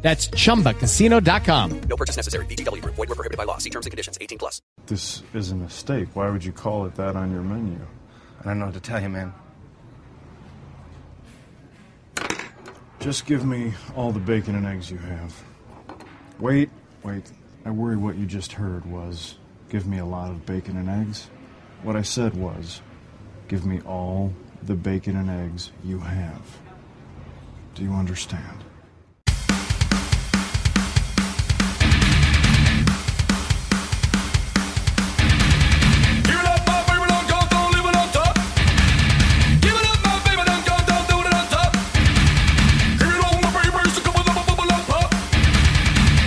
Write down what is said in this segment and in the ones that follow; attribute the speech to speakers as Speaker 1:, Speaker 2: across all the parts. Speaker 1: That's chumbacasino.com.
Speaker 2: No purchase necessary. BGW. Void were prohibited by law. See terms and conditions. 18 plus.
Speaker 3: This is a mistake. Why would you call it that on your menu?
Speaker 4: I don't know what to tell you, man.
Speaker 3: Just give me all the bacon and eggs you have. Wait, wait. I worry what you just heard was give me a lot of bacon and eggs. What I said was give me all the bacon and eggs you have. Do you understand?
Speaker 5: Give it up, my baby, don't go, don't leave it on top. Give it up, my baby, don't go, don't do it on top. Give it up, my baby, so come on, bubble, bubble, on pop.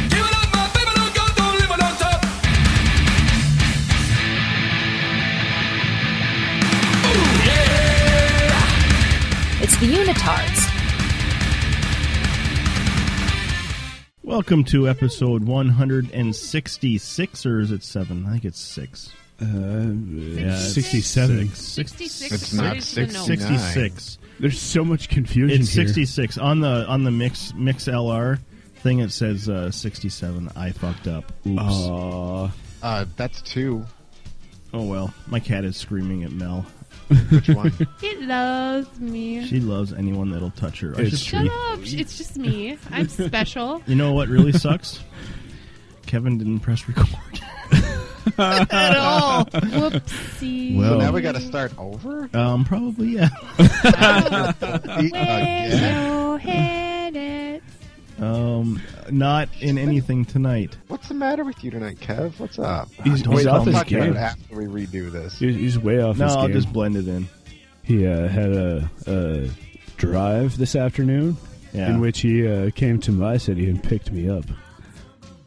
Speaker 5: Give it up, my baby, don't go, don't leave it on top. Ooh, yeah.
Speaker 6: It's the Unitards.
Speaker 7: Welcome to episode 166, or is it seven? I think it's six.
Speaker 8: Uh, Yeah, it's
Speaker 7: 67.
Speaker 8: 66.
Speaker 9: It's not
Speaker 8: It's the note.
Speaker 7: 66.
Speaker 8: There's so much confusion
Speaker 7: It's
Speaker 8: here.
Speaker 7: 66 on the on the mix mix LR thing. It says uh, 67. I fucked up. Oops.
Speaker 9: Uh, that's two.
Speaker 7: oh well. My cat is screaming at Mel.
Speaker 9: Which one?
Speaker 8: It loves me.
Speaker 7: She loves anyone that'll touch her. I should-
Speaker 8: true.
Speaker 7: you-
Speaker 8: up. It's just me. I'm special.
Speaker 7: You know what really sucks? Kevin didn't press record.
Speaker 8: At all. Whoopsie.
Speaker 7: Well-
Speaker 9: So now we got to start over.
Speaker 7: Um, probably yeah.
Speaker 9: E- again?
Speaker 8: your head at.
Speaker 7: Um, not in anything tonight.
Speaker 9: What's the matter with you tonight, Kev? What's up?
Speaker 8: He's-
Speaker 9: Don't
Speaker 8: he's
Speaker 9: worry,
Speaker 8: off
Speaker 9: we'll
Speaker 8: his
Speaker 9: talk about
Speaker 8: game.
Speaker 9: it after we redo this.
Speaker 10: He's, he's way off
Speaker 7: No,
Speaker 10: his
Speaker 7: I'll
Speaker 10: game.
Speaker 7: just blend it in.
Speaker 10: he uh, had a, a drive this afternoon
Speaker 7: Yeah.
Speaker 10: in which he uh, came to my city and picked me up.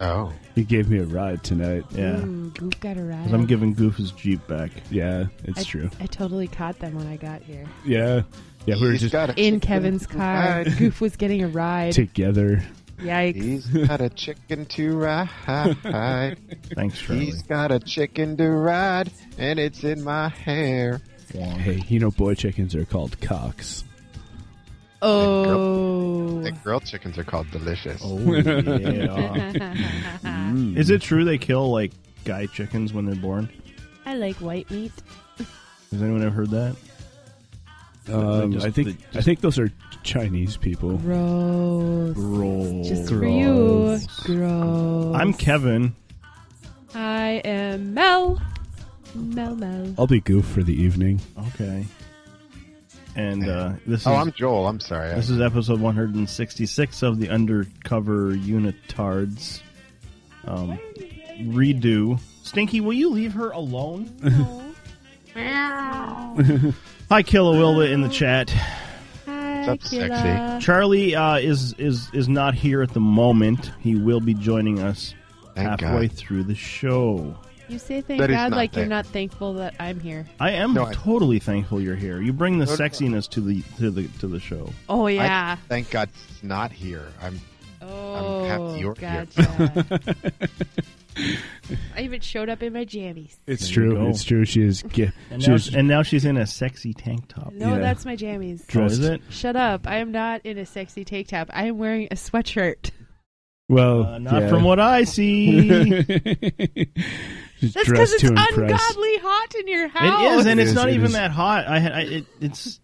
Speaker 9: Oh,
Speaker 10: He gave me a ride tonight.
Speaker 7: Yeah,
Speaker 8: Ooh, Goop got a ride.
Speaker 7: 'Cause I'm giving Goof his Jeep back.
Speaker 10: Yeah, it's
Speaker 8: I,
Speaker 10: true.
Speaker 8: I totally caught them when I got here.
Speaker 10: Yeah, yeah, we were
Speaker 9: He's
Speaker 10: just
Speaker 9: got a chicken
Speaker 8: In Kevin's
Speaker 9: to
Speaker 8: car.
Speaker 9: ride.
Speaker 8: Goof was getting a ride.
Speaker 10: together.
Speaker 8: Yikes.
Speaker 9: He's got a chicken to ride.
Speaker 7: Thanks, Charlie.
Speaker 9: He's got a chicken to ride, and it's in my hair.
Speaker 10: Hey, you know, boy chickens are called cocks.
Speaker 8: Oh.
Speaker 9: The grilled chickens are called delicious.
Speaker 7: Oh, Is it true they kill like guy chickens when they're born?
Speaker 8: I like white meat.
Speaker 7: Has anyone ever heard that?
Speaker 10: Um,
Speaker 7: They just-
Speaker 10: I
Speaker 7: they
Speaker 10: think
Speaker 7: just-
Speaker 10: I think those are Chinese people.
Speaker 8: Gross.
Speaker 7: Roll.
Speaker 8: Just for you. Gross.
Speaker 7: I'm Kevin.
Speaker 8: I am Mel. Mel Mel.
Speaker 7: Oh.
Speaker 10: I'll be goof for the evening.
Speaker 7: Okay. And uh, this is
Speaker 9: Oh, I'm Joel. I'm sorry.
Speaker 7: this is episode 166 of the Undercover Unitards um, redo. Stinky, will you leave her alone? Hi, Killa Wilba in the chat.
Speaker 8: Hi,
Speaker 9: That's sexy.
Speaker 8: Killa.
Speaker 7: Charlie uh, is is is not here at the moment. He will be joining us
Speaker 9: Thank
Speaker 7: halfway
Speaker 9: God.
Speaker 7: through the show.
Speaker 8: You say thank
Speaker 9: That is
Speaker 8: God
Speaker 9: not
Speaker 8: like you're
Speaker 9: there.
Speaker 8: not thankful that I'm here.
Speaker 7: I am
Speaker 9: No, I-
Speaker 7: totally thankful you're here. You bring the
Speaker 9: No, no.
Speaker 7: sexiness to the to the to the show.
Speaker 8: Oh
Speaker 9: I-
Speaker 8: yeah.
Speaker 9: thank God it's not here. I'm
Speaker 8: oh,
Speaker 9: happy you're here.
Speaker 8: gotcha. I even showed up in my jammies.
Speaker 10: It's
Speaker 7: There you
Speaker 10: true.
Speaker 7: go.
Speaker 10: It's true. She is. Ge-
Speaker 7: And
Speaker 10: she
Speaker 7: now,
Speaker 10: was
Speaker 7: and now she's in a sexy tank top.
Speaker 8: No,
Speaker 10: Yeah.
Speaker 8: that's my jammies.
Speaker 7: Oh, is
Speaker 10: dressed-
Speaker 7: it?
Speaker 8: Shut up. I am not in a sexy take top. I am wearing a sweatshirt.
Speaker 10: Well,
Speaker 7: Uh, not
Speaker 10: yeah.
Speaker 7: from what I see.
Speaker 8: That's because it's ungodly hot in your house.
Speaker 7: It is, and
Speaker 10: It
Speaker 7: it's
Speaker 10: is,
Speaker 7: not
Speaker 10: it
Speaker 7: even
Speaker 10: is.
Speaker 7: that hot. I, had- I it, it's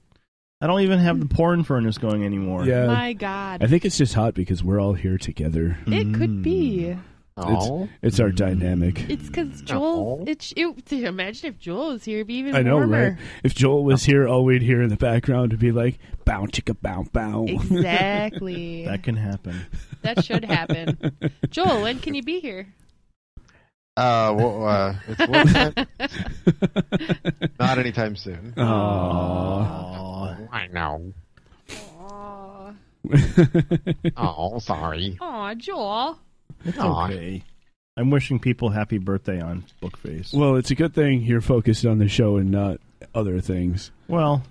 Speaker 7: I don't even have the porn furnace going anymore.
Speaker 10: Yeah.
Speaker 8: My God.
Speaker 10: I think it's just hot because we're all here together.
Speaker 8: it could be.
Speaker 7: Mm.
Speaker 9: oh,
Speaker 10: It's our dynamic.
Speaker 8: It's because Joel.
Speaker 9: No.
Speaker 8: It's it, imagine if Joel was here, it'd be even
Speaker 10: I know,
Speaker 8: warmer.
Speaker 10: right? If Joel was
Speaker 7: Oh.
Speaker 10: here, all we'd hear in the background would be like, bow chicka bow bow.
Speaker 8: Exactly.
Speaker 7: That can happen.
Speaker 8: that should happen. Joel, when can you be here?
Speaker 9: uh, well, uh, it's what time? not anytime soon.
Speaker 10: Aww.
Speaker 9: I know.
Speaker 8: Aw,
Speaker 9: Oh, sorry.
Speaker 8: Aw, Joel.
Speaker 9: Aw.
Speaker 7: Okay. I'm wishing people happy birthday on Bookface.
Speaker 10: Well, it's a good thing you're focused on the show and not other things.
Speaker 7: Well,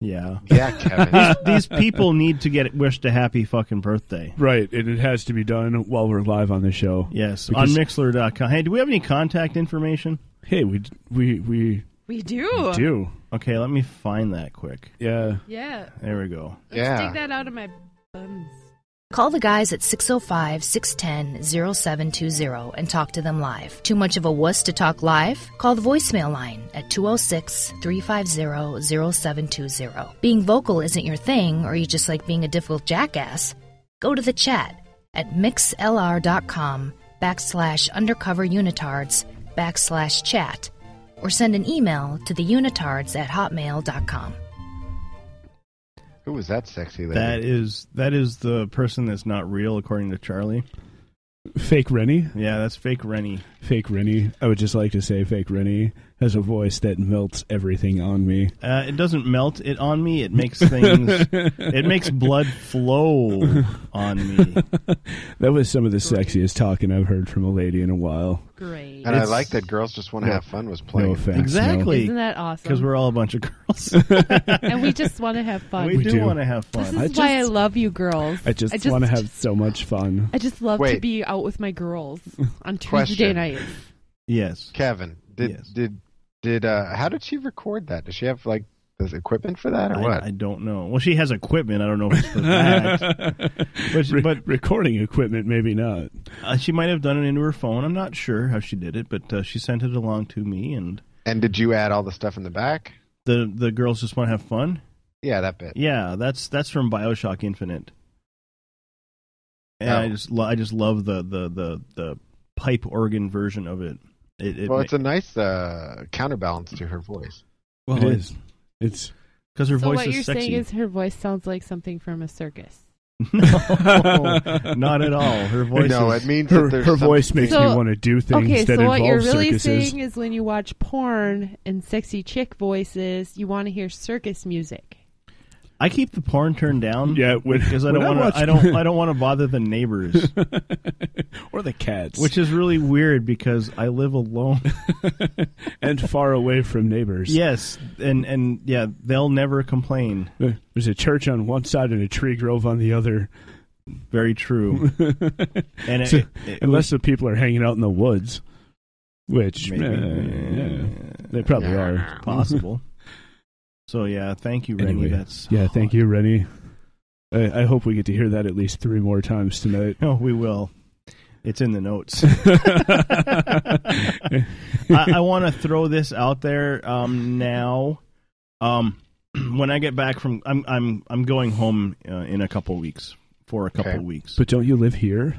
Speaker 7: yeah.
Speaker 9: Yeah,
Speaker 7: Kevin. These people need to get wished a happy fucking birthday.
Speaker 10: Right, and it has to be done while we're live on the show.
Speaker 7: Yes,
Speaker 10: Because-
Speaker 7: on Mixler.com. Hey, do we have any contact information?
Speaker 10: Hey, we we we
Speaker 8: We do.
Speaker 10: do.
Speaker 7: Okay, let me find that quick.
Speaker 10: Yeah.
Speaker 8: Yeah.
Speaker 7: There we go.
Speaker 8: Let's Dig that out of my buns.
Speaker 6: Call the guys at 605 610 0720 and talk to them live. Too much of a wuss to talk live? Call the voicemail line at 206 350 0720. oh. Being vocal isn't your thing, or you just like being a difficult jackass? Go to the chat at mixlr.com backslash undercover unitards backslash chat or send an email to the unitards at hotmail.com.
Speaker 9: Who was that sexy lady?
Speaker 7: That is that is the person that's not real, according to Charlie.
Speaker 10: Fake Rennie?
Speaker 7: Yeah, that's fake Rennie.
Speaker 10: Fake Rennie. I would just like to say Fake Rennie has a voice that melts everything on me.
Speaker 7: Uh, it doesn't melt it on me. It makes things. it makes blood flow on me.
Speaker 10: That was some of the sexiest talking I've heard from a lady in a while.
Speaker 8: Great.
Speaker 9: and I
Speaker 7: it's-
Speaker 9: like that girls just want to
Speaker 10: No.
Speaker 9: have fun was
Speaker 10: No
Speaker 9: playing.
Speaker 10: offense. no.
Speaker 7: Exactly.
Speaker 8: Isn't that awesome?
Speaker 7: Because we're all a bunch of girls.
Speaker 8: and we just want to have fun.
Speaker 7: we,
Speaker 10: We
Speaker 7: do,
Speaker 10: do.
Speaker 7: want to have
Speaker 8: this is
Speaker 7: fun.
Speaker 8: why I
Speaker 10: just-
Speaker 8: love you girls.
Speaker 10: I just, want to have so much fun.
Speaker 8: I just love to
Speaker 9: Wait.
Speaker 8: be out with my girls on Tuesday
Speaker 9: Question.
Speaker 8: nights.
Speaker 7: yes.
Speaker 9: Kevin, did
Speaker 7: Yes.
Speaker 9: did did uh how did she record that? Does she have like this equipment for that or
Speaker 7: I,
Speaker 9: what?
Speaker 7: I don't know. Well, she has equipment. I don't know if it's for that. But-
Speaker 10: Re-
Speaker 7: but-
Speaker 10: recording equipment, maybe not.
Speaker 7: uh, she might have done it into her phone. I'm not sure how she did it, but uh, she sent it along to me, and
Speaker 9: and did you add all the stuff in the back?
Speaker 7: the the girls just want to have fun.
Speaker 9: Yeah, that bit.
Speaker 7: Yeah, that's that's from Bioshock Infinite. And I
Speaker 9: Oh.
Speaker 7: just lo- I just love the the the the pipe organ version of it. It, it
Speaker 9: well, it's a nice uh counterbalance to her voice.
Speaker 10: it is. It's
Speaker 7: because her
Speaker 8: so
Speaker 7: voice
Speaker 8: what
Speaker 7: is
Speaker 8: you're
Speaker 7: sexy.
Speaker 8: saying is her voice sounds like something from a circus.
Speaker 7: no, not at all. Her voice.
Speaker 9: no,
Speaker 7: is,
Speaker 9: it means
Speaker 10: her,
Speaker 9: that there's
Speaker 10: her
Speaker 9: some-
Speaker 10: voice makes
Speaker 8: So-
Speaker 10: me want to do things
Speaker 8: okay,
Speaker 10: that
Speaker 8: so
Speaker 10: involve
Speaker 8: what you're really
Speaker 10: circuses.
Speaker 8: saying is when you watch porn and sexy chick voices, you want to hear circus music.
Speaker 7: I keep the porn turned down.
Speaker 10: Yeah, when-
Speaker 7: because I don't
Speaker 10: when I
Speaker 7: want
Speaker 10: watch-
Speaker 7: to. I don't. I don't want to bother the neighbors,
Speaker 10: or the cats,
Speaker 7: which is really weird because I live alone.
Speaker 10: and far away from neighbors.
Speaker 7: yes, and and yeah, they'll never complain.
Speaker 10: There's a church on one side and a tree grove on the other.
Speaker 7: Very true. and it,
Speaker 10: So-
Speaker 7: it- it
Speaker 10: Unless the people are hanging out in the woods, which
Speaker 7: Maybe.
Speaker 10: uh, yeah, they probably are.
Speaker 7: was possible. so yeah, thank you, Rennie.
Speaker 10: Anyway,
Speaker 7: That's
Speaker 10: yeah, thank you, Rennie. I, I hope we get to hear that at least three more times tonight.
Speaker 7: No, Oh, we will. It's in the notes. I, I want to throw this out there um, now. Um, when I get back from, I'm I'm I'm going home uh, in a couple weeks for a couple
Speaker 9: Okay.
Speaker 7: weeks.
Speaker 10: But don't you live here?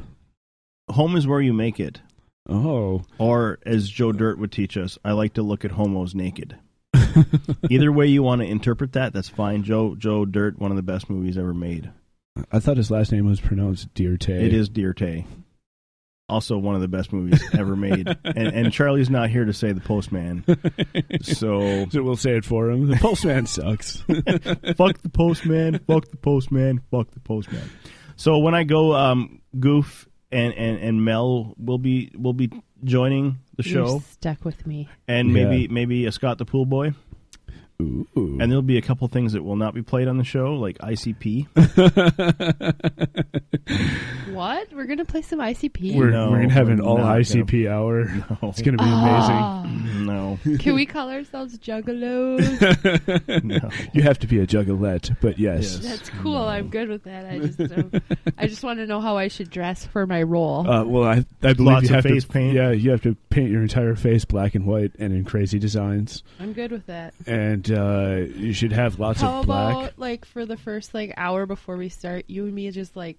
Speaker 7: home is where you make it,
Speaker 10: Oh,
Speaker 7: or as Joe Dirt would teach us, I like to look at homos naked. Either way you want to interpret that, that's fine. Joe Joe Dirt, one of the best movies ever made.
Speaker 10: I thought his last name was pronounced Dierte.
Speaker 7: It is Dear Tay. Also, one of the best movies ever made. and, and Charlie's not here to say The Postman. So,
Speaker 10: So we'll say it for him. The postman sucks.
Speaker 7: fuck The Postman, fuck The Postman, fuck The Postman. So, when I go, um, Goof and, and, and Mel will be, will be joining the
Speaker 8: You're
Speaker 7: show.
Speaker 8: stuck with me.
Speaker 7: And maybe,
Speaker 10: Yeah.
Speaker 7: maybe a Scott the Pool Boy.
Speaker 10: Ooh.
Speaker 7: And there'll be a couple things that will not be played on the show, like ICP.
Speaker 8: What? We're gonna play some ICP.
Speaker 10: we're,
Speaker 7: No,
Speaker 10: we're gonna have an
Speaker 7: we're
Speaker 10: all
Speaker 7: not
Speaker 10: ICP hour.
Speaker 7: No.
Speaker 10: It's gonna be amazing.
Speaker 8: Ah.
Speaker 7: no.
Speaker 8: Can we call ourselves juggalos?
Speaker 7: No.
Speaker 10: You have to be a juggalette, but yes.
Speaker 7: Yes.
Speaker 8: That's cool. I'm good with that. I just don't, I just want to know how I should dress for my role.
Speaker 10: Uh, well, I I believe
Speaker 7: Lots
Speaker 10: you
Speaker 7: of
Speaker 10: have
Speaker 7: face
Speaker 10: to
Speaker 7: paint.
Speaker 10: yeah you have to paint your entire face black and white and in crazy designs,
Speaker 8: I'm good with that.
Speaker 10: and uh, you should have lots
Speaker 8: How
Speaker 10: of black.
Speaker 8: about like for the first like hour before we start, you and me just like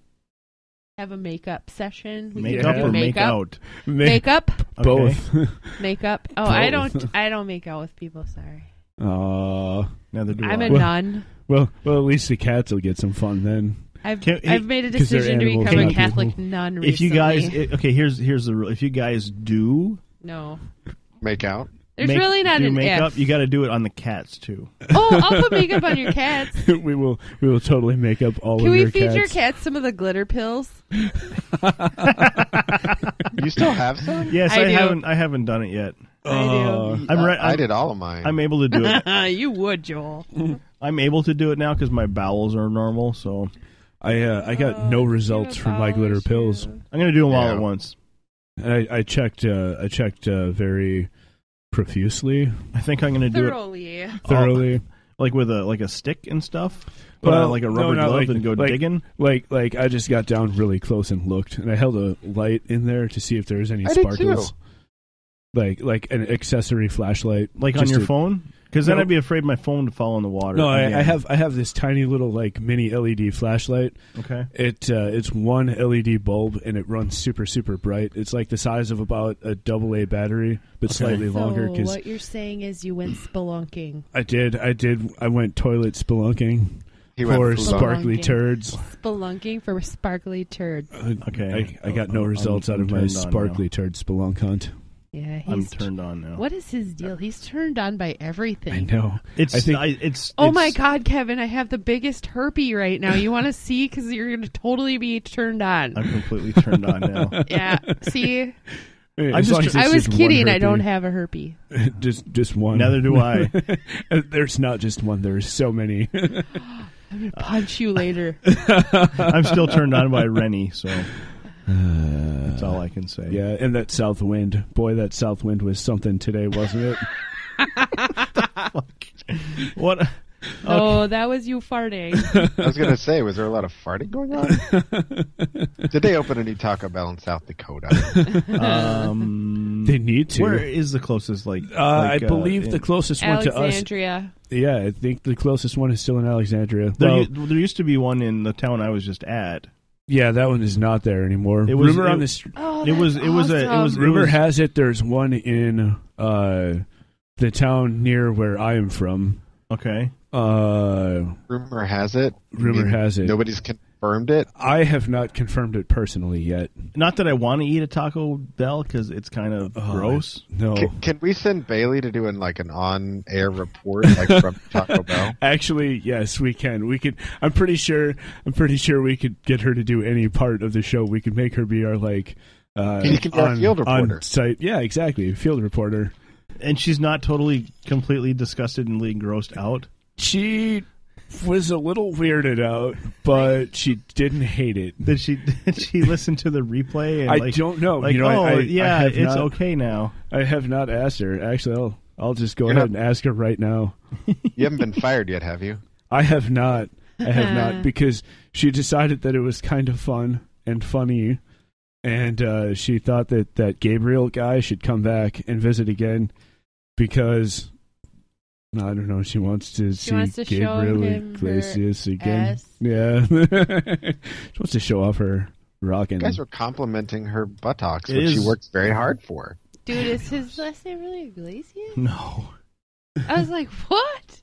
Speaker 8: have a makeup session. We can
Speaker 7: Make up
Speaker 8: do
Speaker 7: or make
Speaker 8: makeup.
Speaker 7: out.
Speaker 10: Ma-
Speaker 8: Makeup,
Speaker 10: both.
Speaker 8: makeup. Oh, I
Speaker 10: Both.
Speaker 8: don't, I don't make out with people. Sorry,
Speaker 10: Aw.
Speaker 7: Neither do
Speaker 8: I'm
Speaker 7: I.
Speaker 8: a
Speaker 10: Well-
Speaker 8: nun.
Speaker 10: Uh, well, well, at least the cats will get some fun then.
Speaker 8: I've,
Speaker 7: Can-
Speaker 8: I've made a
Speaker 10: 'cause they're
Speaker 8: decision to
Speaker 10: animals,
Speaker 8: become a
Speaker 10: not
Speaker 8: Catholic
Speaker 10: people.
Speaker 8: nun. Recently.
Speaker 7: if you guys i okay here's here's the rule if you guys do
Speaker 8: no,
Speaker 9: Make out.
Speaker 8: There's really not
Speaker 7: do
Speaker 8: an
Speaker 7: makeup.
Speaker 8: if.
Speaker 7: You got to do it on the cats too.
Speaker 8: Oh, I'll put makeup on your cats.
Speaker 10: we will we will totally make up all
Speaker 8: Can
Speaker 10: of
Speaker 8: we
Speaker 10: your
Speaker 8: feed
Speaker 10: cats.
Speaker 8: your cats some of the glitter pills?
Speaker 9: You still have some?
Speaker 7: Yes, I,
Speaker 8: I do.
Speaker 7: haven't. I haven't done it yet. Uh,
Speaker 8: I
Speaker 7: I'm re-
Speaker 9: I
Speaker 7: I'm-
Speaker 9: did all of mine.
Speaker 7: I'm able to do it.
Speaker 8: do. you would, Joel.
Speaker 7: I'm able to do it now because my bowels are normal. So
Speaker 10: I uh, I got
Speaker 8: Oh,
Speaker 10: no results from my glitter pills.
Speaker 7: I'm gonna do them all at
Speaker 9: Yeah.
Speaker 7: once.
Speaker 10: I, I checked uh, I checked uh, very profusely,
Speaker 7: I think I'm gonna do it
Speaker 8: Thoroughly.
Speaker 10: thoroughly.
Speaker 7: like with a like a stick and stuff, but
Speaker 10: Well,
Speaker 7: like a
Speaker 10: no,
Speaker 7: rubber
Speaker 10: not
Speaker 7: glove
Speaker 10: like-
Speaker 7: and go
Speaker 10: like-
Speaker 7: digging.
Speaker 10: Like like I just got down really close and looked, and I held a light in there to see if there was any
Speaker 9: I did too.
Speaker 10: sparkles. Like like an accessory flashlight,
Speaker 7: like on
Speaker 10: just
Speaker 7: your
Speaker 10: to-
Speaker 7: phone? Because then
Speaker 10: No.
Speaker 7: I'd be afraid my phone would fall in the water.
Speaker 10: No, I,
Speaker 7: again.
Speaker 10: I have I have this tiny little like mini LED flashlight.
Speaker 7: Okay.
Speaker 10: It uh, it's one LED bulb and it runs super super bright. It's like the size of about a double A battery, but slightly longer.
Speaker 8: So
Speaker 10: Because
Speaker 8: what you're saying is you went spelunking.
Speaker 10: I did I did I went toilet spelunking
Speaker 9: He went
Speaker 10: for
Speaker 9: full on.
Speaker 10: sparkly
Speaker 8: Spelunking.
Speaker 10: turds.
Speaker 8: Spelunking for sparkly turds.
Speaker 7: Okay.
Speaker 10: I, I got no
Speaker 7: I'm-
Speaker 10: results
Speaker 7: I'm
Speaker 10: out of my
Speaker 7: turned on now.
Speaker 10: sparkly turd spelunk hunt.
Speaker 8: Yeah, he's
Speaker 7: I'm turned on now.
Speaker 8: What is his deal? He's turned on by everything.
Speaker 10: I know.
Speaker 7: It's
Speaker 10: I think
Speaker 7: I, it's.
Speaker 8: Oh
Speaker 7: it's-
Speaker 8: my God, Kevin! I have the biggest herpy right now. You want to see? Because you're going to totally be turned on.
Speaker 7: I'm completely turned on now.
Speaker 8: yeah. See,
Speaker 10: as
Speaker 7: just-
Speaker 10: long as it's
Speaker 8: I was
Speaker 10: just one
Speaker 8: kidding. I don't
Speaker 10: herpy.
Speaker 8: have a herpy.
Speaker 10: just just one. Uh,
Speaker 7: Neither do I.
Speaker 10: There's not just one. There's so many.
Speaker 8: I'm gonna punch you later.
Speaker 7: I'm still turned on by Rennie, so that's all I can say.
Speaker 10: Yeah, and that south wind. Boy, that south wind was something today, wasn't it?
Speaker 7: What?
Speaker 10: Uh,
Speaker 8: Oh, that was you farting.
Speaker 9: I was gonna say, was there a lot of farting going on? Did they open a new Taco Bell in South Dakota?
Speaker 7: Um,
Speaker 10: they need to.
Speaker 7: where is the closest? Like,
Speaker 10: uh,
Speaker 7: like,
Speaker 10: I believe
Speaker 7: in-
Speaker 10: the closest one to us.
Speaker 8: Alexandria.
Speaker 10: Yeah, I think the closest one is still in Alexandria.
Speaker 7: There,
Speaker 10: well,
Speaker 7: u- there used to be one in the town I was just at.
Speaker 10: yeah, that one is not there anymore.
Speaker 7: It was-
Speaker 10: rumor
Speaker 7: it-
Speaker 10: on the str-
Speaker 8: Oh,
Speaker 7: It was-
Speaker 8: that's
Speaker 7: it was a- it
Speaker 8: awesome.
Speaker 7: was-
Speaker 10: rumor has it there's one in uh, the town near where I am from.
Speaker 7: Okay,
Speaker 10: Uh,
Speaker 9: Rumor has it.
Speaker 10: Rumor has it.
Speaker 9: Nobody's confirmed it.
Speaker 10: I have not confirmed it personally yet.
Speaker 7: not that I want to eat a Taco Bell because it's kind of gross.
Speaker 10: Oh, No.
Speaker 9: C- can we send Bailey to do an like an on-air report like from Taco Bell?
Speaker 10: Actually, yes, we can. We could. I'm pretty sure. I'm pretty sure we could get her to do any part of the show. We could make her be our like. Uh,
Speaker 9: You can be our
Speaker 10: on-
Speaker 9: field reporter.
Speaker 10: on site. Yeah, exactly. Field reporter.
Speaker 7: And she's not totally, completely disgusted and grossed out.
Speaker 10: She was a little weirded out, but she didn't hate it.
Speaker 7: Did she did she listen to the replay? And
Speaker 10: I
Speaker 7: like,
Speaker 10: don't know.
Speaker 7: Like,
Speaker 10: You know,
Speaker 7: oh
Speaker 10: I- I- I
Speaker 7: yeah,
Speaker 10: have
Speaker 7: it's
Speaker 10: not-
Speaker 7: okay now.
Speaker 10: I have not asked her. Actually, I'll I'll just go
Speaker 9: You're
Speaker 10: ahead
Speaker 9: not-
Speaker 10: and ask her right now.
Speaker 9: You haven't been fired yet, have you?
Speaker 10: I have not. I have
Speaker 8: Uh-huh.
Speaker 10: not because she decided that it was kind of fun and funny, and uh, she thought that that Gabriel guy should come back and visit again because I don't know. She wants to see
Speaker 8: wants to show
Speaker 10: Gabriel
Speaker 8: him her
Speaker 10: Iglesias again.
Speaker 8: ass.
Speaker 10: Yeah, she wants to show off her
Speaker 9: You
Speaker 10: rocking.
Speaker 9: guys were complimenting her buttocks,
Speaker 7: It
Speaker 9: which she
Speaker 7: is-
Speaker 9: works very hard for.
Speaker 8: Dude, is his last name really Iglesias?
Speaker 7: No,
Speaker 8: I was like, what?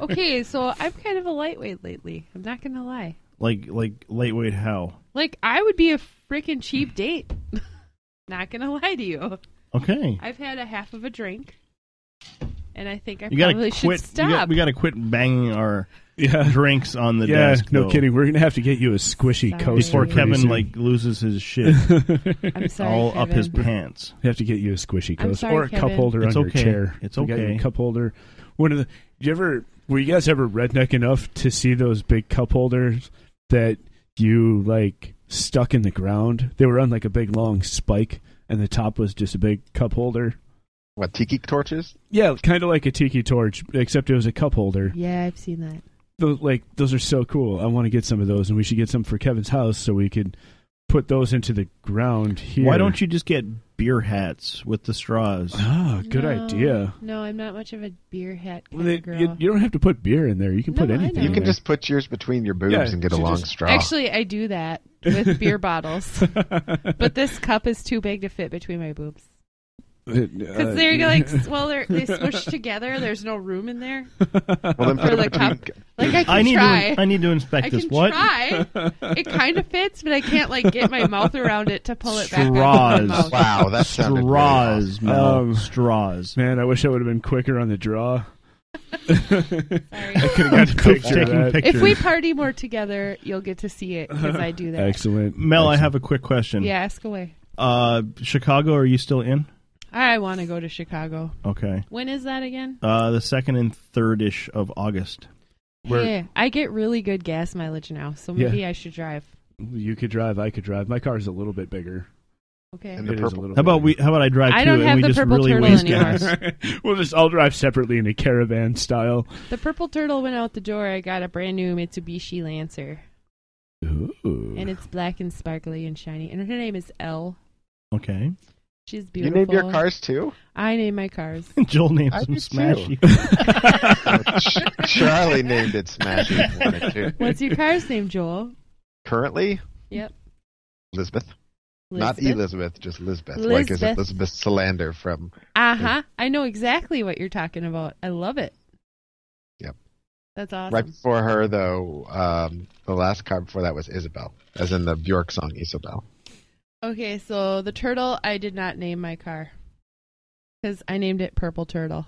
Speaker 8: Okay, so I'm kind of a lightweight lately. I'm not gonna lie.
Speaker 7: like like lightweight how?
Speaker 8: Like I would be a freaking cheap date. not gonna lie to you.
Speaker 7: Okay,
Speaker 8: I've had a half of a drink, and I think I
Speaker 7: you gotta
Speaker 8: probably
Speaker 7: quit.
Speaker 8: should
Speaker 7: you got-
Speaker 8: stop.
Speaker 7: we gotta quit banging our
Speaker 10: yeah,
Speaker 7: drinks on the
Speaker 10: yeah.
Speaker 7: desk.
Speaker 10: No
Speaker 7: though,
Speaker 10: kidding. We're gonna have to get you a squishy
Speaker 8: Sorry.
Speaker 10: coaster
Speaker 7: Before
Speaker 10: pretty
Speaker 7: Kevin
Speaker 10: soon.
Speaker 7: like loses his shit
Speaker 8: I'm sorry,
Speaker 7: all up
Speaker 8: Kevin.
Speaker 7: his pants.
Speaker 10: We have to get you a squishy
Speaker 8: I'm
Speaker 10: coast
Speaker 8: sorry,
Speaker 10: or a cup
Speaker 8: Kevin.
Speaker 10: holder
Speaker 7: It's
Speaker 10: on
Speaker 7: okay.
Speaker 10: your chair.
Speaker 7: It's
Speaker 10: We got you
Speaker 7: okay.
Speaker 10: a cup holder. One of the. Did you ever? Were you guys ever redneck enough to see those big cup holders that you like stuck in the ground? They were on like a big long spike, and the top was just a big cup holder.
Speaker 9: What tiki torches?
Speaker 10: Yeah, kind of like a tiki torch, except it was a cup holder.
Speaker 8: Yeah, I've seen that.
Speaker 10: Those, like those are so cool. I want to get some of those, and we should get some for Kevin's house so we could put those into the ground here.
Speaker 7: Why don't you just get beer hats with the straws?
Speaker 10: Ah, good idea.
Speaker 8: No, I'm not much of a beer hat
Speaker 10: Well, they- you, you don't have to put beer in there. You can put
Speaker 8: No, I
Speaker 10: anything.
Speaker 8: know.
Speaker 9: You
Speaker 10: in
Speaker 9: can
Speaker 10: there.
Speaker 9: just put yours between your boobs
Speaker 10: Yeah,
Speaker 9: and get a
Speaker 10: she
Speaker 9: long
Speaker 10: just-
Speaker 9: straw.
Speaker 8: Actually, I do that with beer bottles, but this cup is too big to fit between my boobs.
Speaker 10: uh,
Speaker 7: Uh,
Speaker 8: Because they're like, s- well, they're they smushed together. There's no room in there.
Speaker 9: Well, then
Speaker 8: Or
Speaker 9: put it
Speaker 8: like, how,
Speaker 9: between.
Speaker 8: like I can
Speaker 7: need
Speaker 8: try.
Speaker 7: to I need to inspect
Speaker 8: I
Speaker 7: this.
Speaker 8: can
Speaker 7: what?
Speaker 8: try. It kind of fits, but I can't like get my mouth around it to pull it back. out of my
Speaker 7: Straws.
Speaker 8: mouth.
Speaker 9: Wow, that sounded really awesome.
Speaker 7: Straws, Mel.
Speaker 10: Um,
Speaker 7: straws.
Speaker 10: Man, I wish I would have been quicker on the draw.
Speaker 8: Sorry.
Speaker 10: Could have got a
Speaker 7: Cool.
Speaker 10: picture of
Speaker 7: Taking
Speaker 10: that.
Speaker 7: pic-
Speaker 8: If we party more together, you'll get to see it because I do that.
Speaker 10: Excellent.
Speaker 7: Mel, I
Speaker 10: Excellent.
Speaker 7: have a quick question.
Speaker 8: Yeah, ask away.
Speaker 7: Uh, Chicago, are you still in?
Speaker 8: I want to go to Chicago.
Speaker 7: Okay.
Speaker 8: When is that again?
Speaker 7: Uh, the second and third ish of August.
Speaker 10: Where-
Speaker 8: yeah, I get really good gas mileage now, so
Speaker 10: Yeah.
Speaker 8: maybe I should drive.
Speaker 10: You could drive. I could drive. My car's a little bit bigger.
Speaker 8: Okay.
Speaker 9: And
Speaker 10: It
Speaker 9: the
Speaker 10: is a
Speaker 9: purple-
Speaker 10: little
Speaker 7: How about
Speaker 10: bigger.
Speaker 7: we? How about I drive
Speaker 8: I
Speaker 7: too,
Speaker 8: don't
Speaker 7: and
Speaker 8: have
Speaker 7: we
Speaker 8: the
Speaker 7: just
Speaker 8: purple
Speaker 7: really
Speaker 8: turtle
Speaker 7: waste
Speaker 8: anymore.
Speaker 7: gas?
Speaker 10: we'll just all drive separately in a caravan style.
Speaker 8: The purple turtle went out the door. I got a brand new Mitsubishi Lancer, and it's black and sparkly and shiny. And her name is Elle.
Speaker 7: Okay.
Speaker 8: She's
Speaker 9: You
Speaker 8: beautiful.
Speaker 9: named your cars too?
Speaker 8: I name my cars.
Speaker 7: Joel named
Speaker 9: I
Speaker 7: some
Speaker 9: did too.
Speaker 7: smashy.
Speaker 9: Charlie named it Smashy. for it, too.
Speaker 8: What's your car's name, Joel?
Speaker 9: Currently,
Speaker 8: Yep.
Speaker 9: Elizabeth. Not Elizabeth, just Elizabeth. Like is
Speaker 8: Lisbeth.
Speaker 9: Elizabeth Salander from
Speaker 8: Uh huh. I know exactly what you're talking about. I love it.
Speaker 9: Yep.
Speaker 8: That's awesome.
Speaker 9: right before her though, um, the last car before that was Isabel. As in the Bjork song Isabel.
Speaker 8: Okay, so the turtle, I did not name my car because I named it Purple Turtle.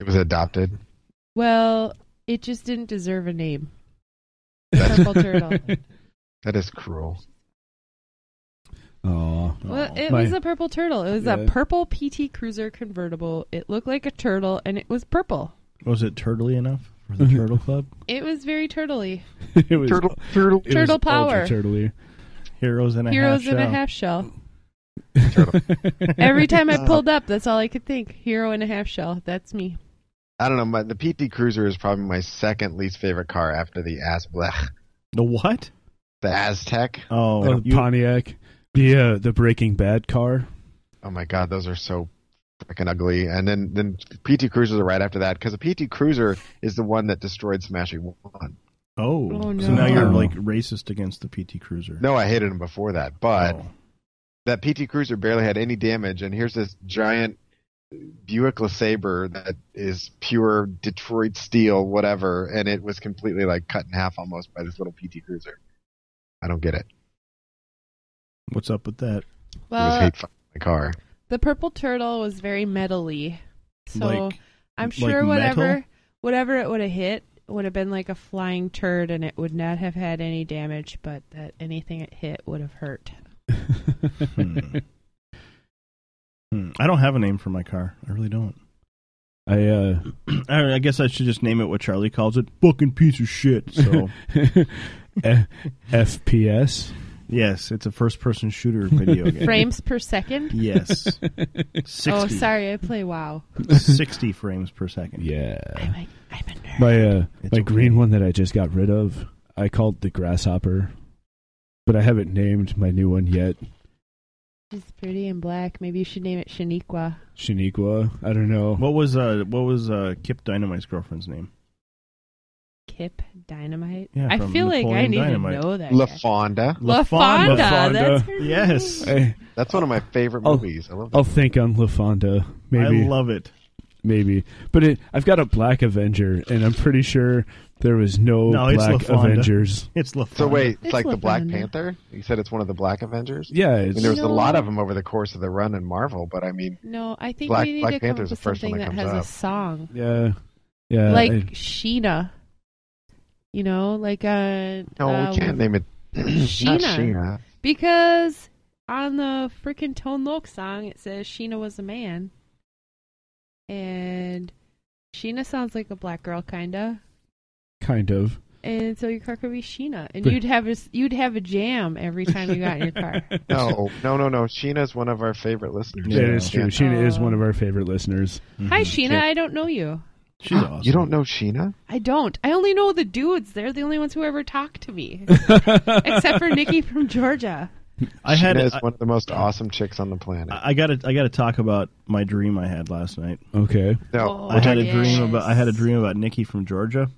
Speaker 9: It was adopted.
Speaker 8: Well, it just didn't deserve a name. Purple turtle.
Speaker 9: That is cruel.
Speaker 10: Oh,
Speaker 8: Well, it
Speaker 10: my,
Speaker 8: was a purple turtle. It was a
Speaker 10: Yeah.
Speaker 8: purple PT Cruiser convertible. It looked like a turtle, and it was purple.
Speaker 7: Was it turtly enough for the Turtle Club?
Speaker 8: It was very turtley.
Speaker 10: it was,
Speaker 9: Turtle turtle
Speaker 10: it was
Speaker 8: Turtle
Speaker 10: ultra
Speaker 8: power.
Speaker 10: Turtley.
Speaker 7: Heroes and a
Speaker 8: Heroes
Speaker 7: half
Speaker 8: in a
Speaker 7: shell.
Speaker 8: half shell.
Speaker 9: turtle.
Speaker 8: Every time I pulled up, that's all I could think. Hero in a half shell. That's me.
Speaker 9: I don't know, my, the PT Cruiser is probably my second least favorite car after the Azblech.
Speaker 7: The what?
Speaker 9: The Aztec.
Speaker 7: Oh,
Speaker 10: Oh, the
Speaker 7: you-
Speaker 10: Pontiac, the uh, the Breaking Bad car.
Speaker 9: Oh my god, those are so freaking ugly. And then then PT Cruisers are right after that because the PT Cruiser is the one that destroyed Smashy One.
Speaker 7: oh.
Speaker 8: Oh,
Speaker 7: So now you're
Speaker 10: no.
Speaker 7: like racist against the PT Cruiser.
Speaker 9: No, I hated him before that, but
Speaker 7: Oh.
Speaker 9: that PT Cruiser barely had any damage, and here's this giant Buick LeSabre that is pure Detroit steel, whatever, and it was completely like cut in half almost by this little PT Cruiser. I don't get it.
Speaker 7: What's up with that?
Speaker 9: it was
Speaker 8: Well,
Speaker 9: hate fucking my car.
Speaker 8: the purple turtle was very metally. So
Speaker 7: Like-
Speaker 8: I'm
Speaker 7: like
Speaker 8: sure whatever
Speaker 7: metal?
Speaker 8: whatever it would have hit would have been like a flying turd, and it would not have had any damage. But that anything it hit would have hurt.
Speaker 7: Hmm. Hmm. I don't have a name for my car. I really don't.
Speaker 10: I uh,
Speaker 7: I, I guess I should just name it what Charlie calls it: "Fucking piece of shit." So,
Speaker 10: F- FPS.
Speaker 7: yes, it's a first-person shooter video game.
Speaker 8: Frames per second.
Speaker 7: Yes, sixty.
Speaker 8: Oh, sorry, I play WoW.
Speaker 7: Sixty frames per second.
Speaker 10: Yeah,
Speaker 8: I'm, a, I'm a nerd.
Speaker 10: my uh,
Speaker 7: It's
Speaker 10: my
Speaker 7: okay.
Speaker 10: green one that I just got rid of. I called the grasshopper, but I haven't named my new one yet.
Speaker 8: She's pretty and black. Maybe you should name it Shaniqua.
Speaker 10: Shaniqua. I don't know.
Speaker 7: What was uh What was uh Kip Dynamite's girlfriend's name?
Speaker 8: Kip Dynamite.
Speaker 7: Yeah,
Speaker 8: I
Speaker 7: from
Speaker 8: feel like I
Speaker 7: Napoleon
Speaker 8: need
Speaker 7: Dynamite.
Speaker 8: to know that.
Speaker 9: La
Speaker 8: guy.
Speaker 9: Fonda.
Speaker 8: La
Speaker 10: LaFonda.
Speaker 8: Fonda. Uh, That's her name.
Speaker 7: Yes,
Speaker 10: I,
Speaker 9: That's one of my favorite
Speaker 10: Oh.
Speaker 9: movies. I love that.
Speaker 10: I'll think on LaFonda. Maybe,
Speaker 7: I love it.
Speaker 10: maybe. But it, I've got a Black Avenger, and I'm pretty sure there was no,
Speaker 7: No, it's
Speaker 10: Oh, Black
Speaker 7: LaFonda.
Speaker 10: Avengers.
Speaker 7: It's LaFonda.
Speaker 9: So wait, it's
Speaker 8: It's
Speaker 9: like the Black
Speaker 8: LaFonda.
Speaker 9: Panther? You said it's one of the Black Avengers?
Speaker 10: Yeah,
Speaker 9: I mean,
Speaker 10: it's,
Speaker 9: there was
Speaker 8: No.
Speaker 9: a lot of them over the course of the run in Marvel, but I mean,
Speaker 8: No, I think
Speaker 9: Black-
Speaker 8: we need
Speaker 9: Black
Speaker 8: to come
Speaker 9: Panther's
Speaker 8: up with
Speaker 9: the first one
Speaker 8: something that
Speaker 9: that
Speaker 8: has
Speaker 9: comes
Speaker 8: a
Speaker 9: up.
Speaker 8: song.
Speaker 10: yeah, yeah.
Speaker 8: like
Speaker 10: I-
Speaker 8: Sheena. You know, like uh,
Speaker 9: no,
Speaker 8: uh,
Speaker 9: we can't name it.
Speaker 8: Sheena.
Speaker 9: Not Sheena.
Speaker 8: because on the freaking Tone Loc song it says Sheena was a man, and Sheena sounds like a black girl, kinda.
Speaker 10: kind of.
Speaker 8: And so your car could be Sheena, and
Speaker 10: But-
Speaker 8: you'd have a s- you'd have a jam every time you got in your car.
Speaker 9: No, no, no, no. Sheena's one of our favorite listeners.
Speaker 10: That is true.
Speaker 9: Yeah.
Speaker 10: Sheena is
Speaker 8: Oh.
Speaker 10: one of our favorite listeners.
Speaker 7: Mm-hmm.
Speaker 9: Mm-hmm.
Speaker 8: Hi, Sheena. I don't know you.
Speaker 7: She's awesome.
Speaker 9: You don't know Sheena?
Speaker 8: I don't. I only know the dudes. They're the only ones who ever talk to me, except for Nikki from Georgia.
Speaker 7: I had.
Speaker 9: Sheena is
Speaker 7: I,
Speaker 9: one of the most awesome chicks on the planet.
Speaker 7: I gotta. I gotta talk about my dream I had last night.
Speaker 10: Okay.
Speaker 9: no,
Speaker 8: Oh,
Speaker 7: I had a
Speaker 8: yes.
Speaker 7: dream about. I had a dream about Nikki from Georgia.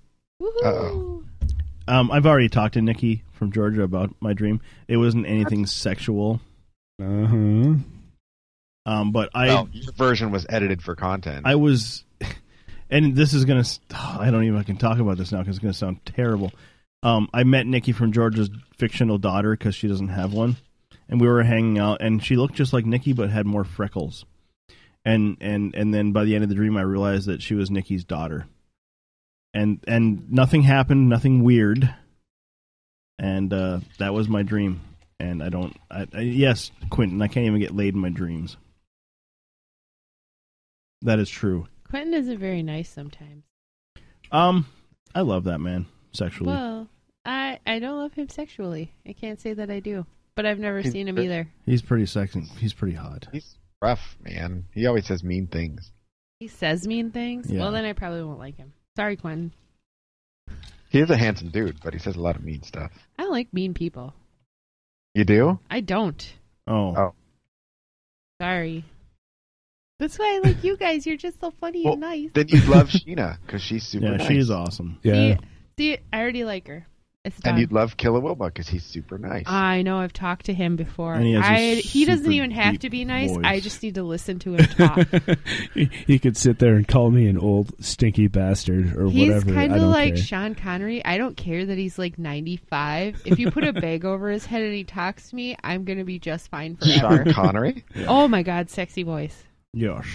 Speaker 8: Woohoo!
Speaker 9: Uh-oh.
Speaker 7: Um, I've already talked to Nikki from Georgia about my dream. It wasn't anything sexual.
Speaker 10: Uh huh.
Speaker 7: Um, but I
Speaker 9: Well, your version was edited for content.
Speaker 7: I was, and this is gonna. I don't even I can talk about this now because it's gonna sound terrible. Um, I met Nikki from George's fictional daughter because she doesn't have one, and we were hanging out, and she looked just like Nikki but had more freckles. And and and then by the end of the dream, I realized that she was Nikki's daughter. And and nothing happened, nothing weird. And uh, that was my dream. And I don't. I, I, yes, Quentin, I can't even get laid in my dreams. That is true.
Speaker 8: Quentin isn't very nice sometimes.
Speaker 7: Um, I love that man sexually.
Speaker 8: Well, I I don't love him sexually. I can't say that I do, but I've never
Speaker 9: He's
Speaker 8: seen him
Speaker 9: ver-
Speaker 8: either.
Speaker 7: He's pretty sexy. He's pretty hot.
Speaker 9: He's rough, man. He always says mean things.
Speaker 8: He says mean things.
Speaker 9: Yeah.
Speaker 8: Well, then I probably won't like him. Sorry, Quentin.
Speaker 9: He is a handsome dude, but he says a lot of mean stuff.
Speaker 8: I don't like mean people.
Speaker 9: You do?
Speaker 8: I don't.
Speaker 7: Oh.
Speaker 9: Oh.
Speaker 8: Sorry. That's why I like you guys. You're just so funny
Speaker 9: Well,
Speaker 8: and nice.
Speaker 9: Then you'd love Sheena because she's super.
Speaker 7: Yeah,
Speaker 9: nice.
Speaker 7: she is awesome.
Speaker 8: See, see, I already like her. It's done.
Speaker 9: And you'd love Kilowilba because he's super nice.
Speaker 8: I know. I've talked to him before.
Speaker 9: And he has a
Speaker 8: I, he doesn't
Speaker 9: super
Speaker 8: even have to
Speaker 9: deep
Speaker 8: be nice.
Speaker 10: voice.
Speaker 8: I just need to listen to him talk.
Speaker 10: he, he could sit there and call me an old stinky bastard or
Speaker 8: He's
Speaker 10: whatever.
Speaker 8: kind
Speaker 10: I
Speaker 8: of
Speaker 10: don't
Speaker 8: like
Speaker 10: care.
Speaker 8: Sean Connery. I don't care that he's like 95. If you put a bag over his head and he talks to me, I'm going to be just fine forever.
Speaker 9: Sean Connery?
Speaker 8: Oh my God, sexy voice.
Speaker 7: Yes.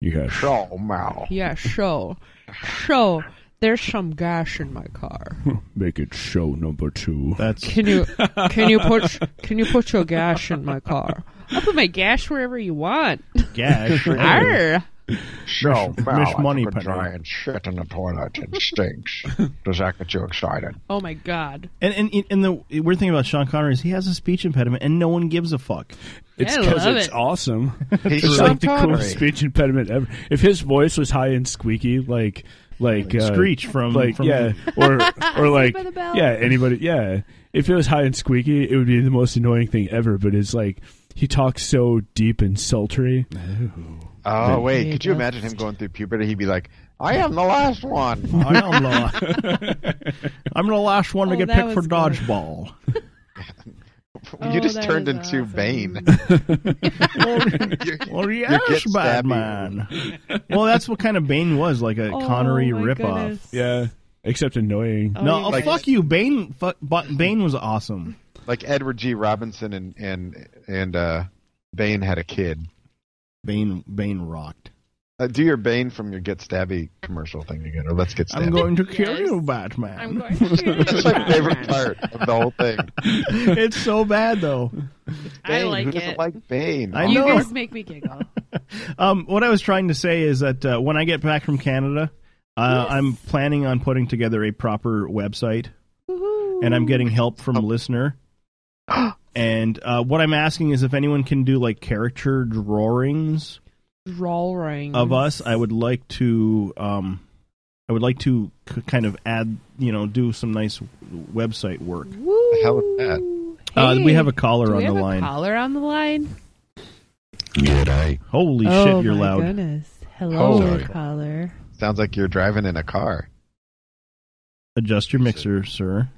Speaker 10: Yes.
Speaker 9: Oh, wow.
Speaker 8: Yeah, show. Show. There's some gash in my car.
Speaker 10: Make it show number two.
Speaker 7: That's
Speaker 8: Can you can you put can you put your gash in my car? I'll put my gash wherever you want.
Speaker 7: Gash.
Speaker 8: Arr.
Speaker 9: So,
Speaker 7: Mish-
Speaker 9: wow,
Speaker 7: Mish
Speaker 9: I took
Speaker 7: Money
Speaker 9: a
Speaker 7: Penny.
Speaker 9: giant shit in the toilet. It stinks. Does that get you excited?
Speaker 8: Oh my God.
Speaker 7: And and and the weird thing about Sean Connery is he has a speech impediment, and no one gives a fuck.
Speaker 10: It's 'cause love it's it. awesome.
Speaker 7: He's
Speaker 10: it's
Speaker 7: Sean
Speaker 10: like the
Speaker 7: Connery.
Speaker 10: coolest speech impediment ever. If his voice was high and squeaky, like like uh,
Speaker 7: Screech from-
Speaker 10: like
Speaker 7: from-
Speaker 10: yeah, or or like
Speaker 7: by the Bell.
Speaker 10: yeah, anybody yeah. If it was high and squeaky, it would be the most annoying thing ever. But it's like he talks so deep and sultry.
Speaker 9: Oh,
Speaker 10: Then-
Speaker 9: wait. Could you imagine him going through puberty? He'd be like, I am the last one.
Speaker 7: I am the la- I'm the last one
Speaker 9: Oh,
Speaker 7: to get
Speaker 9: that
Speaker 7: picked for
Speaker 9: was good.
Speaker 7: dodgeball.
Speaker 9: you
Speaker 7: Oh,
Speaker 9: just
Speaker 7: that
Speaker 9: turned
Speaker 7: is
Speaker 9: into Bane.
Speaker 7: well,
Speaker 9: you
Speaker 7: yes,
Speaker 9: get
Speaker 7: Batman. well, that's what kind of Bane was, like a
Speaker 10: Oh,
Speaker 7: Connery
Speaker 10: my
Speaker 7: ripoff.
Speaker 10: goodness. Yeah, except annoying.
Speaker 7: no, oh, fuck you, Bane. Fuck, Bane was awesome.
Speaker 9: Like Edward G. Robinson and and and uh, Bane had a kid.
Speaker 7: Bane Bane rocked.
Speaker 9: Uh, do your Bane from your Get Stabby commercial thing again, or let's get stabby.
Speaker 7: I'm going to kill you, Batman. I'm going to kill you.
Speaker 9: That's my favorite part of the whole thing.
Speaker 7: it's so bad though.
Speaker 8: I
Speaker 9: Bane,
Speaker 8: like
Speaker 9: who doesn't
Speaker 8: it.
Speaker 9: like Bane?
Speaker 7: I
Speaker 8: You
Speaker 7: know.
Speaker 8: guys make me giggle.
Speaker 7: Um, what I was trying to say is that uh, when I get back from Canada, uh, I'm planning on putting together a proper website, and I'm getting help
Speaker 9: Oh.
Speaker 7: from a listener. and uh, what I'm asking is if anyone can do like caricature drawings
Speaker 8: Drawing
Speaker 10: Mm-hmm.
Speaker 7: of us, I would like to. Um, I would like to c- kind of add, you know, do some nice website work.
Speaker 8: The
Speaker 7: hell is that? Uh, we have a caller
Speaker 8: Do we
Speaker 7: on the
Speaker 8: have a
Speaker 7: line.
Speaker 8: Caller on the line.
Speaker 7: Holy
Speaker 8: oh
Speaker 7: shit, you're
Speaker 8: my
Speaker 7: loud.
Speaker 8: Goodness. Hello,
Speaker 7: Sorry.
Speaker 8: caller.
Speaker 9: Sounds like you're driving in a car.
Speaker 7: Adjust your mixer, sir.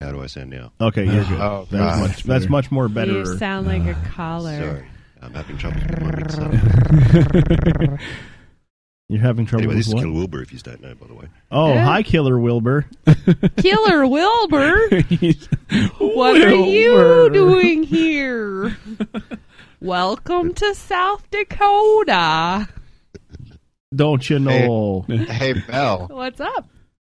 Speaker 11: How do I sound now?
Speaker 7: Okay, you're good.
Speaker 11: Oh,
Speaker 7: that's
Speaker 11: God.
Speaker 7: much. That's much more better. Uh,
Speaker 8: You sound like a caller.
Speaker 11: Sorry, I'm having trouble with my mixer.
Speaker 7: You're having trouble
Speaker 11: anyway, this
Speaker 7: with what?
Speaker 11: is Kill Wilbur, if you don't know, by the way.
Speaker 7: Oh, hi, Killer Wilbur.
Speaker 8: Killer Wilbur. what are you
Speaker 7: Wilbur.
Speaker 8: doing here? Welcome to South Dakota.
Speaker 7: Don't you know?
Speaker 9: Hey, Bell.
Speaker 8: What's up?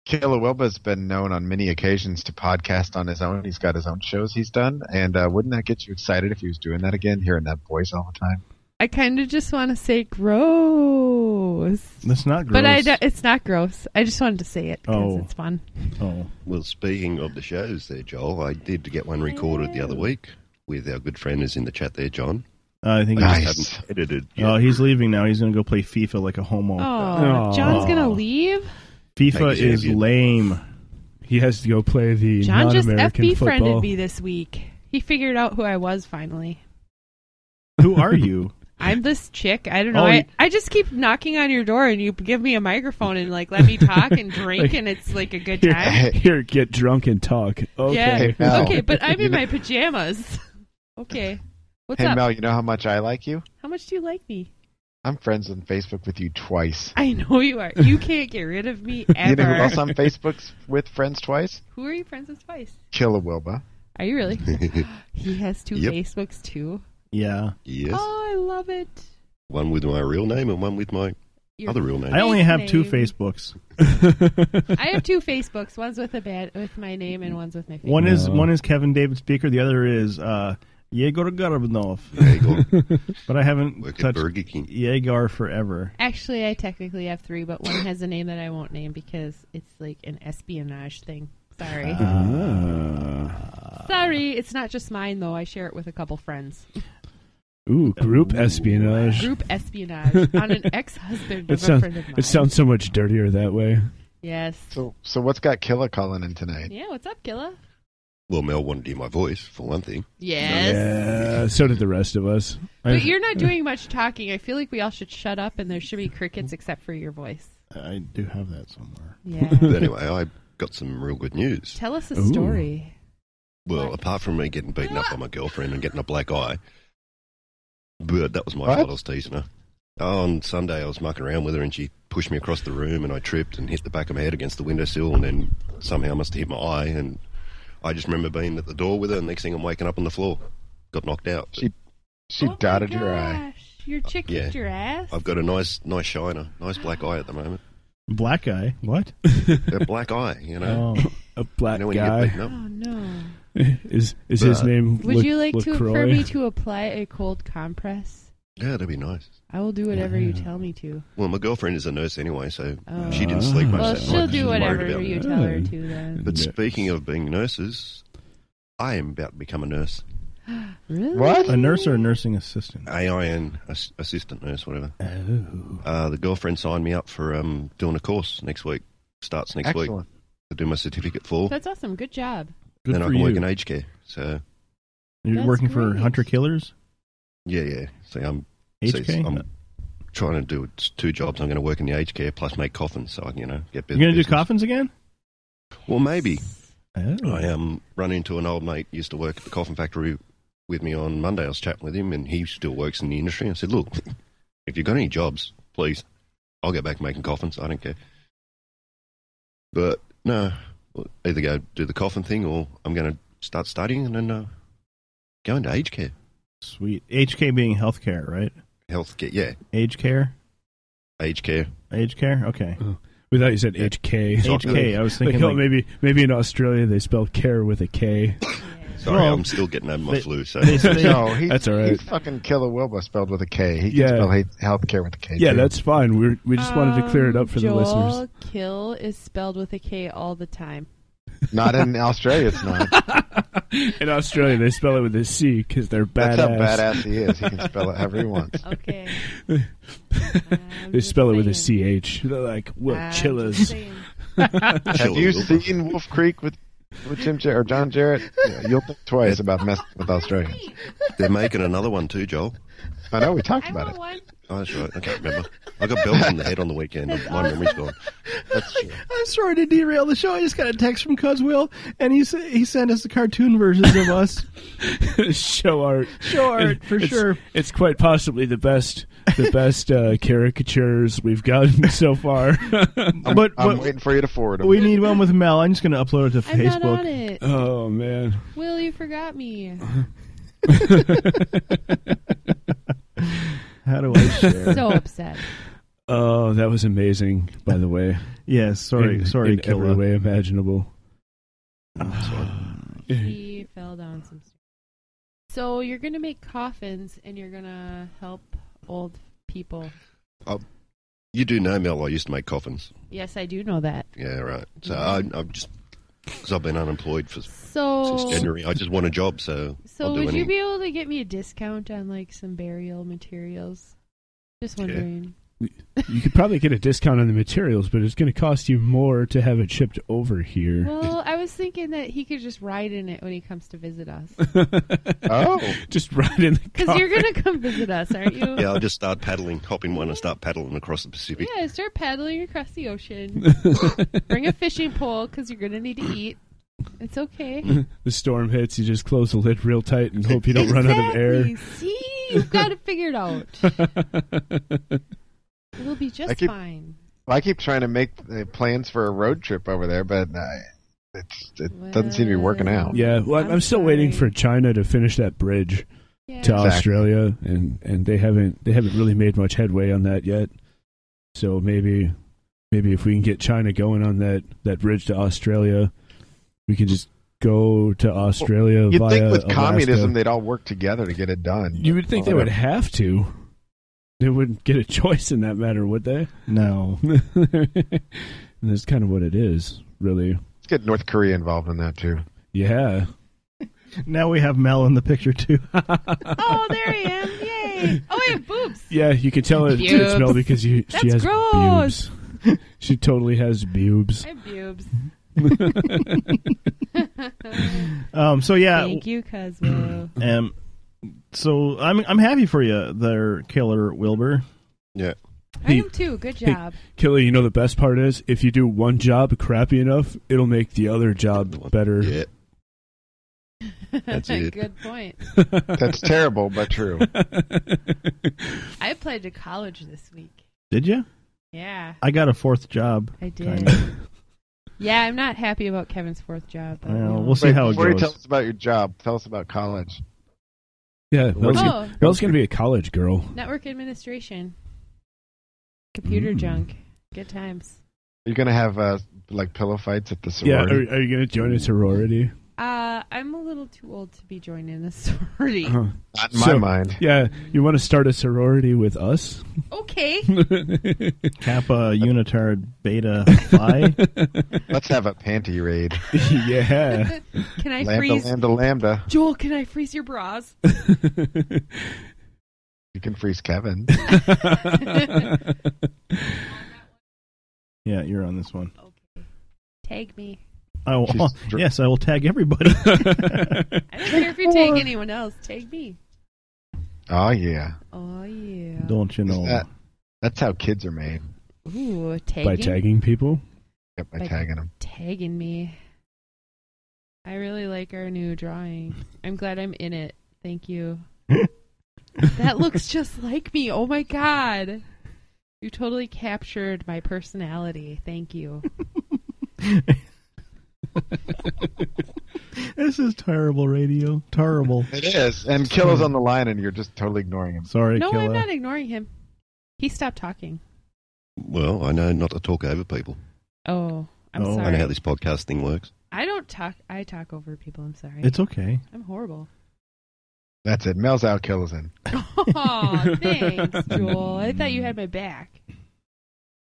Speaker 9: Killawilla's been known on many occasions to podcast on his own. He's got his own shows he's done, and uh, wouldn't that get you excited if he was doing that again, hearing that voice all the time?
Speaker 8: I kind of just want to say gross.
Speaker 7: That's not
Speaker 8: But I do- it's not gross. I just wanted to say it because
Speaker 11: Oh.
Speaker 8: it's fun.
Speaker 7: Oh.
Speaker 11: Well, speaking of the shows there, Joel, I did get one recorded the other week with our good friend who's in the chat there, John.
Speaker 7: I think.
Speaker 11: I
Speaker 7: He's,
Speaker 11: just haven't edited yet.
Speaker 7: oh, he's leaving now. He's gonna go play FIFA like a homo.
Speaker 8: Oh, John's gonna leave.
Speaker 7: FIFA
Speaker 11: Thank you,
Speaker 7: is
Speaker 11: champion.
Speaker 7: lame.
Speaker 10: He has to go play the
Speaker 8: John just
Speaker 10: non-American
Speaker 8: FB
Speaker 10: football.
Speaker 8: friended me this week. He figured out who I was finally.
Speaker 7: Who are you?
Speaker 8: I'm this chick. I don't know.
Speaker 7: Oh,
Speaker 8: I,
Speaker 7: you-
Speaker 8: I just keep knocking on your door and you give me a microphone and like let me talk and drink
Speaker 10: Like-
Speaker 8: and it's like a good
Speaker 10: Here,
Speaker 8: time.
Speaker 10: here, get drunk and talk. Okay.
Speaker 8: Yeah. Okay, but I'm in my pajamas. okay. What's
Speaker 9: hey
Speaker 8: up?
Speaker 9: Mel, you know how much I like you?
Speaker 8: How much do you like me?
Speaker 9: I'm friends on Facebook with you twice.
Speaker 8: I know you are. You can't get rid of me ever.
Speaker 9: You know who else on Facebook's with friends twice?
Speaker 8: Who are you friends with twice?
Speaker 9: Killa Wilba.
Speaker 8: Are you really? he has two Facebooks too.
Speaker 7: Yeah.
Speaker 11: Yes.
Speaker 8: Oh, I love it.
Speaker 11: One with my real name and one with my
Speaker 8: Your
Speaker 11: other real name.
Speaker 7: I only have two
Speaker 8: name.
Speaker 7: Facebooks.
Speaker 8: I have two Facebooks. One's with a bad with my name and one's with my face.
Speaker 7: One is one is Kevin David Speaker. The other is uh, Yegor Garbanov. but I haven't touched Yegor forever.
Speaker 8: Actually, I technically have three, but one has a name that I won't name because it's like an espionage thing. Sorry.
Speaker 7: Ah.
Speaker 10: Ah.
Speaker 8: Sorry, it's not just mine though. I share it with a couple friends.
Speaker 10: Ooh, group espionage.
Speaker 8: Group espionage on an ex-husband
Speaker 10: it
Speaker 8: of a
Speaker 10: sounds,
Speaker 8: friend of mine.
Speaker 10: it sounds so much dirtier that way.
Speaker 8: Yes.
Speaker 10: Oh,
Speaker 9: So, so what's got Killa calling in tonight?
Speaker 8: Yeah. What's up, Killa?
Speaker 11: Well, Mel wanted to hear my voice, for one thing.
Speaker 8: Yes.
Speaker 10: Yeah, so did the rest of us.
Speaker 8: But you're not doing much talking. I feel like we all should shut up, and there should be crickets except for your voice.
Speaker 7: I do have that somewhere.
Speaker 8: Yeah.
Speaker 11: but anyway, I got some real good news.
Speaker 8: Tell us a story.
Speaker 11: Well, apart from me getting beaten up by my girlfriend and getting a black eye, but that was my
Speaker 8: What?
Speaker 11: fault. I was teasing her. On Sunday, I was mucking around with her and she pushed me across the room and I tripped and hit the back of my head against the windowsill and then somehow must have hit my eye. And I just remember being at the door with her and next thing I'm waking up on the floor. Got knocked out. She,
Speaker 9: she dotted her eye.
Speaker 8: Your chick
Speaker 11: Yeah.
Speaker 8: Oh kicked your ass.
Speaker 11: I've got a nice, nice shiner, nice black eye at the moment.
Speaker 7: Black guy. What?
Speaker 11: A black eye, you know.
Speaker 7: Oh.
Speaker 10: A black
Speaker 11: You know when you get
Speaker 10: guy.
Speaker 11: beaten up?
Speaker 8: Oh, No.
Speaker 10: Is is his
Speaker 11: But-
Speaker 10: name?
Speaker 8: Would
Speaker 10: Lac-
Speaker 8: you like to for
Speaker 10: LaCroix?
Speaker 8: me to apply a cold compress?
Speaker 11: Yeah, that'd be nice.
Speaker 8: I will do whatever you tell me to.
Speaker 11: Well, my girlfriend is a nurse anyway, so
Speaker 8: Oh.
Speaker 11: she didn't sleep much
Speaker 8: Well,
Speaker 11: that
Speaker 8: she'll
Speaker 11: night. She
Speaker 8: do
Speaker 11: was worried
Speaker 8: whatever
Speaker 11: about
Speaker 8: you
Speaker 11: it.
Speaker 8: tell her to then.
Speaker 11: But speaking of being nurses, I am about to become a nurse.
Speaker 8: Really?
Speaker 7: A nurse or a nursing assistant?
Speaker 11: AIN, ass- assistant nurse, whatever. Oh. Uh, the girlfriend signed me up for um, doing a course next week. Starts next week.
Speaker 9: Excellent.
Speaker 11: I do my certificate for.
Speaker 8: That's awesome. Good job.
Speaker 11: Then I
Speaker 7: for
Speaker 11: can work
Speaker 7: you.
Speaker 11: in aged care. So,
Speaker 7: You're
Speaker 8: That's
Speaker 7: working for
Speaker 8: great.
Speaker 7: hunter killers.
Speaker 11: yeah, yeah. See, I'm,
Speaker 7: Aged
Speaker 11: see,
Speaker 7: care?
Speaker 11: I'm trying to do it's two jobs. I'm going to work in the aged care plus make coffins so I can, you know, get
Speaker 7: You're
Speaker 11: better.
Speaker 7: gonna do coffins again?
Speaker 11: Well, maybe.
Speaker 7: Oh.
Speaker 11: I um, run into an old mate used to work at the coffin factory with me on Monday. I was chatting with him, and he still works in the industry. I said, "Look, if you've got any jobs, please, I'll get back making coffins. I don't care." But no, well, either go do the coffin thing, or I'm going to start studying and then uh, go into aged care,
Speaker 7: Oh, Sweet. HK being healthcare, right?
Speaker 11: health care. Yeah,
Speaker 7: Age care.
Speaker 11: aged care.
Speaker 7: Age care. Okay.
Speaker 10: We thought Oh. you said HK.
Speaker 7: HK, I was thinking
Speaker 10: Like, oh,
Speaker 7: like-
Speaker 10: maybe maybe in Australia they spell care with a K.
Speaker 11: Sorry,
Speaker 10: Well,
Speaker 11: I'm still getting over my
Speaker 10: they-
Speaker 11: flu. So
Speaker 7: they- they-
Speaker 9: No, he's,
Speaker 10: That's all right.
Speaker 9: he's fucking Killa Wilba spelled with a K. He can
Speaker 10: Yeah.
Speaker 9: spell hate- healthcare with a K.
Speaker 10: Yeah,
Speaker 9: too.
Speaker 10: that's fine. We we just wanted to clear it up for the
Speaker 8: Joel
Speaker 10: listeners.
Speaker 8: Kill is spelled with a K all the time.
Speaker 9: not in Australia. It's not.
Speaker 10: In Australia, they spell it with a C because they're badass.
Speaker 9: That's how badass he is. He can spell it however he wants.
Speaker 8: Okay.
Speaker 10: They spell it with a CH. They're like, well,
Speaker 8: I'm just
Speaker 10: chillers.
Speaker 8: saying.
Speaker 9: Have you seen Wolf Creek with with Jim Jar- or John Jarrett? Yeah, You'll think twice about messing with Australians.
Speaker 11: They're making another one too, Joel.
Speaker 9: I know we talked
Speaker 8: I
Speaker 9: about
Speaker 8: want
Speaker 9: it.
Speaker 8: one.
Speaker 11: Oh, that's right. I can't remember. I got belts on the head on the weekend. and My memory's gone.
Speaker 7: I'm sorry to derail the show. I just got a text from Cuzwill, and he sa- he sent us the cartoon versions of us.
Speaker 10: Show art.
Speaker 7: Show art, for
Speaker 10: It's-
Speaker 7: sure.
Speaker 10: It's quite possibly the best, the best uh, caricatures we've gotten so far.
Speaker 7: But,
Speaker 9: I'm
Speaker 7: but
Speaker 9: waiting for you to forward them.
Speaker 7: we need one with Mel. I'm just going to upload it to
Speaker 8: I'm
Speaker 7: Facebook.
Speaker 8: not on it.
Speaker 10: oh man,
Speaker 8: Will, you forgot me.
Speaker 7: How do I share?
Speaker 8: So upset.
Speaker 10: oh that was amazing. By the way,
Speaker 7: yes, sorry,
Speaker 10: in,
Speaker 7: sorry,
Speaker 10: in every
Speaker 7: Killa.
Speaker 10: way imaginable.
Speaker 8: He fell down some stairs. So you're gonna make coffins and you're gonna help old people.
Speaker 11: Oh, You do know, Mel, I used to make coffins.
Speaker 8: Yes, I do know that.
Speaker 11: Yeah, right. uh, So I, I'm just because I've been unemployed for since
Speaker 8: So,
Speaker 11: January. I just want a job, so
Speaker 8: so
Speaker 11: I'll do
Speaker 8: would
Speaker 11: any.
Speaker 8: you be able to get me a discount on like some burial materials? Just wondering.
Speaker 10: You could probably get a discount on the materials, but it's going to cost you more to have it shipped over here.
Speaker 8: Well, I was thinking that he could just ride in it when he comes to visit us.
Speaker 9: Oh,
Speaker 10: Just right in the
Speaker 8: Because you're gonna come visit us, aren't you?
Speaker 11: yeah, I'll just start paddling, hop in one, and start paddling across the Pacific.
Speaker 8: Yeah, start paddling across the ocean. Bring a fishing pole because you're gonna need to eat. It's okay.
Speaker 10: the storm hits, you just close the lid real tight and hope you don't run out of air.
Speaker 8: Exactly. See, you've got it figured out. It'll be just
Speaker 9: I keep-
Speaker 8: fine.
Speaker 9: Well, I keep trying to make uh, plans for a road trip over there, but uh, it's, it doesn't seem to be working out.
Speaker 10: Yeah, well, I'm, I'm still waiting for China to finish that bridge to
Speaker 9: Exactly.
Speaker 10: Australia, and, and they haven't they haven't really made much headway on that yet. So maybe maybe if we can get China going on that, that bridge to Australia, we can just go to Australia
Speaker 9: You'd
Speaker 10: via
Speaker 9: think with
Speaker 10: Alaska.
Speaker 9: communism Oh. they'd all work together to get it done.
Speaker 10: You would think they would
Speaker 9: Whatever.
Speaker 10: have to. They wouldn't get a choice in that matter, would they?
Speaker 7: No.
Speaker 10: and that's kind of what it is, really.
Speaker 9: Let's get North Korea involved in that too.
Speaker 10: Yeah.
Speaker 7: Now we have Mel in the picture too.
Speaker 8: Oh, there I am! Yay! Oh, I have boobs.
Speaker 10: Yeah, you can tell it,
Speaker 8: Pubes.
Speaker 10: it's Mel because you, she
Speaker 8: That's
Speaker 10: has
Speaker 8: gross.
Speaker 10: boobs. she totally has boobs.
Speaker 8: I have boobs.
Speaker 7: um, so yeah,
Speaker 8: Thank you, Cosmo.
Speaker 7: um, so I'm I'm happy for you, there, Killer Wilbur.
Speaker 11: Yeah.
Speaker 8: I am too. Good job.
Speaker 10: Killer, you know the best part is if you do one job crappy enough, it'll make the other job better.
Speaker 11: Yeah.
Speaker 9: That's it.
Speaker 8: Good point.
Speaker 9: That's terrible, but true.
Speaker 8: I applied to college this week.
Speaker 7: Did you?
Speaker 8: Yeah,
Speaker 7: I got a fourth job.
Speaker 8: I did.
Speaker 7: Kinda.
Speaker 8: Yeah, I'm not happy about Kevin's fourth job. but,
Speaker 7: Well,
Speaker 8: you know.
Speaker 7: we'll see
Speaker 9: Wait,
Speaker 7: how it
Speaker 9: before you tell
Speaker 7: goes.
Speaker 9: us about your job, tell us about college.
Speaker 10: Yeah, Mel's,
Speaker 8: Oh.
Speaker 10: Mel's going to be a college girl.
Speaker 8: Network administration, computer
Speaker 10: Mm.
Speaker 8: junk. Good times.
Speaker 9: You're gonna have uh, like pillow fights at the
Speaker 10: Yeah,
Speaker 9: sorority.
Speaker 10: are, are you going to join a sorority?
Speaker 8: Uh, I'm a little too old to be joining a sorority.
Speaker 10: Huh.
Speaker 9: Not in my mind.
Speaker 10: Yeah, you want to start a sorority with us?
Speaker 8: Okay.
Speaker 7: Kappa Unitard Beta Phi.
Speaker 9: Let's have a panty raid.
Speaker 10: yeah.
Speaker 8: Can I
Speaker 9: lambda,
Speaker 8: freeze?
Speaker 9: lambda, lambda.
Speaker 8: Joel, can I freeze your bras?
Speaker 9: You can freeze Kevin.
Speaker 7: Yeah, you're on this one.
Speaker 8: Oh. Tag me.
Speaker 7: I will,
Speaker 9: She's dr-
Speaker 7: yes, I will tag everybody.
Speaker 8: I don't care if you tag anyone else. Tag me.
Speaker 9: Oh yeah.
Speaker 8: Oh yeah.
Speaker 7: Don't you know?
Speaker 9: That- that's how kids are made.
Speaker 8: Ooh, tagging.
Speaker 10: By tagging people?
Speaker 9: Yep, by
Speaker 8: By-
Speaker 9: tagging them.
Speaker 8: Tagging me. I really like our new drawing. I'm glad I'm in it. Thank you. that looks just like me. Oh my god. You totally captured my personality. Thank you.
Speaker 7: This is terrible radio. Terrible.
Speaker 9: It is. And Killa's on the line, and you're just totally ignoring him.
Speaker 7: Sorry,
Speaker 8: no, I'm
Speaker 7: Killa.
Speaker 8: not ignoring him. He stopped talking.
Speaker 11: Well, I know not to talk over people.
Speaker 8: Oh, I'm
Speaker 7: Oh.
Speaker 11: I know
Speaker 8: sorry.
Speaker 11: how this podcast thing works.
Speaker 8: I don't talk. I talk over people. I'm sorry.
Speaker 7: It's okay.
Speaker 8: I'm horrible.
Speaker 9: That's it. Mel's out. Killa's in.
Speaker 8: Oh, thanks, Joel. I thought you had my back.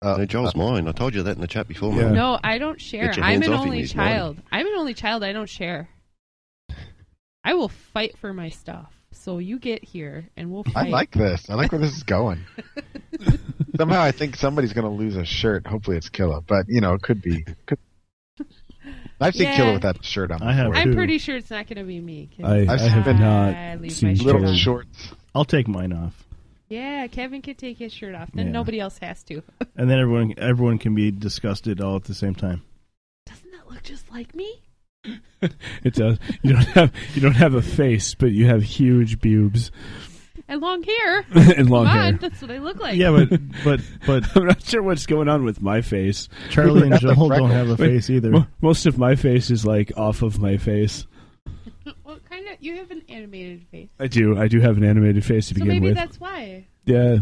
Speaker 9: Uh,
Speaker 11: no, Joel's mine. I told you that in the chat before, man.
Speaker 8: No, I don't share.
Speaker 11: Get your
Speaker 8: I'm
Speaker 11: hands
Speaker 8: an
Speaker 11: off him,
Speaker 8: only
Speaker 11: he's naughty.
Speaker 8: child. I'm an only child. I don't share. I will fight for my stuff. So you get here and we'll
Speaker 9: I
Speaker 8: fight.
Speaker 9: like this. I like where this is going. Somehow, I think somebody's going to lose a shirt. Hopefully, it's Killa, but you know, it could be. Could... I've seen
Speaker 8: Yeah.
Speaker 9: Killa without a shirt on.
Speaker 7: I have
Speaker 9: before.
Speaker 8: I'm
Speaker 7: too.
Speaker 8: pretty sure it's not going to be me. 'cause
Speaker 10: I, I
Speaker 9: I've
Speaker 10: have
Speaker 9: been-
Speaker 8: I
Speaker 10: not
Speaker 8: leave
Speaker 10: seen
Speaker 8: my
Speaker 9: little
Speaker 10: Joel.
Speaker 8: shirt
Speaker 9: shorts.
Speaker 7: I'll take mine off,
Speaker 8: yeah, Kevin can take his shirt off. Then
Speaker 7: Yeah.
Speaker 8: nobody else has to.
Speaker 7: and then everyone everyone can be disgusted all at the same time.
Speaker 8: Doesn't that look just like me?
Speaker 10: It does. You don't have you don't have a face, but you have huge boobs
Speaker 8: And long hair.
Speaker 10: and long
Speaker 8: Come on,
Speaker 10: hair.
Speaker 8: that's what I look like.
Speaker 7: Yeah, but but but
Speaker 10: I'm not sure what's going on with my face.
Speaker 7: Charlie and Joel don't
Speaker 9: freckles.
Speaker 7: have a face either.
Speaker 10: Mo- Most of my face is like off of my face.
Speaker 8: What kind of? You have an animated face,
Speaker 10: I do. I do have an animated face to
Speaker 8: so
Speaker 10: begin
Speaker 8: maybe
Speaker 10: with.
Speaker 8: that's why.
Speaker 10: yeah.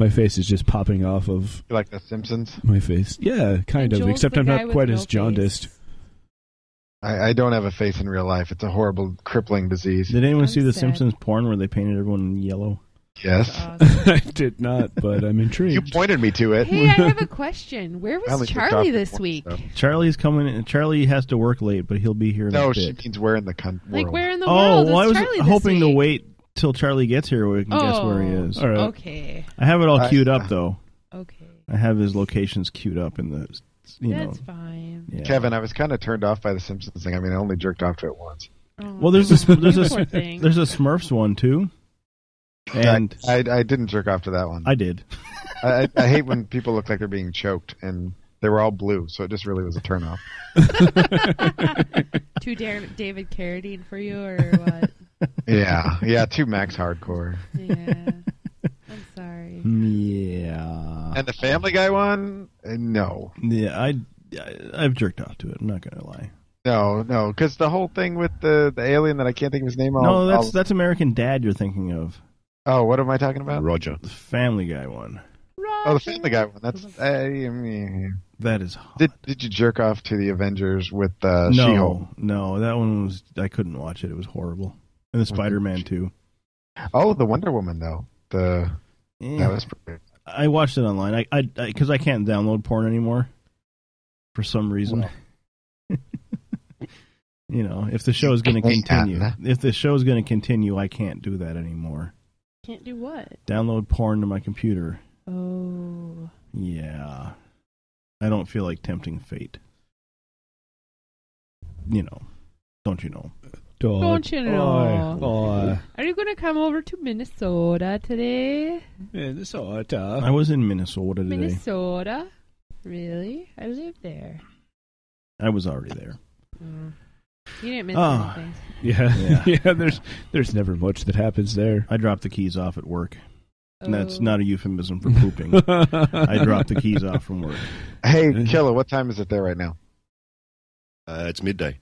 Speaker 10: My face is just popping off of
Speaker 9: You like the Simpsons?
Speaker 10: my face. Yeah, kind
Speaker 8: And
Speaker 10: of.
Speaker 8: Joel's
Speaker 10: Except
Speaker 8: the
Speaker 10: I'm
Speaker 8: guy
Speaker 10: not
Speaker 8: with
Speaker 10: quite
Speaker 8: no
Speaker 10: as jaundiced.
Speaker 8: face.
Speaker 9: I, I don't have a face in real life. It's a horrible, crippling disease.
Speaker 7: Did anyone
Speaker 8: I'm
Speaker 7: see the
Speaker 8: sad.
Speaker 7: Simpsons porn where they painted everyone in yellow?
Speaker 9: Yes,
Speaker 8: Awesome.
Speaker 10: I did not, but I'm
Speaker 9: you
Speaker 10: intrigued.
Speaker 9: pointed me to it.
Speaker 8: hey, I have a question. Where
Speaker 9: I only
Speaker 8: was
Speaker 9: picked off
Speaker 8: Charlie
Speaker 9: the
Speaker 8: this
Speaker 9: one,
Speaker 8: week?
Speaker 9: so.
Speaker 7: Charlie's coming. in. Charlie has to work late, but he'll be here. in a
Speaker 9: No, she
Speaker 7: bit.
Speaker 9: means we're in the con- world.
Speaker 8: Like where in the
Speaker 7: oh,
Speaker 8: world
Speaker 7: well, I
Speaker 8: is
Speaker 7: was
Speaker 8: Charlie this
Speaker 7: hoping to
Speaker 8: week? Oh,
Speaker 7: wait till Charlie gets here where we can guess where he is.
Speaker 10: All right.
Speaker 8: Okay.
Speaker 7: I have it all
Speaker 9: I- uh,
Speaker 7: queued up though.
Speaker 8: Okay.
Speaker 7: I have his locations queued up in the you know.
Speaker 8: That's fine.
Speaker 7: yeah.
Speaker 9: Kevin, I was kind of turned off by the Simpsons thing. I mean, I only jerked off to it once.
Speaker 7: Well, there's a there's
Speaker 8: Poor
Speaker 7: a
Speaker 8: thing.
Speaker 7: there's a Smurfs one too, and
Speaker 9: I, I, I didn't jerk off to that one.
Speaker 7: I did.
Speaker 9: I, I hate when people look like they're being choked and They were all blue, so it just really was a turnoff.
Speaker 8: Too dare David Carradine for you or what?
Speaker 9: yeah, yeah, too max hardcore.
Speaker 8: yeah. I'm sorry.
Speaker 7: Yeah.
Speaker 9: And the Family Guy one? Uh, No,
Speaker 7: Yeah, I, I have jerked off to it. I'm not gonna lie.
Speaker 9: no, no, because the whole thing with the, the alien that I can't think of his name. I'll,
Speaker 7: no, that's
Speaker 9: I'll-
Speaker 7: that's American Dad you're thinking of.
Speaker 9: Oh, what am I talking about?
Speaker 11: Roger.
Speaker 7: The Family Guy one.
Speaker 9: Oh, the Family Guy one. That's I mean,
Speaker 7: That is
Speaker 9: did did you jerk off to the Avengers with uh,
Speaker 7: no,
Speaker 9: She-Hulk?
Speaker 7: no, that one was I couldn't watch it. It was horrible. And the Spider Man too.
Speaker 9: Oh, the Wonder Woman though. The
Speaker 7: Yeah.
Speaker 9: that was pretty.
Speaker 7: I watched it online. I I because I, can't download porn anymore for some reason. you know, if the show is going to
Speaker 9: Hey,
Speaker 7: continue,
Speaker 9: Anna.
Speaker 7: if the show is going to continue, I can't do that anymore.
Speaker 8: Can't do what?
Speaker 7: Download porn to my computer.
Speaker 8: Oh.
Speaker 7: Yeah. I don't feel like tempting fate. You know, don't you know?
Speaker 8: Don't you know?
Speaker 10: Oh,
Speaker 8: Are you going to come over to Minnesota today?
Speaker 10: Minnesota.
Speaker 7: I was in Minnesota today.
Speaker 8: Minnesota? Really? I live there.
Speaker 7: I was already there.
Speaker 8: Mm. You didn't miss
Speaker 7: Oh.
Speaker 8: anything.
Speaker 10: Yeah,
Speaker 7: Yeah.
Speaker 10: yeah. there's there's never much that happens there.
Speaker 7: I dropped the keys off at work. And that's
Speaker 8: Oh.
Speaker 7: not a euphemism for pooping. I dropped the keys off from work.
Speaker 9: Hey, Killer, what time is it there right now?
Speaker 11: Uh, it's midday.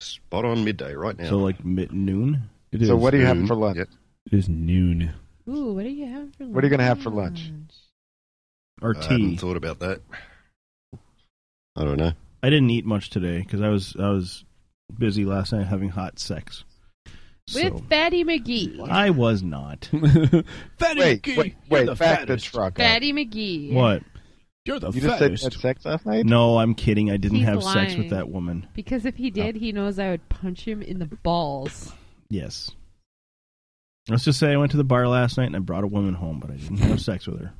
Speaker 11: Spot on midday right now.
Speaker 7: So like mid noon.
Speaker 10: It is,
Speaker 9: so what are you having
Speaker 11: noon.
Speaker 9: for lunch?
Speaker 11: Yep.
Speaker 10: it is noon.
Speaker 8: Ooh, what are you having for lunch?
Speaker 9: What are you gonna have for lunch?
Speaker 7: Or
Speaker 11: I
Speaker 7: tea.
Speaker 11: hadn't thought about that. I don't know.
Speaker 7: I didn't eat much today because I was I was busy last night having hot sex.
Speaker 8: With
Speaker 7: So
Speaker 8: Fatty McGee.
Speaker 7: I was not.
Speaker 10: Fatty
Speaker 9: Wait,
Speaker 10: McGee,
Speaker 9: wait,
Speaker 10: you're
Speaker 9: wait,
Speaker 10: the
Speaker 9: back
Speaker 10: fattest.
Speaker 9: the truck. Up.
Speaker 8: Fatty McGee.
Speaker 7: What?
Speaker 10: You're the
Speaker 9: You just said you
Speaker 10: fattest.
Speaker 9: had sex last night.
Speaker 7: No, I'm kidding. I didn't
Speaker 8: He's
Speaker 7: have sex
Speaker 8: lying.
Speaker 7: with that woman. Oh.
Speaker 8: Because if he did, he knows I would punch him in the balls.
Speaker 7: Yes. Let's just say I went to the bar last night and I brought a woman home, but I didn't have sex with her.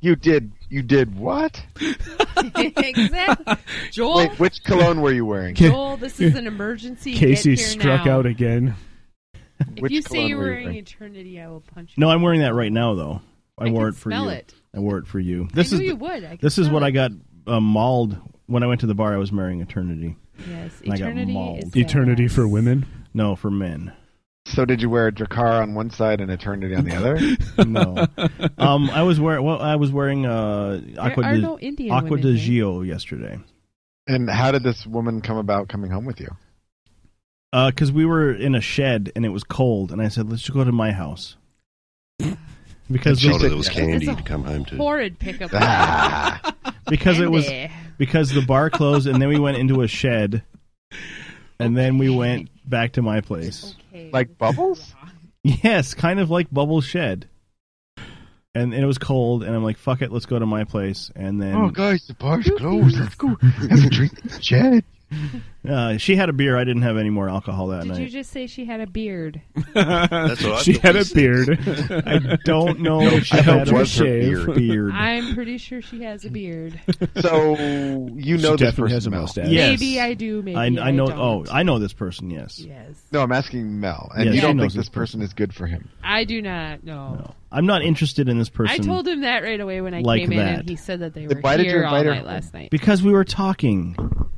Speaker 9: You did. You did what?
Speaker 8: exactly. Joel,
Speaker 9: Wait, which cologne were you wearing?
Speaker 8: Joel, this is an emergency. Get
Speaker 10: Casey
Speaker 8: here
Speaker 10: struck
Speaker 8: now.
Speaker 10: out again.
Speaker 8: If
Speaker 9: Which
Speaker 8: you say
Speaker 9: cologne
Speaker 8: you're
Speaker 9: were you
Speaker 8: wearing
Speaker 9: wearing?
Speaker 8: eternity, I will punch you.
Speaker 7: No, I'm wearing that right now though. I,
Speaker 8: I
Speaker 7: wore
Speaker 8: can
Speaker 7: it for
Speaker 8: smell
Speaker 7: you.
Speaker 8: it.
Speaker 7: I wore it for you.
Speaker 8: I
Speaker 7: This
Speaker 8: knew
Speaker 7: is
Speaker 8: you
Speaker 7: the-
Speaker 8: would. I can
Speaker 7: this is
Speaker 8: smell
Speaker 7: what
Speaker 8: it.
Speaker 7: I got uh, mauled when I went to the bar. I was marrying eternity.
Speaker 8: Yes,
Speaker 7: and I got
Speaker 8: eternity
Speaker 7: mauled.
Speaker 8: is
Speaker 10: Eternity
Speaker 8: badass.
Speaker 10: for women.
Speaker 7: No, for men.
Speaker 9: So did you wear a Dracar on one side and Eternity on the other?
Speaker 7: No. um, I was wearing well, I was wearing uh, aqua
Speaker 8: are
Speaker 7: de,
Speaker 8: no Indian
Speaker 7: aqua
Speaker 8: women
Speaker 7: de
Speaker 8: here.
Speaker 7: Gio yesterday.
Speaker 9: And how did this woman come about coming home with you?
Speaker 7: because Uh, we were in a shed and it was cold, and I said, "Let's just go to my house," because
Speaker 11: She
Speaker 7: the-
Speaker 11: told her there was
Speaker 9: yeah.
Speaker 11: candy
Speaker 8: That's
Speaker 11: to
Speaker 8: a
Speaker 11: come home to.
Speaker 8: Horrid pickup.
Speaker 7: Ah, because it was
Speaker 8: Andy.
Speaker 7: because the bar closed, and then we went into a shed, and then we went back to my place.
Speaker 8: Okay.
Speaker 9: Like bubbles?
Speaker 7: Yes, kind of like bubble shed. And it was cold, and I'm like, "Fuck it, let's go to my place." And then
Speaker 9: Oh, guys, the bar's
Speaker 8: closed.
Speaker 9: Let's go have a drink in the shed.
Speaker 7: uh, she had a beer. I didn't have any more alcohol that
Speaker 8: Did
Speaker 7: night.
Speaker 8: you just say she had a beard?
Speaker 11: what I
Speaker 10: she
Speaker 11: thought
Speaker 10: had a
Speaker 11: was-
Speaker 10: beard.
Speaker 7: I don't know if she
Speaker 10: I
Speaker 7: had
Speaker 10: hope
Speaker 7: a
Speaker 10: it was her
Speaker 7: shaved
Speaker 11: beard.
Speaker 7: beard.
Speaker 8: I'm pretty sure she has a beard.
Speaker 9: So you know
Speaker 10: she
Speaker 9: this
Speaker 10: definitely
Speaker 9: person,
Speaker 10: has a
Speaker 9: Mel.
Speaker 10: mustache.
Speaker 7: Yes.
Speaker 8: Maybe I do. Maybe
Speaker 7: I,
Speaker 8: I,
Speaker 7: I know.
Speaker 8: don't.
Speaker 7: Oh, I know this person. Yes.
Speaker 8: yes.
Speaker 9: No, I'm asking Mel, and
Speaker 7: Yeah, she
Speaker 9: you don't
Speaker 7: knows
Speaker 9: think
Speaker 7: this
Speaker 9: this person is good for him.
Speaker 8: I do not. No.
Speaker 7: No. I'm not interested in this person.
Speaker 8: I told him that right away when I
Speaker 7: Like
Speaker 8: came in,
Speaker 7: that.
Speaker 8: and he said that they were
Speaker 9: Then why
Speaker 8: here
Speaker 9: did you
Speaker 8: all
Speaker 9: invite her
Speaker 8: night
Speaker 9: home?
Speaker 8: last night.
Speaker 7: because we were talking.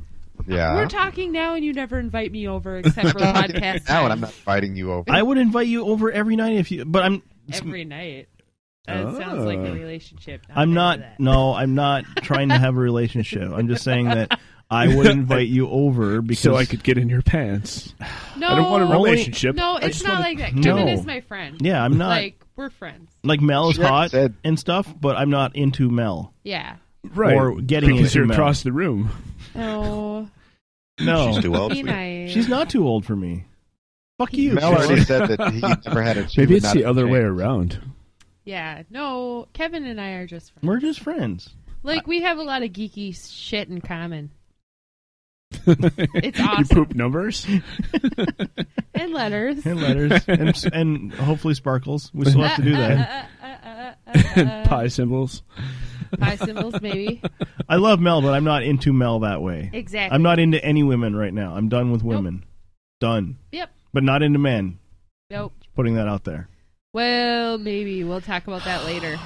Speaker 9: Yeah,
Speaker 8: We're talking now, and you never invite me over except for podcast
Speaker 9: now, and I'm
Speaker 8: time
Speaker 9: not fighting you over.
Speaker 7: I would invite you over every night if you, but I'm
Speaker 8: every night. That sounds like
Speaker 10: Ah.
Speaker 8: a relationship.
Speaker 7: Oh. I'm not.
Speaker 8: into that.
Speaker 7: No, I'm not trying to have a relationship. I'm just saying that I would invite you over because
Speaker 10: so I could get in your pants.
Speaker 8: No,
Speaker 10: I don't want a
Speaker 7: Only-
Speaker 10: relationship.
Speaker 8: No,
Speaker 10: I
Speaker 8: it's
Speaker 10: just
Speaker 8: not
Speaker 10: wanna-
Speaker 8: like that.
Speaker 7: No.
Speaker 8: Kevin is my friend.
Speaker 7: Yeah, I'm not like,
Speaker 8: Like we're friends.
Speaker 7: Mel is
Speaker 9: She already
Speaker 7: hot
Speaker 9: said-
Speaker 7: and stuff, but I'm not into Mel.
Speaker 8: Yeah.
Speaker 10: right.
Speaker 7: or getting
Speaker 10: because
Speaker 7: into
Speaker 10: you're
Speaker 7: men.
Speaker 10: across the room.
Speaker 8: No.
Speaker 7: No,
Speaker 11: She's too old
Speaker 8: Be
Speaker 11: for you.
Speaker 8: nice.
Speaker 7: She's not too old for me. Fuck you.
Speaker 9: Mel already
Speaker 7: Sheila.
Speaker 9: said that he never had a. she
Speaker 10: Maybe
Speaker 9: would
Speaker 10: it's
Speaker 9: not
Speaker 10: the
Speaker 9: have
Speaker 10: other way
Speaker 9: changed.
Speaker 10: around.
Speaker 8: Yeah. No. Kevin and I are just friends.
Speaker 7: We're just friends.
Speaker 8: like we have a lot of geeky shit in common.
Speaker 10: it's
Speaker 8: awesome.
Speaker 10: You poop numbers.
Speaker 8: And letters.
Speaker 7: And letters and, and hopefully sparkles. We still have to do that.
Speaker 8: Uh, uh, uh, uh, uh, uh,
Speaker 10: Pie symbols.
Speaker 8: pie symbols, maybe.
Speaker 7: I love Mel, but I'm not into Mel that way.
Speaker 8: Exactly.
Speaker 7: I'm not into any women right now. I'm done with women. Done.
Speaker 8: Yep.
Speaker 7: But not into men.
Speaker 8: Nope.
Speaker 7: Putting that out there.
Speaker 8: Well, maybe we'll talk about that later.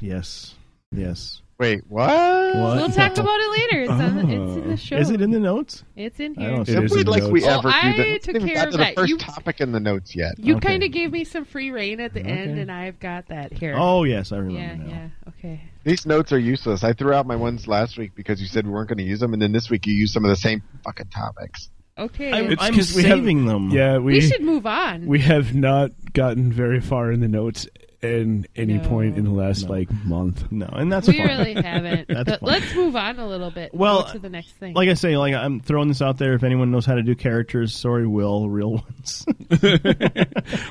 Speaker 7: Yes. Yes.
Speaker 9: Wait, what?
Speaker 8: We'll talk about it later. It's, on, it's in the show.
Speaker 7: Is it in the notes?
Speaker 8: It's in
Speaker 9: I
Speaker 8: here.
Speaker 9: don't see If it we'd in the like we notes. ever
Speaker 8: oh,
Speaker 9: do
Speaker 8: I
Speaker 9: that-
Speaker 8: took
Speaker 9: Even
Speaker 8: care
Speaker 9: after
Speaker 8: of
Speaker 9: the
Speaker 8: that.
Speaker 9: first
Speaker 8: you
Speaker 9: topic in the notes yet.
Speaker 8: you kind of gave me some free reign at the end, and I've got that here.
Speaker 7: Oh yes, I remember.
Speaker 8: yeah, yeah. Okay.
Speaker 9: These notes are useless. I threw out my ones last week because you said we weren't going to use them, and then this week you used some of the same fucking topics.
Speaker 8: Okay.
Speaker 7: I'm-
Speaker 10: It's
Speaker 7: I'm
Speaker 10: 'cause we have-
Speaker 7: saving them.
Speaker 10: Yeah,
Speaker 8: we,
Speaker 10: we
Speaker 8: should move on.
Speaker 10: We have not gotten very far in the notes in any
Speaker 8: No.
Speaker 10: point in the last like month.
Speaker 7: No, and that's
Speaker 8: we
Speaker 7: fine.
Speaker 8: really haven't.
Speaker 7: That's
Speaker 8: but
Speaker 7: fine.
Speaker 8: let's move on a little bit.
Speaker 7: Well,
Speaker 8: Go to the next thing.
Speaker 7: Like I say, like I'm throwing this out there. If anyone knows how to do characters, sorry, Will, real ones.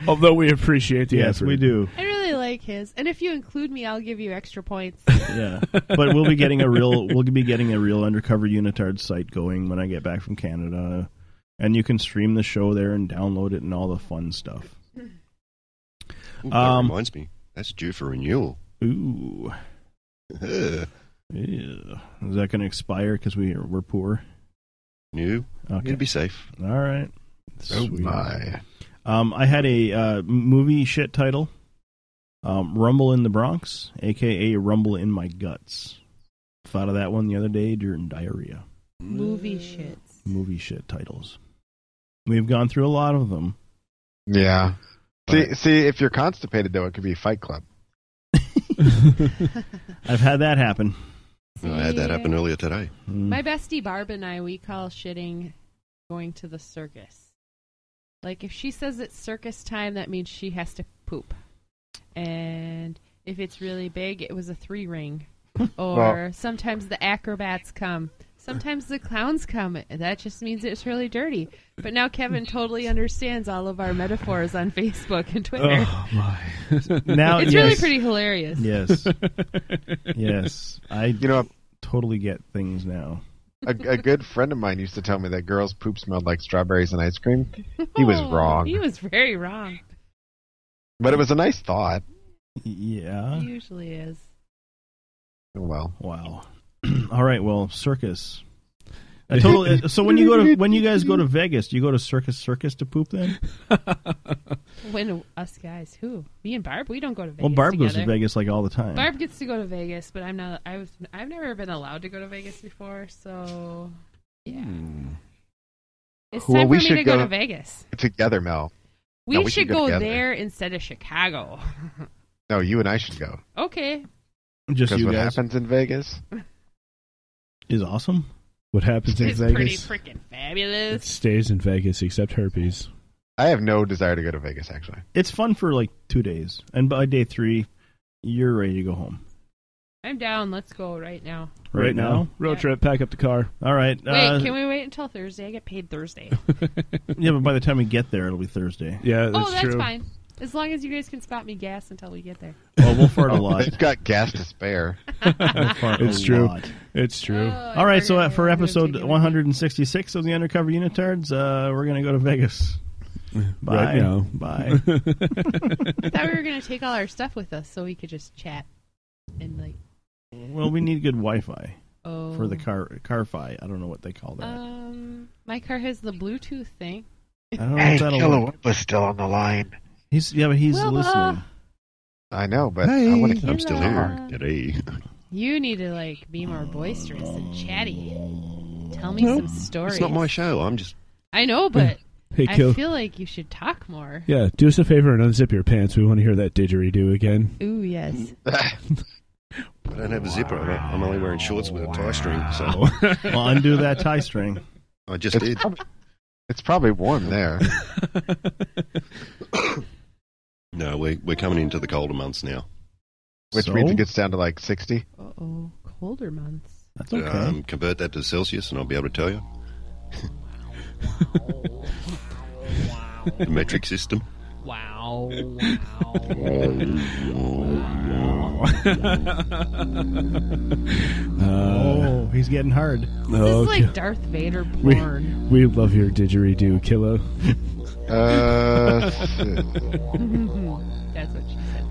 Speaker 10: Although we appreciate the
Speaker 7: yes,
Speaker 10: effort.
Speaker 7: we do.
Speaker 8: I really like his, and if you include me, I'll give you extra points.
Speaker 7: Yeah, but we'll be getting a real we'll be getting a real undercover unitard site going when I get back from Canada, and you can stream the show there and download it and all the fun stuff.
Speaker 11: Ooh, that
Speaker 7: Um,
Speaker 11: reminds me, that's due for renewal.
Speaker 7: Ooh,
Speaker 11: Ugh.
Speaker 7: yeah. Is that going to expire because we are, we're poor?
Speaker 11: New.
Speaker 7: Okay.
Speaker 11: You'd be safe.
Speaker 7: All right.
Speaker 11: Oh
Speaker 7: Sweet.
Speaker 11: my.
Speaker 7: Um, I had a uh, movie shit title, um, Rumble in the Bronx, aka Rumble in My Guts. Thought of that one the other day during diarrhea.
Speaker 8: Movie shit.
Speaker 7: Movie shit titles. We've gone through a lot of them.
Speaker 9: Yeah. See, see, if you're constipated though, it could be Fight Club.
Speaker 7: I've had that happen. Hmm.
Speaker 11: I had that happen earlier today.
Speaker 8: My bestie Barb and I, we call shitting going to the circus. Like if she says it's circus time, that means she has to poop. And if it's really big, it was a three ring. Or
Speaker 5: Well-
Speaker 8: sometimes the acrobats come. Sometimes the clowns come. That just means it's really dirty. But now Kevin totally understands all of our metaphors on Facebook and Twitter.
Speaker 7: Oh, my! now
Speaker 8: it's really
Speaker 7: yes.
Speaker 8: pretty hilarious.
Speaker 7: Yes, yes. I you
Speaker 9: know
Speaker 7: totally get things now.
Speaker 9: A, a good friend of mine used to tell me that girls' poop smelled like strawberries and ice cream. He was
Speaker 8: Oh, He
Speaker 9: wrong,
Speaker 8: was very wrong.
Speaker 9: but it was a nice thought.
Speaker 7: Yeah.
Speaker 8: He usually is.
Speaker 9: Oh, Well,
Speaker 7: wow. All right. Well, circus. I totally. so when you go to when you guys go to Vegas, do you go to Circus Circus to poop then?
Speaker 8: When us guys, who me and Barb, we don't go to Vegas.
Speaker 7: well, Barb goes to
Speaker 8: together.
Speaker 7: Vegas like all the time.
Speaker 8: Barb gets to go to Vegas, but I'm not. I've I've never been allowed to go to Vegas before, so yeah.
Speaker 7: Hmm.
Speaker 8: It's
Speaker 9: Well,
Speaker 8: time
Speaker 9: we
Speaker 8: for me
Speaker 9: should
Speaker 8: to go,
Speaker 9: go-
Speaker 8: to Vegas.
Speaker 9: together, Mel.
Speaker 8: We,
Speaker 9: No,
Speaker 8: should, go
Speaker 9: together.
Speaker 8: there instead of Chicago.
Speaker 9: No, you and I should go.
Speaker 8: okay,
Speaker 7: Just
Speaker 9: Because
Speaker 7: you
Speaker 9: what
Speaker 7: guys
Speaker 9: happens in Vegas?
Speaker 7: is awesome.
Speaker 10: What happens in
Speaker 8: it's pretty
Speaker 10: Vegas
Speaker 8: freaking fabulous.
Speaker 10: stays in Vegas, except herpes.
Speaker 9: I have no desire to go to Vegas. Actually,
Speaker 7: It's fun for like two days, and by day three, you're ready to go home.
Speaker 8: I'm down. Let's go right now.
Speaker 7: Right, now?
Speaker 10: road trip. Pack up the car.
Speaker 7: All right.
Speaker 8: Wait,
Speaker 7: uh,
Speaker 8: can we wait until Thursday? I get paid Thursday.
Speaker 7: yeah, but by the time we get there, it'll be Thursday.
Speaker 10: Yeah,
Speaker 8: oh, that's fine. As long as you guys can spot me gas until we get there.
Speaker 7: Well, we'll fart a lot.
Speaker 8: Oh,
Speaker 9: They've got gas to spare.
Speaker 7: We'll fart a
Speaker 10: It's true.
Speaker 7: lot.
Speaker 10: It's true.
Speaker 7: All right, so uh, for episode 166 of the Undercover Unitards, uh, we're going to go to Vegas. Bye.
Speaker 10: Right now.
Speaker 7: Bye.
Speaker 8: I thought we were gonna take all our stuff with us so we could just chat and like.
Speaker 7: well, we need good Wi-Fi
Speaker 8: Oh.
Speaker 7: for the car carfi. I don't know what they call that.
Speaker 8: Um, my car has the Bluetooth thing.
Speaker 7: I don't know if that'll work.
Speaker 9: was still on the line.
Speaker 7: He's yeah, but he's
Speaker 8: Wilbur.
Speaker 7: listening.
Speaker 9: I know, but I want to
Speaker 8: Hey.
Speaker 9: keep
Speaker 11: I'm still here
Speaker 8: Hello.
Speaker 11: today.
Speaker 8: You need to like be more boisterous and chatty. Tell me some stories.
Speaker 11: It's not my show. I'm just.
Speaker 8: I know, but
Speaker 10: Hey,
Speaker 8: I
Speaker 10: Kel-
Speaker 8: feel like you should talk more.
Speaker 10: Yeah, do us a favor and unzip your pants. We want to hear that didgeridoo again.
Speaker 8: Ooh, yes.
Speaker 11: I don't have a zipper on it. I'm only wearing shorts with a tie string, so
Speaker 7: well, undo that tie string.
Speaker 11: I just did.
Speaker 9: It's probably warm there.
Speaker 11: No, we, we're coming into the colder months now.
Speaker 9: Which
Speaker 7: So?
Speaker 9: means it gets down to like 60.
Speaker 8: Uh oh, colder months.
Speaker 7: That's okay.
Speaker 11: Um, convert that to Celsius, and I'll be able to tell you. the metric system.
Speaker 1: Wow.
Speaker 10: Uh,
Speaker 7: oh, he's getting hard.
Speaker 8: This is
Speaker 10: Okay.
Speaker 8: like Darth Vader
Speaker 10: we,
Speaker 8: porn.
Speaker 10: we love your didgeridoo, Kilo.
Speaker 9: Uh,
Speaker 8: That's what she said.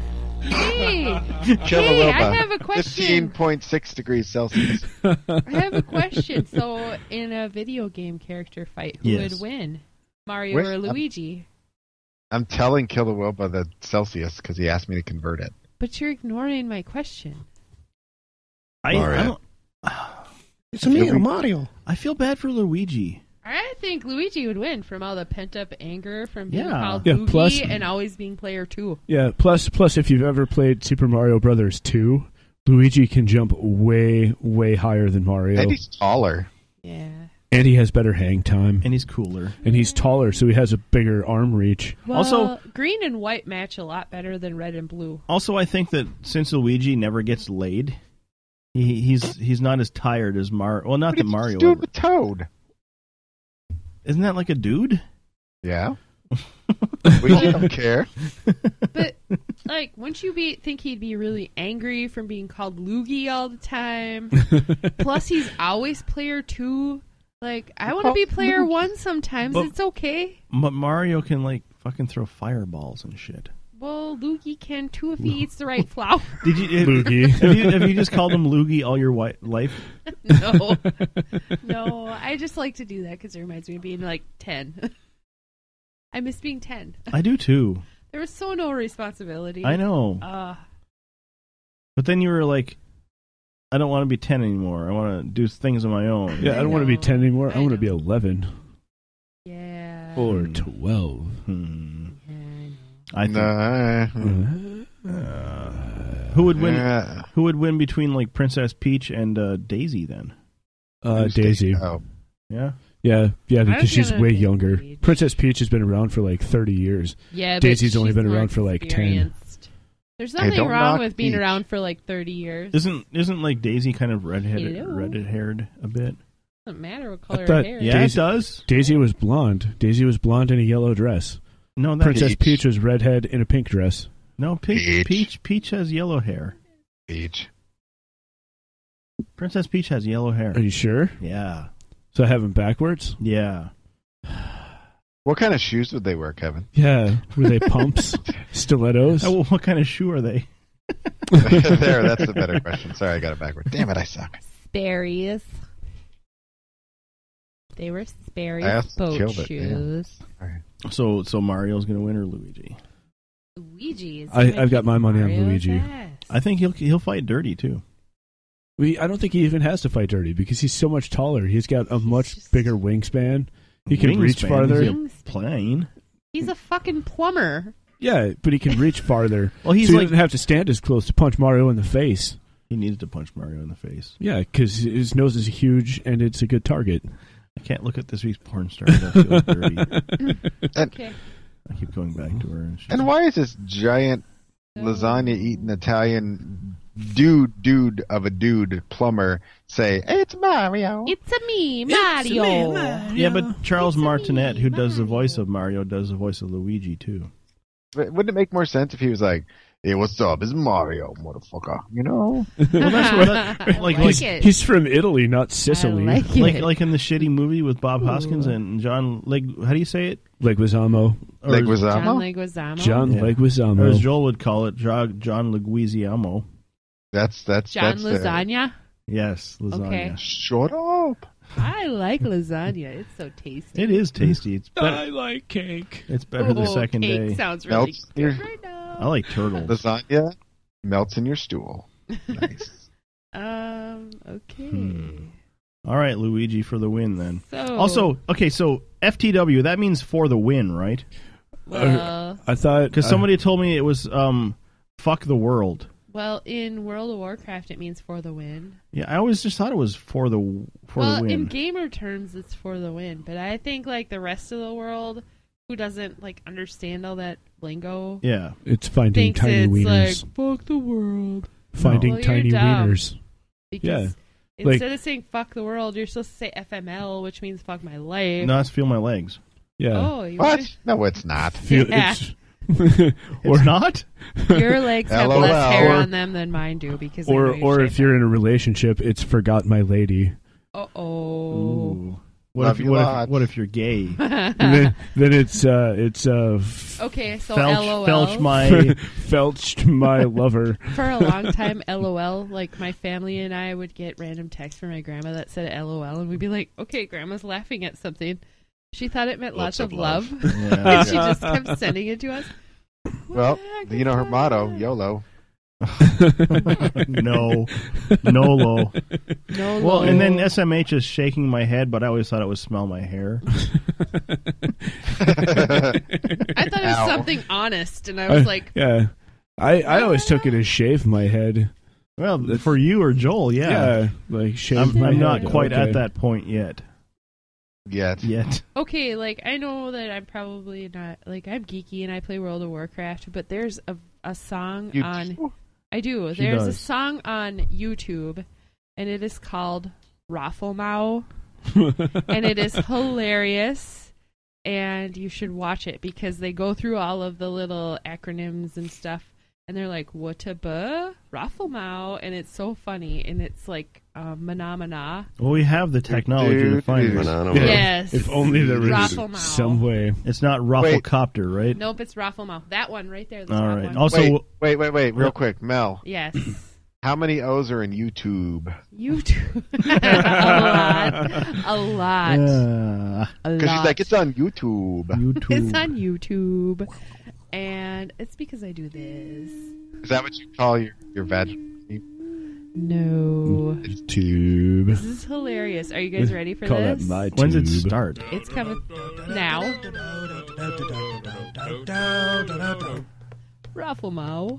Speaker 8: Hey, hey,
Speaker 9: Kilaloba.
Speaker 8: I have a question.
Speaker 9: 15.6 degrees Celsius.
Speaker 8: I have a question. So, in a video game character fight, who
Speaker 7: Yes.
Speaker 8: would win, Mario
Speaker 9: Where's-
Speaker 8: or Luigi?
Speaker 9: I'm telling Kilowilba the Celsius because he asked me to convert it.
Speaker 8: But you're ignoring my question.
Speaker 7: I,
Speaker 11: Mario.
Speaker 7: I don't,
Speaker 11: It's me,
Speaker 7: Feel-
Speaker 11: Mario.
Speaker 7: I feel bad for Luigi.
Speaker 8: I think Luigi would win from all the pent up anger from being
Speaker 7: Yeah.
Speaker 8: called
Speaker 10: Yeah,
Speaker 8: Boogie
Speaker 10: plus-
Speaker 8: and always being player two.
Speaker 10: Yeah. Plus, plus, if you've ever played Super Mario Brothers two, Luigi can jump way, way higher than Mario,
Speaker 9: And he's taller.
Speaker 8: Yeah.
Speaker 10: and he has better hang time,
Speaker 7: and he's cooler,
Speaker 10: and he's taller, so he has a bigger arm reach.
Speaker 8: Well,
Speaker 7: Also-
Speaker 8: green and white match a lot better than red and blue.
Speaker 7: Also, I think that since Luigi never gets laid, he, he's he's not as tired as Mario. Well, not
Speaker 9: What
Speaker 7: that
Speaker 9: did you
Speaker 7: Mario.
Speaker 9: do
Speaker 7: ever-
Speaker 9: with Toad?
Speaker 7: Isn't that like a dude?
Speaker 9: Yeah. we don't care.
Speaker 8: But like, wouldn't you be think he'd be really angry from being called Loogie all the time? Plus, he's always player two. Like, I want to be player one sometimes.
Speaker 7: But-
Speaker 8: it's okay.
Speaker 7: But Mario can like fucking throw fireballs and shit.
Speaker 8: Well, Loogie can too if he eats the right flour.
Speaker 7: Did you have,
Speaker 10: Loogie.
Speaker 7: have you have you just called him Loogie all your wi- life?
Speaker 8: no, no. I just like to do that because it reminds me of being like ten. I miss being ten.
Speaker 7: I do too.
Speaker 8: There was so no responsibility.
Speaker 7: I know.
Speaker 8: Uh,
Speaker 7: But then you were like, I don't want to be ten anymore. I want to do things on my own.
Speaker 10: Yeah, I,
Speaker 8: I
Speaker 10: don't want to be
Speaker 8: know.
Speaker 10: ten anymore. I,
Speaker 8: I
Speaker 10: want to
Speaker 8: know.
Speaker 10: be eleven
Speaker 8: yeah.
Speaker 10: or
Speaker 7: Hmm.
Speaker 10: twelve.
Speaker 7: Hmm.
Speaker 8: Yeah, I know.
Speaker 7: I think.
Speaker 9: Nah.
Speaker 7: Who would win?
Speaker 9: Yeah.
Speaker 7: Who would win between like Princess Peach and uh, Daisy then?
Speaker 10: Uh, Daisy.
Speaker 9: Oh,
Speaker 7: Yeah.
Speaker 10: Yeah, yeah,
Speaker 8: was
Speaker 10: because she's
Speaker 8: gonna
Speaker 10: way
Speaker 8: think
Speaker 10: younger.
Speaker 8: Daisy.
Speaker 10: Princess Peach has been around for like thirty years.
Speaker 8: Yeah, but
Speaker 10: Daisy's only
Speaker 8: she's
Speaker 10: been
Speaker 8: more
Speaker 10: around for, like, 10.
Speaker 8: experienced. There's
Speaker 9: Hey,
Speaker 8: nothing
Speaker 9: don't
Speaker 8: wrong
Speaker 9: knock
Speaker 8: with being
Speaker 9: Peach.
Speaker 8: around for like 30 years.
Speaker 7: Isn't isn't like Daisy kind of redheaded
Speaker 8: Hello.
Speaker 7: redhead haired a bit?
Speaker 8: doesn't matter what color her
Speaker 10: thought-
Speaker 8: hair. is.
Speaker 7: Yeah,
Speaker 10: Daisy-
Speaker 7: it does.
Speaker 10: Daisy was blonde. Daisy was blonde in a yellow dress.
Speaker 7: No, that
Speaker 10: Princess
Speaker 9: Peach.
Speaker 10: Peach was redhead in a pink dress.
Speaker 7: no Peach,
Speaker 9: Peach.
Speaker 7: Peach Peach has yellow hair.
Speaker 9: Peach.
Speaker 7: Princess Peach has yellow hair.
Speaker 10: Are you sure?
Speaker 7: Yeah,
Speaker 10: So I have them backwards.
Speaker 7: yeah.
Speaker 9: What kind of shoes would they wear, Kevin?
Speaker 10: Yeah, were they pumps, stilettos?
Speaker 7: Oh, what kind of shoe are they?
Speaker 9: there, that's the better question. Sorry, I got it backward. Damn it, I suck.
Speaker 8: Sperry's. They were Sperry's
Speaker 9: I asked to
Speaker 8: boat
Speaker 9: kill that, yeah.
Speaker 8: shoes.
Speaker 7: So so Mario's gonna win or Luigi?
Speaker 8: Luigi's.
Speaker 10: I- I've got my money on Luigi.
Speaker 7: I think he'll he'll fight dirty too.
Speaker 10: We, I don't think he even has to fight dirty because he's so much taller. He's got a much
Speaker 8: just-
Speaker 10: bigger wingspan. He can
Speaker 7: Wingspan,
Speaker 10: reach farther.
Speaker 7: he's a Plane.
Speaker 8: He's a fucking plumber.
Speaker 10: Yeah, but he can reach farther.
Speaker 7: Well, he's
Speaker 10: so he
Speaker 7: like-
Speaker 10: doesn't have to stand as close to punch Mario in the face.
Speaker 7: He needs to punch Mario in the face.
Speaker 10: Yeah, because his nose is huge and it's a good target.
Speaker 7: I can't look at this week's porn star. That feels dirty.
Speaker 8: Okay.
Speaker 7: I keep going back to her. And she's,
Speaker 9: And why is this giant lasagna eating Italian dude, dude of a dude plumber say, It's Mario?
Speaker 8: It's a me, Mario.
Speaker 7: yeah, but Charles
Speaker 8: It's a
Speaker 7: Martinet,
Speaker 8: me,
Speaker 7: who does the voice
Speaker 8: Mario.
Speaker 7: of Mario, does the voice of Luigi too.
Speaker 9: But Wouldn't it make more sense if he was like, Hey, what's up? It's Mario, motherfucker. You know?
Speaker 7: Well, that's what that-
Speaker 8: I
Speaker 7: like,
Speaker 8: like
Speaker 7: like,
Speaker 8: it.
Speaker 10: He's from Italy, not Sicily.
Speaker 8: I like,
Speaker 7: like
Speaker 8: it.
Speaker 7: like in the shitty movie with Bob Hoskins and John Leg. How do you say it?
Speaker 10: Leguizamo.
Speaker 7: Or
Speaker 9: like,
Speaker 7: as-
Speaker 9: was that?
Speaker 8: John Leguizamo.
Speaker 10: John
Speaker 7: Yeah. or as
Speaker 10: Leguizamo.
Speaker 7: Joel would call it, John, John Leguizamo.
Speaker 9: That's, that's,
Speaker 8: John
Speaker 9: that's. the-
Speaker 8: Lasagna.
Speaker 7: Yes, lasagna.
Speaker 8: Okay.
Speaker 9: Shut up.
Speaker 8: I like lasagna. It's so tasty.
Speaker 7: It is tasty. It's better.
Speaker 10: like cake.
Speaker 7: It's better the
Speaker 8: Oh,
Speaker 7: second
Speaker 8: cake
Speaker 7: day.
Speaker 8: Sounds
Speaker 9: Nope.
Speaker 8: really good right now.
Speaker 7: I like turtle.
Speaker 9: Lasagna melts in your stool. Nice.
Speaker 8: Um. Okay.
Speaker 7: Hmm. All right, Luigi for the win then.
Speaker 8: So
Speaker 7: Also, okay, so FTW that means for the win, right?
Speaker 8: well,
Speaker 10: Uh, I thought
Speaker 7: Because somebody told me it was um, fuck the world.
Speaker 8: well, in World of Warcraft, it means for the win.
Speaker 7: Yeah, I always just thought it was for the for
Speaker 8: well,
Speaker 7: the win.
Speaker 8: in gamer terms, it's for the win. But I think like the rest of the world, who doesn't like understand all that lingo,
Speaker 7: yeah,
Speaker 10: it's finding
Speaker 8: thinks
Speaker 10: tiny
Speaker 8: it's
Speaker 10: wieners.
Speaker 8: like fuck the world.
Speaker 10: finding
Speaker 8: Well, you're
Speaker 10: tiny
Speaker 8: dumb.
Speaker 10: wieners.
Speaker 8: Because
Speaker 10: Yeah, like-
Speaker 8: Instead of saying "fuck the world," you're supposed to say "FML," which means "fuck my life."
Speaker 7: no, it's feel my legs.
Speaker 10: Yeah.
Speaker 8: Oh, you
Speaker 9: What? No, it's not.
Speaker 10: Feel-
Speaker 8: Yeah.
Speaker 10: it's-
Speaker 7: Or not?
Speaker 8: Your legs have
Speaker 9: LOL.
Speaker 8: less hair
Speaker 9: Or-
Speaker 8: on them than mine do because I
Speaker 10: or
Speaker 8: know
Speaker 10: or if you're in a relationship, it's forgot my lady.
Speaker 8: uh oh
Speaker 7: Ooh. What
Speaker 9: Love
Speaker 7: if,
Speaker 9: you
Speaker 7: what, if,
Speaker 9: lots.
Speaker 7: what if you're gay?
Speaker 10: And then, then it's uh it's uh
Speaker 8: okay so
Speaker 7: felch,
Speaker 8: lol
Speaker 7: felch my
Speaker 10: felched my lover.
Speaker 8: for a long time lol like my family and I would get random texts from my grandma that said lol and we'd be like okay grandma's laughing at something she thought it meant lots,
Speaker 11: Lots
Speaker 8: of,
Speaker 11: of love.
Speaker 8: love
Speaker 7: Yeah.
Speaker 8: and she just kept sending it to us
Speaker 9: Well,
Speaker 8: What the heck
Speaker 9: you know her
Speaker 8: is
Speaker 9: motto,
Speaker 8: that?
Speaker 9: YOLO.
Speaker 7: no, Nolo.
Speaker 10: Nolo.
Speaker 7: Well, and then SMH is shaking my head, but I always thought it was smell my hair.
Speaker 8: I thought it was
Speaker 10: Ow.
Speaker 8: something honest, and I was like, "Ah."
Speaker 10: yeah. I, I always took it as shave my head.
Speaker 7: Well, for you or Joel, yeah.
Speaker 10: Yeah, like shave
Speaker 7: I'm,
Speaker 10: my
Speaker 7: I'm not
Speaker 10: head,
Speaker 7: quite
Speaker 10: okay.
Speaker 7: at that point yet.
Speaker 9: Yet.
Speaker 7: Yet.
Speaker 8: okay, like I know that I'm probably not like I'm geeky and I play World of Warcraft, but there's a a song
Speaker 5: You
Speaker 8: on
Speaker 5: do?
Speaker 8: I do.
Speaker 5: She
Speaker 8: there's a
Speaker 5: does.
Speaker 8: song on YouTube and it is called Raffle Mao. and it is hilarious and you should watch it because they go through all of the little acronyms and stuff and they're like whataba raffle mao and it's so funny and it's like uh, mana mana
Speaker 7: Well, we have the technology to find this.
Speaker 8: Banana Yeah. Yes.
Speaker 10: If only there was
Speaker 8: Raffle mouth.
Speaker 10: some way.
Speaker 7: It's not rufflecopter, right?
Speaker 8: nope it's raffle mao that one right there
Speaker 5: Uh,
Speaker 8: the
Speaker 7: All
Speaker 8: top
Speaker 7: right.
Speaker 8: one.
Speaker 7: Also-
Speaker 9: wait, wait, wait, wait, real quick, Mel.
Speaker 8: yes
Speaker 9: How many O's are in YouTube?
Speaker 8: YouTube. a lot a lot A
Speaker 9: Because she's
Speaker 8: lot.
Speaker 9: like, it's on YouTube.
Speaker 8: it's on youtube and it's because i do this
Speaker 9: Is that what you call your your vaginal?
Speaker 8: No.
Speaker 10: Tube.
Speaker 8: this is hilarious are you guys ready for
Speaker 10: Call
Speaker 8: this
Speaker 10: that my tube.
Speaker 7: When's it start?
Speaker 8: it's coming now raffle mao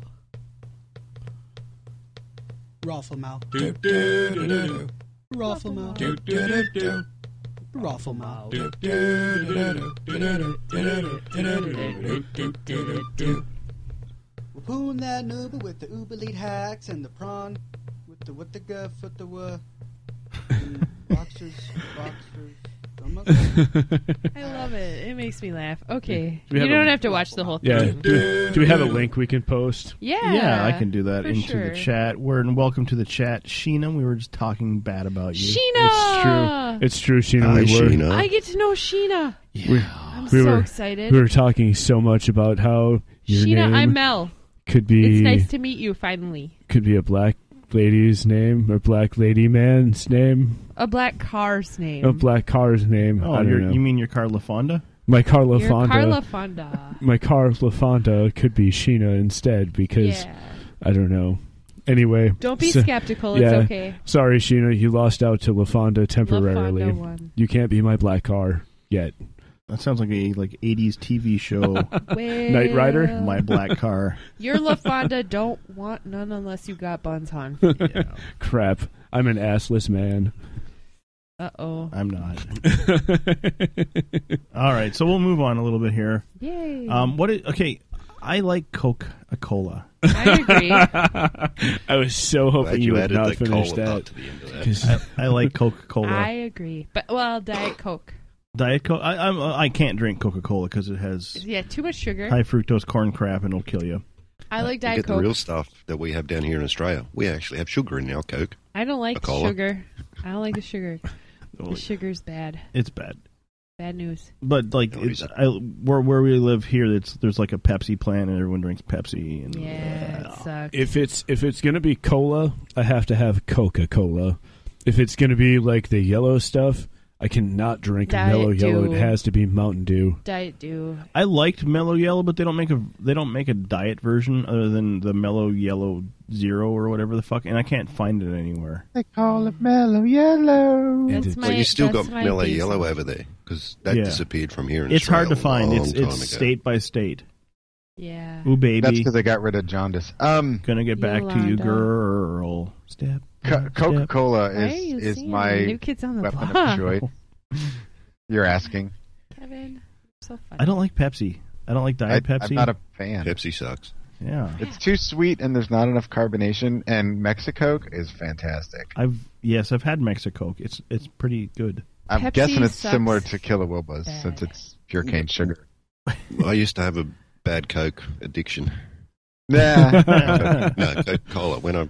Speaker 12: Raffle Mal.
Speaker 5: Do-do-do-do-do.
Speaker 12: Raffle Mal.
Speaker 5: Do-do-do-do.
Speaker 12: Raffle Mal. We're pulling that Uber with the Uber lead hacks and the prawn with the what the guff with the wuh. And Boxers, boxers. don't muck.
Speaker 8: I love it. It makes me laugh. Okay.
Speaker 10: Do we
Speaker 8: you
Speaker 10: have a-
Speaker 8: don't have to watch the whole
Speaker 10: Yeah.
Speaker 8: thing.
Speaker 10: Do, do we have a link we can post?
Speaker 8: Yeah.
Speaker 7: Yeah, I can do that
Speaker 8: for
Speaker 7: into
Speaker 8: sure.
Speaker 7: the chat. We're and welcome to the chat, Sheena. We were just talking bad about you.
Speaker 8: Sheena! It's true.
Speaker 10: It's true, Sheena. we were.
Speaker 8: I get to know Sheena.
Speaker 10: We,
Speaker 8: I'm
Speaker 10: we
Speaker 8: so
Speaker 10: were,
Speaker 8: excited.
Speaker 10: We were talking so much about how your
Speaker 8: Sheena,
Speaker 10: name
Speaker 8: I'm Mel.
Speaker 10: could be
Speaker 8: It's nice to meet you finally.
Speaker 10: could be a black lady's name or black lady man's name,
Speaker 8: A black car's name.
Speaker 10: a black car's name.
Speaker 7: Oh,
Speaker 10: I don't
Speaker 7: you're-
Speaker 10: know.
Speaker 7: you mean your Carla Fonda?
Speaker 10: My Carla
Speaker 8: Your
Speaker 10: Fonda.
Speaker 8: Carla Fonda.
Speaker 10: My Carla Fonda could be Sheena instead because
Speaker 8: Yeah.
Speaker 10: I don't know. Anyway,
Speaker 8: Don't be skeptical, it's okay.
Speaker 10: Sorry, Sheena, you lost out to LaFonda temporarily.
Speaker 8: LaFonda won.
Speaker 10: You can't be my black car yet.
Speaker 7: That sounds like a like '80s TV show.
Speaker 8: Knight Rider? Well.
Speaker 7: My black car.
Speaker 8: Your La Fonda don't want none unless you got buns on.
Speaker 10: Crap, I'm an assless man.
Speaker 8: Uh oh.
Speaker 7: I'm not. All right, so we'll move on a little bit here.
Speaker 8: Yay.
Speaker 7: Um, what? Is, okay, I like Coca Cola.
Speaker 8: I
Speaker 10: agree. I was so hoping
Speaker 7: Glad
Speaker 10: you,
Speaker 7: you
Speaker 10: would
Speaker 7: added
Speaker 10: not
Speaker 7: the
Speaker 10: finish
Speaker 7: cola
Speaker 10: that.
Speaker 7: thought to the end of that. 'Cause I- I like Coca-Cola.
Speaker 8: I agree. But well, Diet Coke.
Speaker 7: Diet Coke. I, I'm, I can't drink Coca Cola because it has
Speaker 8: Yeah, too much sugar.
Speaker 7: high fructose corn crap and it'll kill you.
Speaker 8: I like
Speaker 11: You
Speaker 8: Diet
Speaker 11: get the
Speaker 8: Coke.
Speaker 11: real stuff that we have down here in Australia. We actually have sugar in our Coke.
Speaker 8: I don't like
Speaker 11: Cola.
Speaker 8: sugar. I don't like the sugar. the
Speaker 7: Well,
Speaker 8: sugar's bad.
Speaker 7: It's bad.
Speaker 8: Bad news.
Speaker 7: But like it's, I, where where we live here, it's, there's like a Pepsi plant and everyone drinks Pepsi. And
Speaker 8: Yeah, it sucks.
Speaker 10: If it's if it's gonna be cola, I have to have Coca Cola. If it's gonna be like the yellow stuff, I cannot drink
Speaker 8: Diet
Speaker 10: yellow yellow.
Speaker 8: Dew.
Speaker 10: It has to be Mountain Dew.
Speaker 8: Diet Dew.
Speaker 7: I liked Mellow Yellow, but they don't make a they don't make a diet version other than the Mellow Yellow Zero or whatever the fuck, and I can't find it anywhere.
Speaker 5: They call it mellow yellow.
Speaker 7: That's
Speaker 11: Well, you still got Miller Yellow over there because that disappeared from here. In
Speaker 7: it's hard to
Speaker 11: Australia a
Speaker 7: find. It's
Speaker 11: long
Speaker 7: it's
Speaker 11: time ago.
Speaker 7: state by state.
Speaker 8: Yeah.
Speaker 7: Ooh baby,
Speaker 9: That's because I got rid of jaundice. Um,
Speaker 7: gonna get back to you,
Speaker 8: Yolanda.
Speaker 7: girl. Step.
Speaker 9: Co- Coca Cola
Speaker 8: Why are you
Speaker 9: is is
Speaker 8: saying
Speaker 9: my
Speaker 8: new kids on the
Speaker 9: weapon
Speaker 8: block?
Speaker 9: of choice. You're asking.
Speaker 8: Kevin, so funny.
Speaker 7: I don't like Pepsi. I don't like Diet
Speaker 9: I-
Speaker 7: Pepsi.
Speaker 9: I'm not a fan.
Speaker 11: Pepsi sucks.
Speaker 7: Yeah.
Speaker 9: It's too sweet and there's not enough carbonation. And Mexico is fantastic.
Speaker 7: I've yes, I've had Mexicoke. It's it's pretty good.
Speaker 9: I'm guessing it's similar to Kilawobas since it's pure cane sugar.
Speaker 11: Mm-hmm. I used to have a bad Coke addiction.
Speaker 9: Yeah.
Speaker 11: no, Coca Cola. When I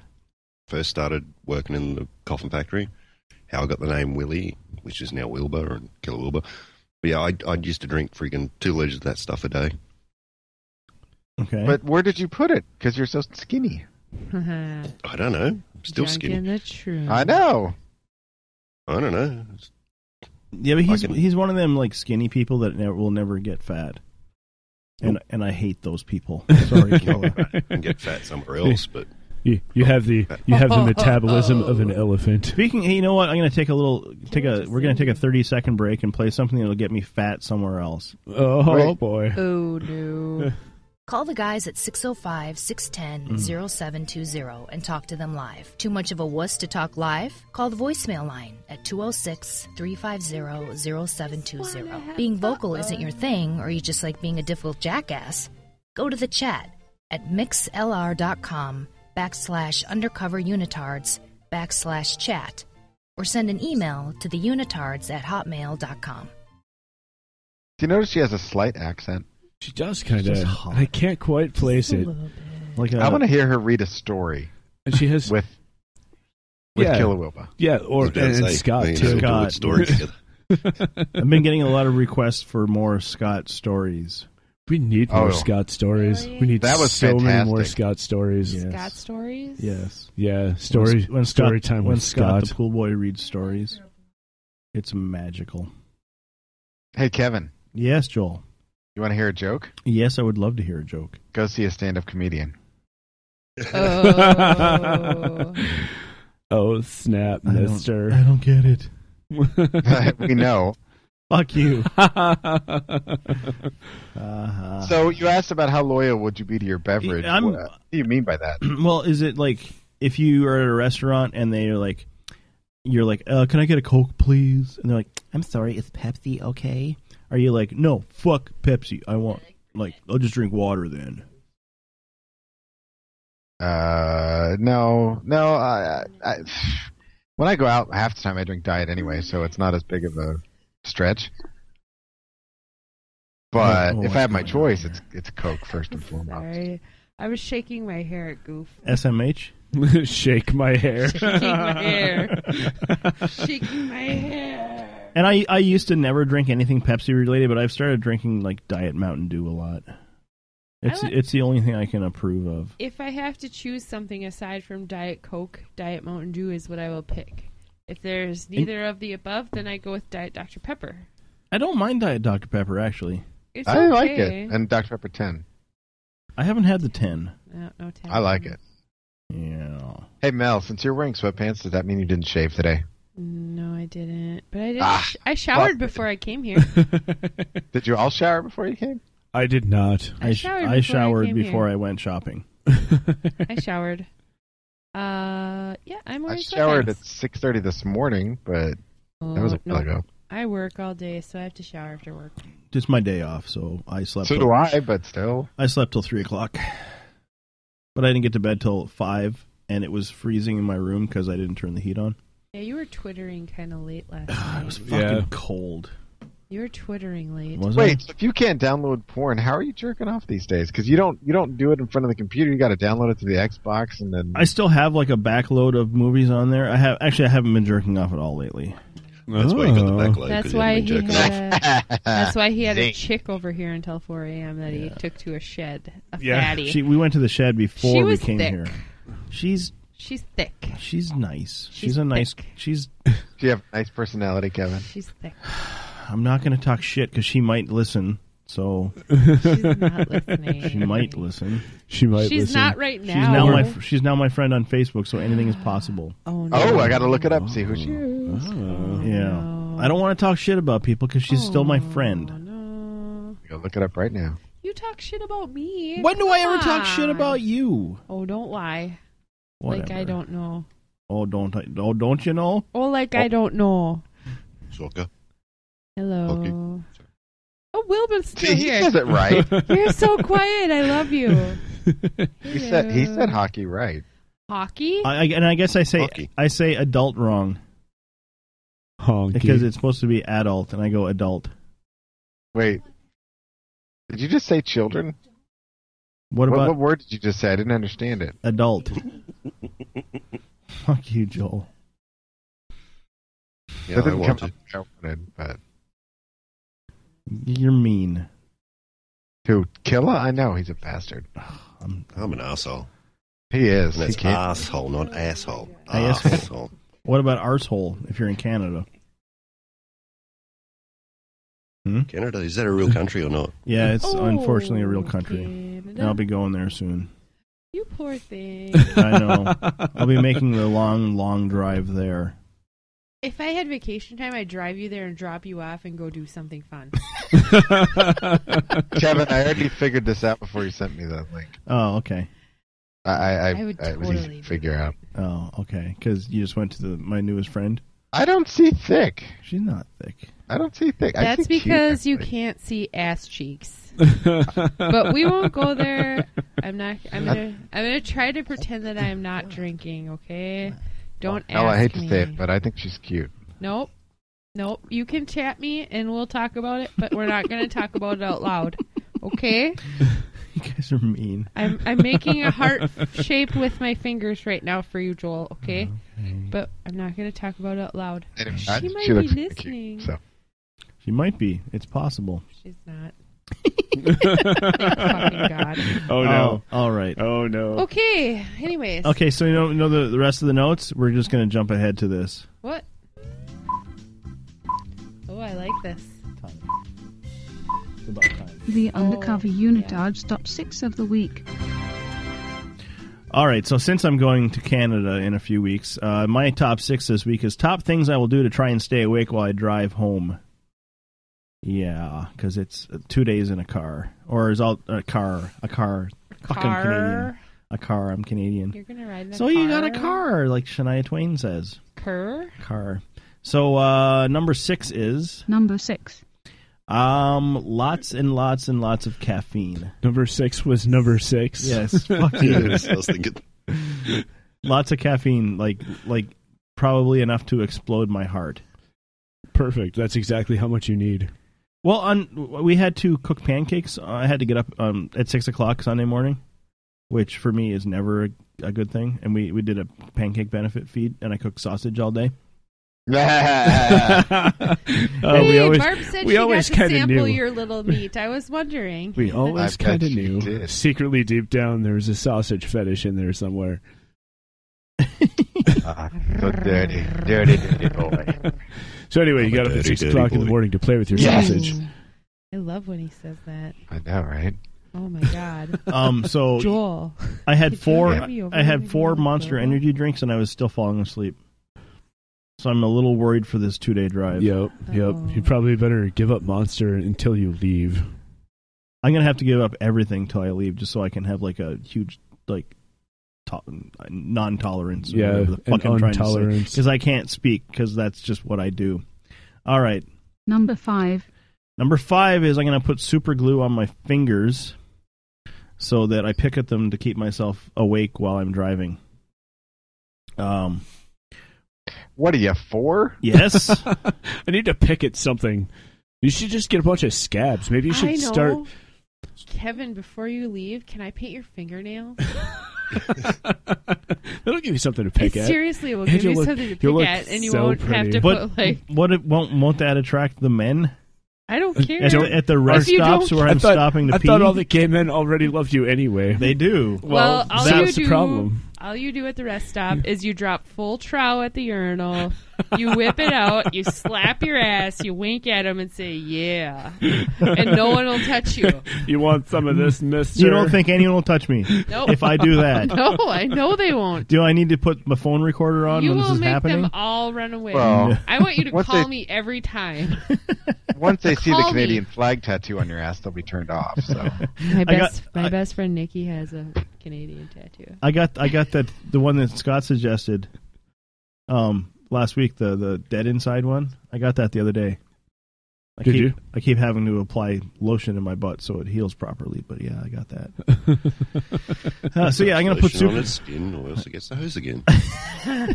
Speaker 11: first started working in the coffin factory, how I got the name Willie, which is now Wilbur and Killer Wilbur. But yeah, I I used to drink freaking two liters of that stuff a day.
Speaker 7: Okay.
Speaker 9: But where did you put it? Because you're so skinny.
Speaker 11: I don't know. I'm still
Speaker 8: Drunk
Speaker 11: skinny.
Speaker 8: in the truth.
Speaker 9: I know.
Speaker 11: I don't know. It's-
Speaker 7: Yeah, but he's he's one of them like skinny people that never, will never get fat. And and I hate those people. Sorry, Cola.
Speaker 11: I can get fat somewhere else, but
Speaker 10: You, you have the you have the metabolism of an elephant.
Speaker 7: Speaking, hey, you know what? I'm going to take a little take a. We're going to take a 30 second break and play something that'll get me fat somewhere else.
Speaker 10: Oh
Speaker 6: Right.
Speaker 10: boy!
Speaker 8: Oh, no.
Speaker 6: Call the guys at 605 610 0720 and talk to them live. Too much of a wuss to talk live? Call the voicemail line at 206 350 0720. Being vocal isn't your thing, or you just like being a difficult jackass? Go to the chat at mixlr.com backslash undercover unitards backslash chat or send an email to the unitards at hotmail.com.
Speaker 9: Do you notice she has a slight accent?
Speaker 10: She does kind
Speaker 9: just
Speaker 10: of.
Speaker 9: hot.
Speaker 10: I can't quite place it.
Speaker 7: Like
Speaker 9: I want to hear her read a story.
Speaker 10: And she has
Speaker 9: with with
Speaker 10: Yeah.
Speaker 9: Kilowilba.
Speaker 10: Yeah, or and, and Scott too.
Speaker 7: I've been getting a lot of requests for more Scott stories.
Speaker 10: We need more Scott stories. We need
Speaker 7: That was
Speaker 10: so many more
Speaker 7: fantastic.
Speaker 10: Scott stories.
Speaker 8: Scott stories?
Speaker 7: Yes.
Speaker 10: Yeah, story-
Speaker 7: When, when Scott,
Speaker 10: story time
Speaker 7: when
Speaker 10: with
Speaker 7: Scott,
Speaker 10: Scott.
Speaker 7: the pool boy reads stories. It's magical.
Speaker 9: Hey Kevin,
Speaker 7: Yes, Joel.
Speaker 9: you want to hear a joke?
Speaker 7: Yes, I would love to hear a joke.
Speaker 9: Go see a stand-up comedian.
Speaker 10: Oh. oh snap,
Speaker 7: I don't-
Speaker 10: Mister!
Speaker 7: I don't get it.
Speaker 9: we know.
Speaker 7: Fuck you. Uh-huh.
Speaker 9: So you asked about how loyal would you be to your beverage?
Speaker 7: Uh. I'm-
Speaker 9: what do you mean by that?
Speaker 7: well, is it like if you are at a restaurant and they're like, you're like, uh, can I get a Coke, please? And they're like, I'm sorry, is Pepsi okay? Are you like, no, fuck Pepsi. I want, like, I'll just drink water then.
Speaker 9: Uh, no, no. I, I, when I go out, half the time I drink diet anyway, so it's not as big of a stretch. But
Speaker 7: Oh, oh,
Speaker 9: if I have
Speaker 7: what's going
Speaker 9: my
Speaker 7: on
Speaker 9: choice, it's it's Coke first and foremost.
Speaker 8: Sorry. I was shaking my hair at Goof.
Speaker 7: SMH?
Speaker 10: Shake my hair.
Speaker 8: Shaking my hair. shaking my hair.
Speaker 7: And I, I used to never drink anything Pepsi related, but I've started drinking like Diet Mountain Dew a lot. It's
Speaker 8: I like-
Speaker 7: it's the only thing I can approve of.
Speaker 8: If I have to choose something aside from Diet Coke, Diet Mountain Dew is what I will pick. If there's neither of the above, then I go with Diet Dr. Pepper.
Speaker 7: I don't mind Diet Dr Pepper actually.
Speaker 8: It's I like okay. it.
Speaker 9: and Dr Pepper ten.
Speaker 7: I haven't had the ten.
Speaker 8: No, no ten.
Speaker 9: I like it.
Speaker 7: Yeah.
Speaker 9: Hey Mel, since you're wearing sweatpants, does that mean you didn't shave today?
Speaker 8: No, I didn't. But I did.
Speaker 9: Ah,
Speaker 8: sh- I showered before I came here.
Speaker 9: Did you all shower before you came?
Speaker 10: I did not.
Speaker 8: I
Speaker 7: I, sh-
Speaker 8: showered
Speaker 7: I
Speaker 8: before I
Speaker 7: showered
Speaker 8: came
Speaker 7: before
Speaker 8: here.
Speaker 7: I went shopping.
Speaker 8: I showered. Uh, yeah, I'm
Speaker 9: I
Speaker 8: wearing
Speaker 9: showered
Speaker 8: sweatpants.
Speaker 9: at six thirty this morning, but that was a
Speaker 8: Oh,
Speaker 9: while
Speaker 8: no.
Speaker 9: ago.
Speaker 8: I work all day, so I have to shower after work.
Speaker 7: Just my day off, so I slept.
Speaker 9: So
Speaker 7: till-
Speaker 9: do I, but still.
Speaker 7: I slept till three o'clock, but I didn't get to bed till five, and it was freezing in my room because I didn't turn the heat on.
Speaker 8: Yeah, you were twittering kind of late last night.
Speaker 7: It was fucking
Speaker 9: Yeah.
Speaker 7: cold.
Speaker 8: You were twittering late.
Speaker 9: Wait, so if you can't download porn, how are you jerking off these days? Because you don't you don't do it in front of the computer. You got to download it to the Xbox and then.
Speaker 7: I still have like a backload of movies on there. I have actually I haven't been jerking off at all lately. Oh.
Speaker 11: That's why you got the backload.
Speaker 8: That's why he had a, That's why he had a chick over here until 4 a.m. that he took to a shed. A fatty.
Speaker 7: She, we went to the shed
Speaker 8: She
Speaker 7: before we
Speaker 8: was
Speaker 7: came
Speaker 8: thick.
Speaker 7: here. She's
Speaker 8: She's thick.
Speaker 7: she's nice. She's, a nice. She's.
Speaker 9: Do you have a nice personality, Kevin?
Speaker 8: She's thick.
Speaker 7: I'm not going to talk shit because she might listen. So
Speaker 8: not listening.
Speaker 7: she might listen.
Speaker 10: She
Speaker 8: might She's listen. not right
Speaker 7: She's
Speaker 8: now.
Speaker 7: now my fr- she's now my friend on Facebook. So anything is possible.
Speaker 8: Oh,
Speaker 9: Oh, I got to look it up. See who she is.
Speaker 7: yeah. I don't want to talk shit about people because she's still
Speaker 8: Oh,
Speaker 7: my friend.
Speaker 9: Go look it up right now.
Speaker 8: You talk shit about me.
Speaker 7: When do I
Speaker 8: Come
Speaker 7: ever talk shit
Speaker 8: on.
Speaker 7: about you?
Speaker 8: Oh, don't lie. Like I
Speaker 7: Whatever.
Speaker 8: don't know.
Speaker 7: Oh, don't I, oh, don't you know?
Speaker 8: Oh, like I don't know.
Speaker 11: Soka.
Speaker 8: Hello. Oh, Wilbur's still
Speaker 9: See, he
Speaker 8: here.
Speaker 9: says it right.
Speaker 8: You're so quiet. I love you.
Speaker 9: He said he said hockey right.
Speaker 8: Hockey?
Speaker 7: I, I- and I guess I say I say adult wrong because it's supposed to be adult, and I go adult.
Speaker 9: Wait, did you just say children?
Speaker 7: What
Speaker 9: What,
Speaker 7: about
Speaker 9: what word did you just say? I didn't understand it.
Speaker 7: adult? Fuck you, Joel.
Speaker 11: Yeah,
Speaker 9: that
Speaker 11: I
Speaker 9: didn't come
Speaker 11: want to.
Speaker 9: up like I wanted, but
Speaker 7: You're mean.
Speaker 9: who Killa? I know he's a bastard.
Speaker 7: I'm,
Speaker 11: an asshole.
Speaker 9: He is.
Speaker 11: And
Speaker 9: He
Speaker 11: that's
Speaker 9: can't-
Speaker 11: asshole, not asshole.
Speaker 9: Ah,
Speaker 7: Asshole.
Speaker 11: Asshole.
Speaker 7: What about arsehole if you're in Canada? Hmm?
Speaker 11: Canada is that a real country or not?
Speaker 8: Oh,
Speaker 7: Yeah, it's unfortunately a real country. And I'll be going there soon.
Speaker 8: You poor thing.
Speaker 7: I know. I'll be making the long, long drive there.
Speaker 8: If I had vacation time, I'd drive you there and drop you off and go do something fun.
Speaker 9: Kevin, I already figured this out before you sent me that link.
Speaker 7: Oh, okay.
Speaker 9: I, I,
Speaker 8: I would
Speaker 9: I- it was easy to figure out.
Speaker 7: Oh, okay. Because you just went to the, my newest friend.
Speaker 9: I don't see thick.
Speaker 7: She's not thick.
Speaker 9: I don't see thick. I
Speaker 8: That's
Speaker 9: see cute.
Speaker 8: because you can't see ass cheeks. but we won't go there. I'm not. I'm gonna. I'm gonna try to pretend that I'm not drinking. Okay. Don't ask
Speaker 9: No, Oh, I hate
Speaker 8: me.
Speaker 9: to say it, but I think she's cute.
Speaker 8: Nope. Nope. You can chat me and we'll talk about it, but we're not going to talk about it out loud. Okay?
Speaker 7: You guys are mean.
Speaker 8: I'm I'm making a heart shape with my fingers right now for you, Joel, okay? But I'm not going to talk about it out loud.
Speaker 9: Anyway,
Speaker 8: she
Speaker 9: I-
Speaker 8: might
Speaker 9: she
Speaker 8: be
Speaker 9: looks pretty cute,
Speaker 8: listening.
Speaker 9: so.
Speaker 7: She might be. It's possible.
Speaker 8: She's not. fucking Oh, God.
Speaker 10: Oh, no.
Speaker 7: all right.
Speaker 10: Oh no.
Speaker 8: Okay. Anyways.
Speaker 7: Okay. So you know, you know the, the rest of the notes. We're just going to jump ahead to this.
Speaker 8: What? Oh, I like this.
Speaker 13: The undercover unit dodged top six of the week.
Speaker 7: All right, so since I'm going to Canada in a few weeks, uh, my top six this week is top things I will do to try and stay awake while I drive home. Yeah, because it's uh, two days in a car, or is all a car, a car, fucking
Speaker 8: Car.
Speaker 7: Canadian, a car. I'm Canadian.
Speaker 8: You're going to ride in a
Speaker 7: So you got a car, like Shania Twain says,
Speaker 8: Kerr?
Speaker 7: car. So uh, number six is
Speaker 13: Number six.
Speaker 7: um lots and lots and lots of caffeine.
Speaker 10: Number six was number six.
Speaker 7: Yes, fuck you.
Speaker 10: thinking-
Speaker 7: Lots of caffeine, like like probably enough to explode my heart.
Speaker 10: Perfect. That's exactly how much you need.
Speaker 7: Well, on we had to cook pancakes. I had to get up um, at six o'clock Sunday morning, which for me is never a, a good thing. And we we did a pancake benefit feed, and I cooked sausage all day.
Speaker 9: Uh,
Speaker 7: we
Speaker 8: Hey,
Speaker 7: always
Speaker 8: Barb said
Speaker 7: we
Speaker 8: she
Speaker 7: always
Speaker 8: got to
Speaker 7: kind of
Speaker 8: sample
Speaker 7: knew.
Speaker 8: your little meat. I was wondering.
Speaker 10: We always
Speaker 8: I bet
Speaker 10: kind of knew. Secretly deep down, there's a sausage fetish in there somewhere.
Speaker 9: so dirty, dirty, dirty boy.
Speaker 10: So anyway, you got up at
Speaker 9: dirty,
Speaker 10: six
Speaker 9: dirty
Speaker 10: o'clock in the
Speaker 9: boy.
Speaker 10: morning to play with your
Speaker 9: Yes.
Speaker 10: sausage.
Speaker 8: I love when he says that.
Speaker 9: I know, right?
Speaker 8: Oh my god.
Speaker 7: Um, so
Speaker 8: Joel,
Speaker 7: I had
Speaker 8: Could you
Speaker 7: four.
Speaker 8: hand me over
Speaker 7: I had
Speaker 8: my
Speaker 7: four
Speaker 8: glass,
Speaker 7: Monster
Speaker 8: Joel?
Speaker 7: Energy drinks, and I was still falling asleep. So I'm a little worried for this two day drive.
Speaker 10: Yep, yep.
Speaker 8: Oh.
Speaker 10: You probably better give up Monster until you leave.
Speaker 7: I'm gonna have to give up everything till I leave, just so I can have like a huge like to- non-tolerance. or
Speaker 10: Yeah,
Speaker 7: whatever the
Speaker 10: an
Speaker 7: fuck I'm trying to say.
Speaker 10: untolerance.
Speaker 7: 'Cause I can't speak because that's just what I do. All right,
Speaker 13: Number five.
Speaker 7: number five is I'm gonna put super glue on my fingers so that I pick at them to keep myself awake while I'm driving. Um,
Speaker 9: what are you for?
Speaker 7: Yes.
Speaker 10: I need to pick at something. You should just get a bunch of scabs. Maybe you should
Speaker 8: I know.
Speaker 10: start.
Speaker 8: Kevin, before you leave, can I paint your fingernail?
Speaker 10: That'll give you something to pick at.
Speaker 8: Seriously, it will
Speaker 10: And
Speaker 8: give
Speaker 10: you'll
Speaker 8: you
Speaker 10: look-
Speaker 8: something to
Speaker 10: you'll look
Speaker 8: pick at, and you
Speaker 10: so
Speaker 8: won't have
Speaker 10: pretty.
Speaker 8: to
Speaker 7: but
Speaker 8: put like.
Speaker 7: what it, won't won't that attract the men?
Speaker 8: I don't care.
Speaker 7: At the, at the rest
Speaker 8: If you
Speaker 7: stops
Speaker 8: don't-
Speaker 7: where I'm stopping to
Speaker 10: I
Speaker 7: pee.
Speaker 10: thought all the gay men already loved you anyway.
Speaker 7: They do.
Speaker 8: Well, all
Speaker 10: that
Speaker 8: you
Speaker 10: was
Speaker 8: do,
Speaker 10: the problem.
Speaker 8: All you do at the rest stop is you drop full trow at the urinal, you whip it out, you slap your ass, you wink at him, and say "Yeah," and no one will touch you.
Speaker 10: You want some of this, mister?
Speaker 7: You don't think anyone will touch me
Speaker 8: Nope.
Speaker 7: if I do that?
Speaker 8: No, I know they won't.
Speaker 7: Do I need to put my phone recorder on
Speaker 8: you
Speaker 7: when
Speaker 8: will
Speaker 7: this is
Speaker 8: make
Speaker 7: happening?
Speaker 8: them all run away.
Speaker 9: Well,
Speaker 8: I want you to
Speaker 9: once
Speaker 8: call
Speaker 9: they-
Speaker 8: me every time.
Speaker 9: Once they see the
Speaker 8: Call me.
Speaker 9: Canadian flag tattoo on your ass, they'll be turned off. So
Speaker 8: My
Speaker 7: I got-
Speaker 8: best, my best friend Nikki has a Canadian tattoo.
Speaker 7: I got I got that the one that Scott suggested um last week the the dead inside one. I got that the other day. I
Speaker 10: Did
Speaker 7: keep,
Speaker 10: you?
Speaker 7: I keep having to apply lotion in my butt so it heals properly, but yeah, I got that. Uh, so yeah, I'm gonna put
Speaker 11: Lotion on
Speaker 7: super.
Speaker 11: its skin, or else it gets the hose again.
Speaker 7: I'm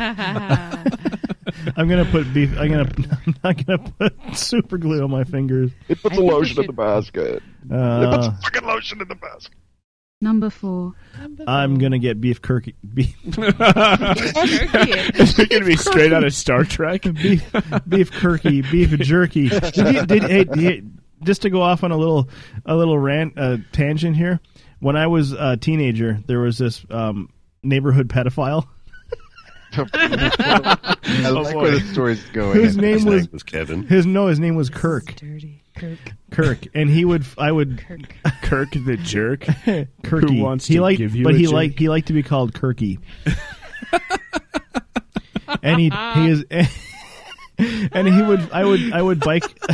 Speaker 7: gonna put beef. I'm gonna. I'm not gonna put super glue on my fingers.
Speaker 9: it
Speaker 7: puts I a think we lotion in should- the
Speaker 9: basket.
Speaker 7: Uh,
Speaker 9: fucking lotion in the basket.
Speaker 13: Number four.
Speaker 7: I'm gonna get beef jerky. Beef,
Speaker 10: It's going to be straight out of Star Trek.
Speaker 7: beef, beef jerky, beef jerky. Did you, did, hey, did you- just to go off on a little a little rant uh, tangent here. When I was a teenager, there was this um, neighborhood pedophile
Speaker 9: I like where the story's going.
Speaker 7: whose name was
Speaker 11: was Kevin.
Speaker 7: His no, his name was Kirk.
Speaker 8: Dirty Kirk.
Speaker 7: Kirk, and he would I would
Speaker 10: Kirk the jerk,
Speaker 7: Kirky.
Speaker 10: who wants
Speaker 7: he
Speaker 10: to
Speaker 7: liked,
Speaker 10: give you
Speaker 7: but
Speaker 10: a
Speaker 7: he
Speaker 10: jerk.
Speaker 7: liked he liked to be called Kirky. and he he is, and he would I would I would bike.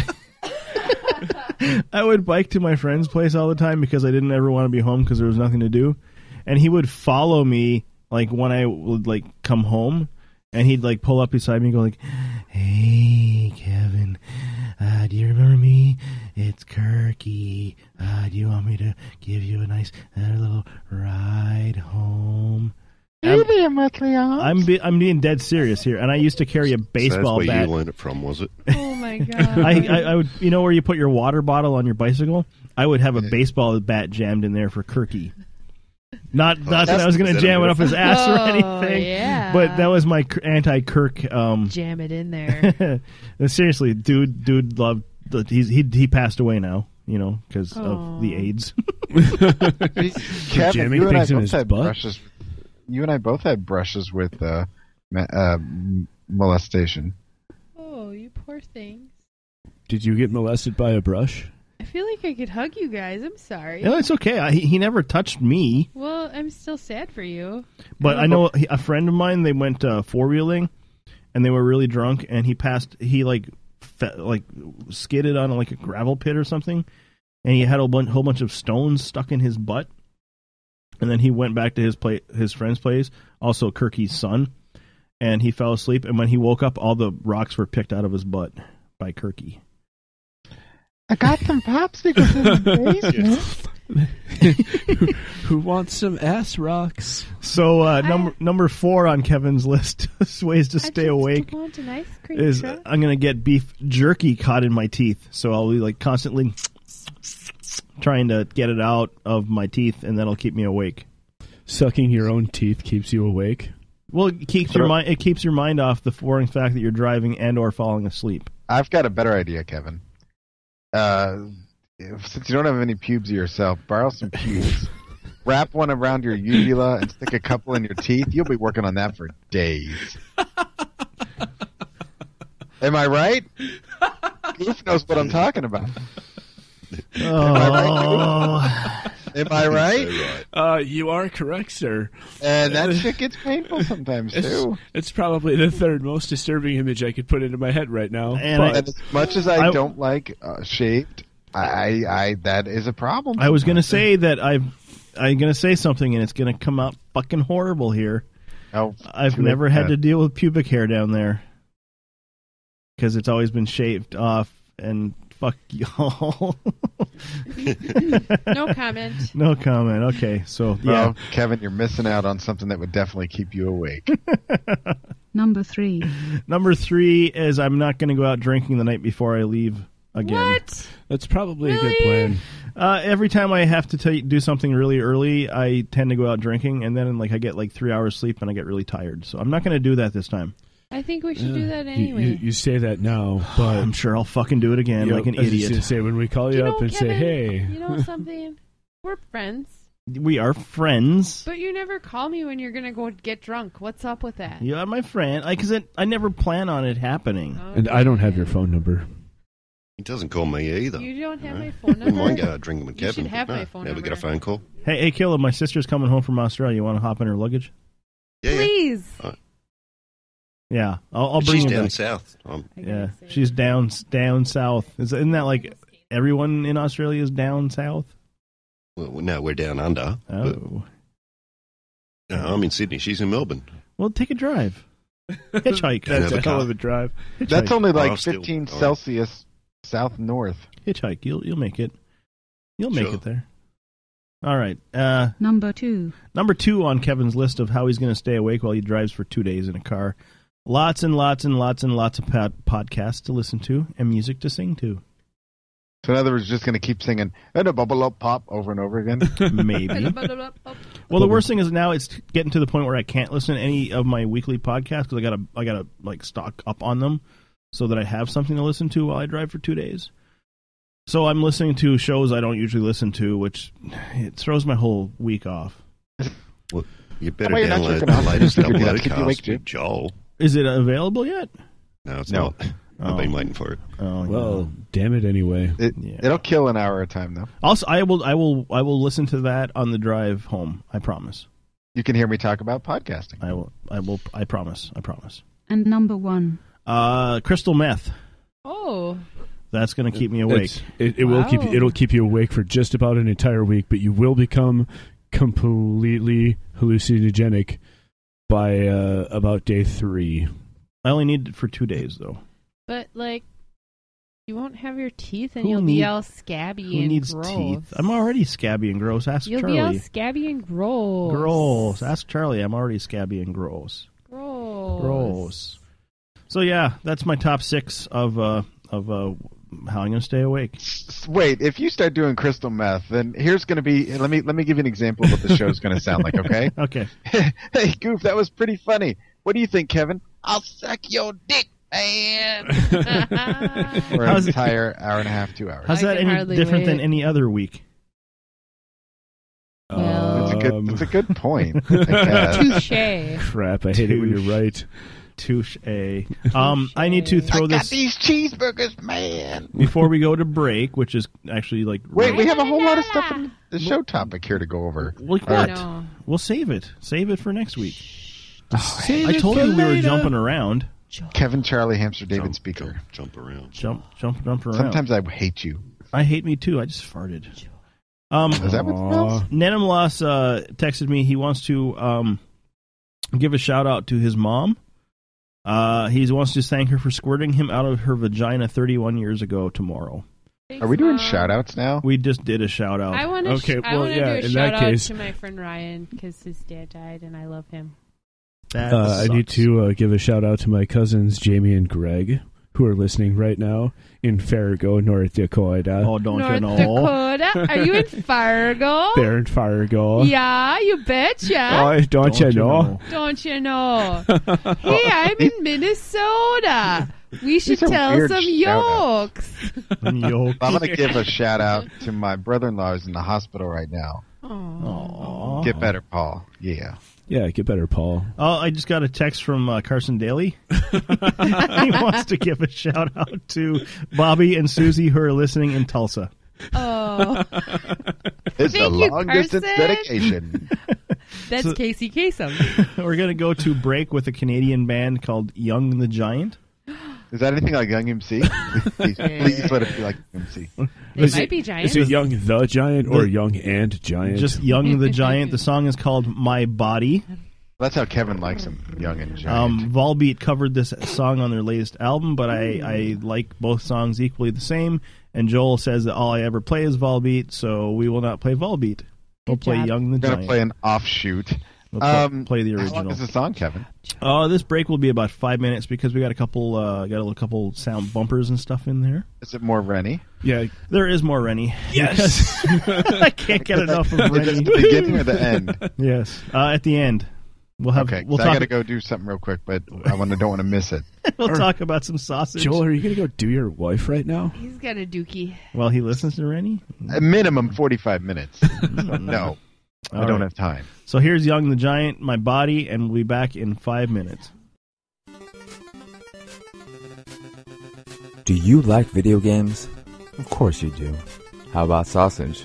Speaker 7: I would bike to my friend's place all the time because I didn't ever want to be home because there was nothing to do, and he would follow me like when I would like come home, and he'd like pull up beside me and go like, "Hey, Kevin, uh, do you remember me? It's Kirky. Uh, do you want me to give you a nice uh, little ride home?" I'm,
Speaker 8: Uh-huh.
Speaker 7: I'm, be, I'm being dead serious here, and I used to carry a baseball
Speaker 11: so that's where
Speaker 7: bat.
Speaker 11: you learned it from, was it?
Speaker 8: Oh my god.
Speaker 7: I, I, I would, you know, where you put your water bottle on your bicycle. I would have a baseball bat jammed in there for Kirky.
Speaker 11: Oh,
Speaker 7: Not, not that I was going to jam it up his ass or
Speaker 8: Oh,
Speaker 7: anything.
Speaker 8: yeah.
Speaker 7: But that was my anti-Kirk. Um,
Speaker 8: Jam it in there.
Speaker 7: seriously, dude, dude loved. The, he's, he he passed away now. You know, because
Speaker 8: Aw.
Speaker 7: of the AIDS.
Speaker 9: Kevin,
Speaker 7: Jamming
Speaker 9: you and I
Speaker 7: things in
Speaker 9: both
Speaker 7: his
Speaker 9: had
Speaker 7: butt?
Speaker 9: brushes. You and I both had brushes with uh, ma- uh, m- molestation.
Speaker 8: oh, you poor thing.
Speaker 10: Did you get molested by a brush?
Speaker 8: I feel like I could hug you guys. I'm sorry.
Speaker 7: no, it's okay. I, he, he never touched me.
Speaker 8: Well, I'm still sad for you.
Speaker 7: But I know a friend of mine. They went uh, four wheeling, and they were really drunk. And he passed. He like fe- like skidded on like a gravel pit or something, and he had a bun- whole bunch of stones stuck in his butt. And then he went back to his play his friend's place, also Kirky's son, and he fell asleep. And when he woke up, all the rocks were picked out of his butt by Kirky.
Speaker 5: I got some popsicles in
Speaker 10: Who wants some ass rocks?
Speaker 7: So uh, number number four on Kevin's list is ways to stay awake.
Speaker 8: Want an ice cream
Speaker 7: is
Speaker 8: truck?
Speaker 7: I'm gonna get beef jerky caught in my teeth, so I'll be like constantly trying to get it out of my teeth, and that'll keep me awake.
Speaker 10: Sucking your own teeth keeps you awake.
Speaker 7: Well, it keeps your mind it keeps your mind off the foreign fact that you're driving and or falling asleep.
Speaker 9: I've got a better idea, Kevin. Uh, if- since you don't have any pubes yourself, borrow some pubes. Wrap one around your uvula and stick a couple in your teeth. You'll be working on that for days. Am I right? Goof knows what I'm talking about.
Speaker 7: Oh.
Speaker 9: Am I right?
Speaker 10: Uh, you are correct, sir.
Speaker 9: And that shit gets painful sometimes
Speaker 10: It's,
Speaker 9: too.
Speaker 10: it's probably the third most disturbing image I could put into my head right now. but-
Speaker 9: And as much as I, don't like uh, shaved, I, I that is a problem.
Speaker 7: I was gonna say that I've I'm gonna say something, and it's gonna come out fucking horrible here.
Speaker 9: Oh,
Speaker 7: I've
Speaker 9: too
Speaker 7: never
Speaker 9: late for
Speaker 7: had
Speaker 9: that.
Speaker 7: to deal with pubic hair down there because it's always been shaved off. And fuck y'all.
Speaker 8: No comment.
Speaker 7: No comment. Okay, so yeah,
Speaker 9: Oh, Kevin, you're missing out on something that would definitely keep you awake.
Speaker 13: Number three.
Speaker 7: Number three is I'm not going to go out drinking the night before I leave again.
Speaker 8: What?
Speaker 10: That's probably a good plan.
Speaker 7: Uh, every time I have to tell you- do something really early, I tend to go out drinking, and then like I get like three hours sleep and I get really tired. So I'm not going to do that this time.
Speaker 8: I think we should do that
Speaker 10: You,
Speaker 8: anyway.
Speaker 10: you, you say that now, but
Speaker 7: I'm sure I'll fucking do it again,
Speaker 10: You-
Speaker 7: like an
Speaker 10: I was just
Speaker 7: idiot.
Speaker 10: gonna say when we call you,
Speaker 8: You know,
Speaker 10: up and say,
Speaker 8: Kevin,
Speaker 10: "Hey,
Speaker 8: You know something? We're friends.
Speaker 7: we are friends.
Speaker 8: But you never call me when you're going to go get drunk. What's up with that?
Speaker 7: You are my friend. I because I never plan on it happening.
Speaker 8: Oh.
Speaker 10: and I don't have your phone number."
Speaker 11: He doesn't call me either.
Speaker 8: You don't have my phone
Speaker 11: Wouldn't mind
Speaker 8: number?
Speaker 11: uh, drinking with
Speaker 8: You should
Speaker 11: Kevin.
Speaker 8: have
Speaker 11: but
Speaker 8: my
Speaker 11: no,
Speaker 8: phone
Speaker 11: never
Speaker 8: number.
Speaker 11: get a phone call.
Speaker 7: Hey, hey, Killa, my sister's coming home from Australia. You want to hop in her luggage?
Speaker 11: Yeah, yeah.
Speaker 8: Please.
Speaker 7: Yeah, I'll, I'll
Speaker 11: But
Speaker 7: bring
Speaker 11: she's
Speaker 7: you
Speaker 11: down
Speaker 7: back.
Speaker 11: south. Um,
Speaker 7: Yeah, she's down down south. Is, isn't that like everyone in Australia is down south?
Speaker 11: well, no, we're down under. but-
Speaker 7: Oh,
Speaker 11: no, I'm in Sydney. She's in Melbourne.
Speaker 7: well, take a drive, hitchhike.
Speaker 11: That's a hell of
Speaker 10: a drive.
Speaker 7: Hitchhike.
Speaker 9: That's only
Speaker 11: I'll
Speaker 9: like
Speaker 11: still-
Speaker 9: 15
Speaker 11: all right.
Speaker 9: Celsius south north.
Speaker 7: hitchhike. You'll you'll make it. You'll make
Speaker 11: Sure.
Speaker 7: it there. All right. Uh,
Speaker 13: Number two.
Speaker 7: number two on Kevin's list of how he's going to stay awake while he drives for two days in a car. Lots and lots and lots and lots of pod- podcasts to listen to and music to sing to.
Speaker 9: So in other words, just going to keep singing and a bubble up pop over and over again.
Speaker 7: Maybe. Well, the worst thing is now it's getting to the point where I can't listen to any of my weekly podcasts because I gotta I gotta like stock up on them so that I have something to listen to while I drive for two days. So I'm listening to shows I don't usually listen to, which it throws my whole week off.
Speaker 11: Well, you better
Speaker 9: Why you're not
Speaker 11: download
Speaker 9: jerking
Speaker 11: the
Speaker 9: off?
Speaker 11: latest
Speaker 9: Keep you awake,
Speaker 11: upload
Speaker 9: Jim.
Speaker 11: cast with Joel.
Speaker 7: Is it available yet?
Speaker 11: No, it's
Speaker 9: No.
Speaker 11: not. I've been waiting for it.
Speaker 7: Oh,
Speaker 10: well, damn it anyway.
Speaker 9: It, It'll kill an hour of time though.
Speaker 7: Oh. Also, I will, I will, I will listen to that on the drive home. I promise.
Speaker 9: You can hear me talk about podcasting.
Speaker 7: I will, I will, I promise. I promise.
Speaker 13: And number one.
Speaker 7: Uh, crystal meth.
Speaker 8: Oh.
Speaker 7: That's going to keep me awake.
Speaker 10: It's- It, it will keep
Speaker 8: Wow.
Speaker 10: it'll keep you awake for just about an entire week, but you will become completely hallucinogenic by uh, about day three.
Speaker 7: I only need it for two days though.
Speaker 8: But like, you won't have your teeth, and
Speaker 7: Who
Speaker 8: you'll
Speaker 7: need-
Speaker 8: be all scabby
Speaker 7: Who
Speaker 8: and
Speaker 7: needs
Speaker 8: gross.
Speaker 7: teeth? I'm already scabby and gross. Ask
Speaker 8: You'll
Speaker 7: Charlie.
Speaker 8: be all scabby and gross.
Speaker 7: gross. Ask Charlie. I'm already scabby and gross.
Speaker 8: Gross.
Speaker 7: Gross. So yeah, that's my top six of uh of uh how I'm gonna stay awake.
Speaker 9: Wait, if you start doing crystal meth, then here's going to be. Let me let me give you an example of what the show's going to sound like. Okay.
Speaker 7: Okay.
Speaker 9: hey, Goof, that was pretty funny. What do you think, Kevin? I'll suck your dick, man. For an
Speaker 7: How's-
Speaker 9: entire hour and a half, two hours.
Speaker 7: How's that any
Speaker 8: hardly
Speaker 7: different than
Speaker 8: wait.
Speaker 7: any other week?
Speaker 9: That's a good. That's a good
Speaker 7: Um,
Speaker 9: point. I guess.
Speaker 8: Touche.
Speaker 10: Crap! I hate it when
Speaker 7: Touche.
Speaker 10: you're right.
Speaker 7: Touche. Um, I need to throw
Speaker 9: I got
Speaker 7: this
Speaker 9: these cheeseburgers, man.
Speaker 7: before we go to break, which is actually like
Speaker 9: Wait, we have a whole lot of stuff in the show topic here to go over.
Speaker 7: Like
Speaker 9: All
Speaker 7: what?
Speaker 9: right.
Speaker 8: No.
Speaker 7: We'll save it. Save it for next week.
Speaker 9: Save
Speaker 7: I
Speaker 9: Oh, it
Speaker 7: told
Speaker 9: for
Speaker 7: you we were
Speaker 9: later.
Speaker 7: jumping around.
Speaker 9: Kevin, Charlie, Hamster, David, Speaker.
Speaker 11: Jump around.
Speaker 7: Jump, jump, jump around.
Speaker 9: Sometimes I hate you.
Speaker 7: I hate me too. I just farted. Um,
Speaker 9: Is that what smells?
Speaker 7: Nanim Loss uh, texted me. He wants to um, give a shout out to his mom. Uh, he wants to thank her for squirting him out of her vagina 31 years ago tomorrow.
Speaker 9: Are we doing shout outs now?
Speaker 7: We just did a shout out.
Speaker 8: I want to.
Speaker 10: Okay,
Speaker 8: I
Speaker 10: well,
Speaker 8: want to
Speaker 10: yeah,
Speaker 8: do a
Speaker 10: in
Speaker 8: shout
Speaker 10: that
Speaker 8: out
Speaker 10: case-
Speaker 8: to my friend Ryan because his dad died, and I love him.
Speaker 7: That
Speaker 10: Uh, I need
Speaker 7: sucks.
Speaker 10: to uh, give a shout out to my cousins Jamie and Greg who are listening right now in Fargo, North Dakota.
Speaker 7: Oh, don't you
Speaker 8: North
Speaker 7: know?
Speaker 8: Dakota. Are you in Fargo?
Speaker 10: They're in Fargo.
Speaker 8: Yeah, you betcha.
Speaker 10: Oh, don't, you know?
Speaker 8: Don't you know? hey, I'm in Minnesota. We should
Speaker 9: are
Speaker 8: tell
Speaker 9: weird
Speaker 8: some
Speaker 9: shout-outs.
Speaker 8: yokes.
Speaker 7: Yo.
Speaker 9: I'm going to give a shout out to my brother in law who's in the hospital right now.
Speaker 7: Aw.
Speaker 9: Get better, Paul. Yeah.
Speaker 10: Yeah, get better, Paul.
Speaker 7: Oh, I just got a text from uh, Carson Daly. he wants to give a shout out to Bobby and Susie who are listening in Tulsa.
Speaker 8: Oh,
Speaker 9: It's a
Speaker 8: Thank you,
Speaker 9: long distance
Speaker 8: Carson.
Speaker 9: dedication.
Speaker 8: that's
Speaker 7: So-
Speaker 8: Casey Kasem.
Speaker 7: We're going to go to break with a Canadian band called Young the Giant.
Speaker 9: Is that anything like Young MC? please, please let it be like Young MC.
Speaker 8: They might be giants.
Speaker 10: Is it Young the Giant or
Speaker 7: The-
Speaker 10: Young and Giant?
Speaker 7: Just Young the Giant. The song is called My Body.
Speaker 9: That's how Kevin likes him, Young and Giant.
Speaker 7: Um, Volbeat covered this song on their latest album, but I, I like both songs equally the same. And Joel says that all I ever play is Volbeat, so we will not play Volbeat. We'll
Speaker 8: Good
Speaker 7: play
Speaker 8: job.
Speaker 7: Young the
Speaker 9: We're going to
Speaker 7: Giant.
Speaker 9: play an offshoot.
Speaker 7: We'll pl-
Speaker 9: Um,
Speaker 7: play the
Speaker 9: How long
Speaker 7: original.
Speaker 9: is the song, Kevin?
Speaker 7: Uh, this break will be about five minutes because we got a couple, uh, got a little couple sound bumpers and stuff in there.
Speaker 9: Is it more Rennie?
Speaker 10: yeah,
Speaker 7: There is more Rennie. Yes, I can't get enough of
Speaker 9: Is it
Speaker 7: Rennie.
Speaker 9: the beginning or the end?
Speaker 7: Yes, uh, at the end we'll have
Speaker 9: Okay, 'cause
Speaker 7: we'll
Speaker 9: I got
Speaker 7: talk
Speaker 9: to go do something real quick, but I want to don't want to miss it.
Speaker 7: we'll talk about some sausage.
Speaker 10: Joel, are you gonna go do your wife right now?
Speaker 8: He's got a dookie.
Speaker 7: Well, he listens to Rennie.
Speaker 9: A minimum forty-five minutes. no, I
Speaker 7: All right.
Speaker 9: don't have time.
Speaker 7: So here's Young the Giant, my body, and we'll be back in five minutes.
Speaker 14: Do you like video games? Of course you do. How about sausage?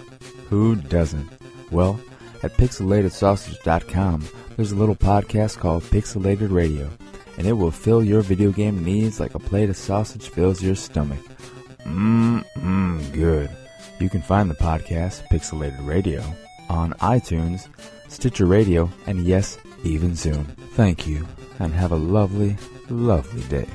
Speaker 14: Who doesn't? Well, at pixelatedsausage.com, there's a little podcast called Pixelated Radio, and it will fill your video game needs like a plate of sausage fills your stomach. Mmm, mmm, good. You can find the podcast Pixelated Radio on iTunes, Stitcher Radio, and yes, even Zoom. Thank you, and have a lovely, lovely day.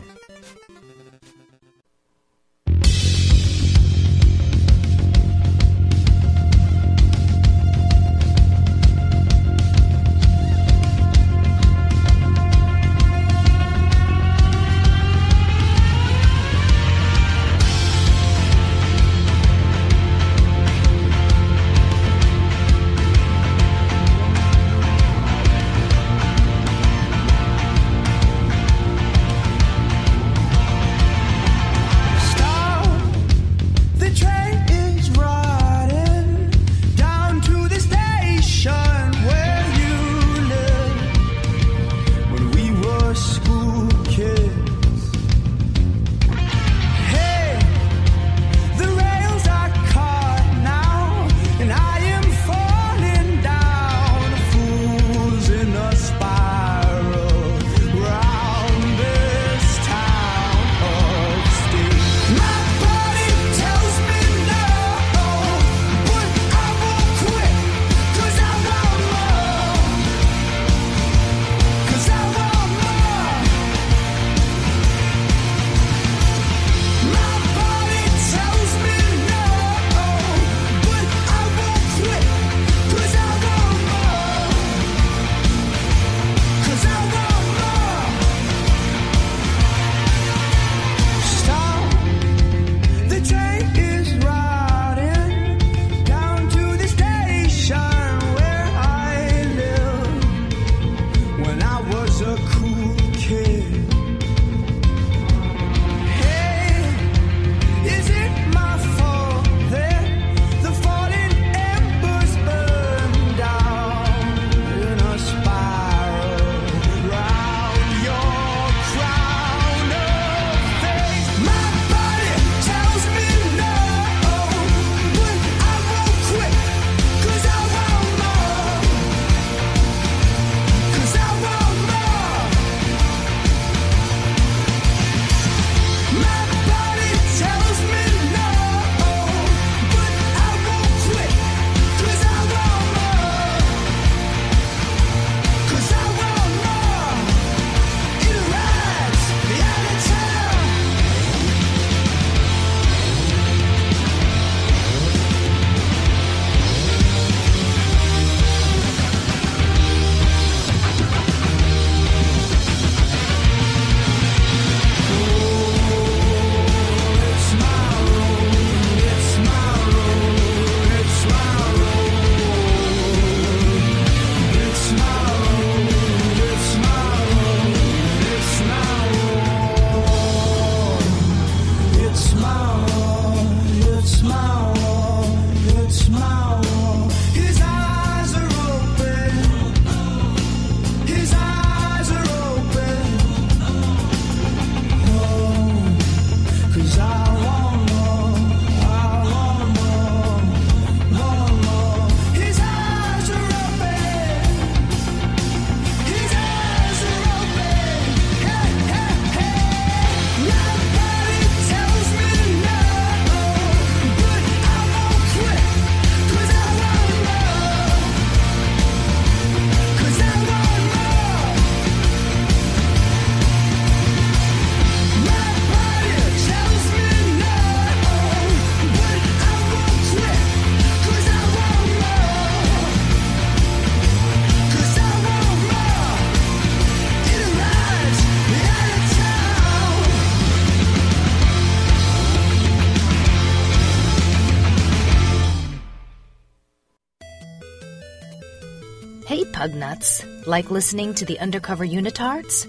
Speaker 6: Hugnuts? Like listening to the undercover unitards?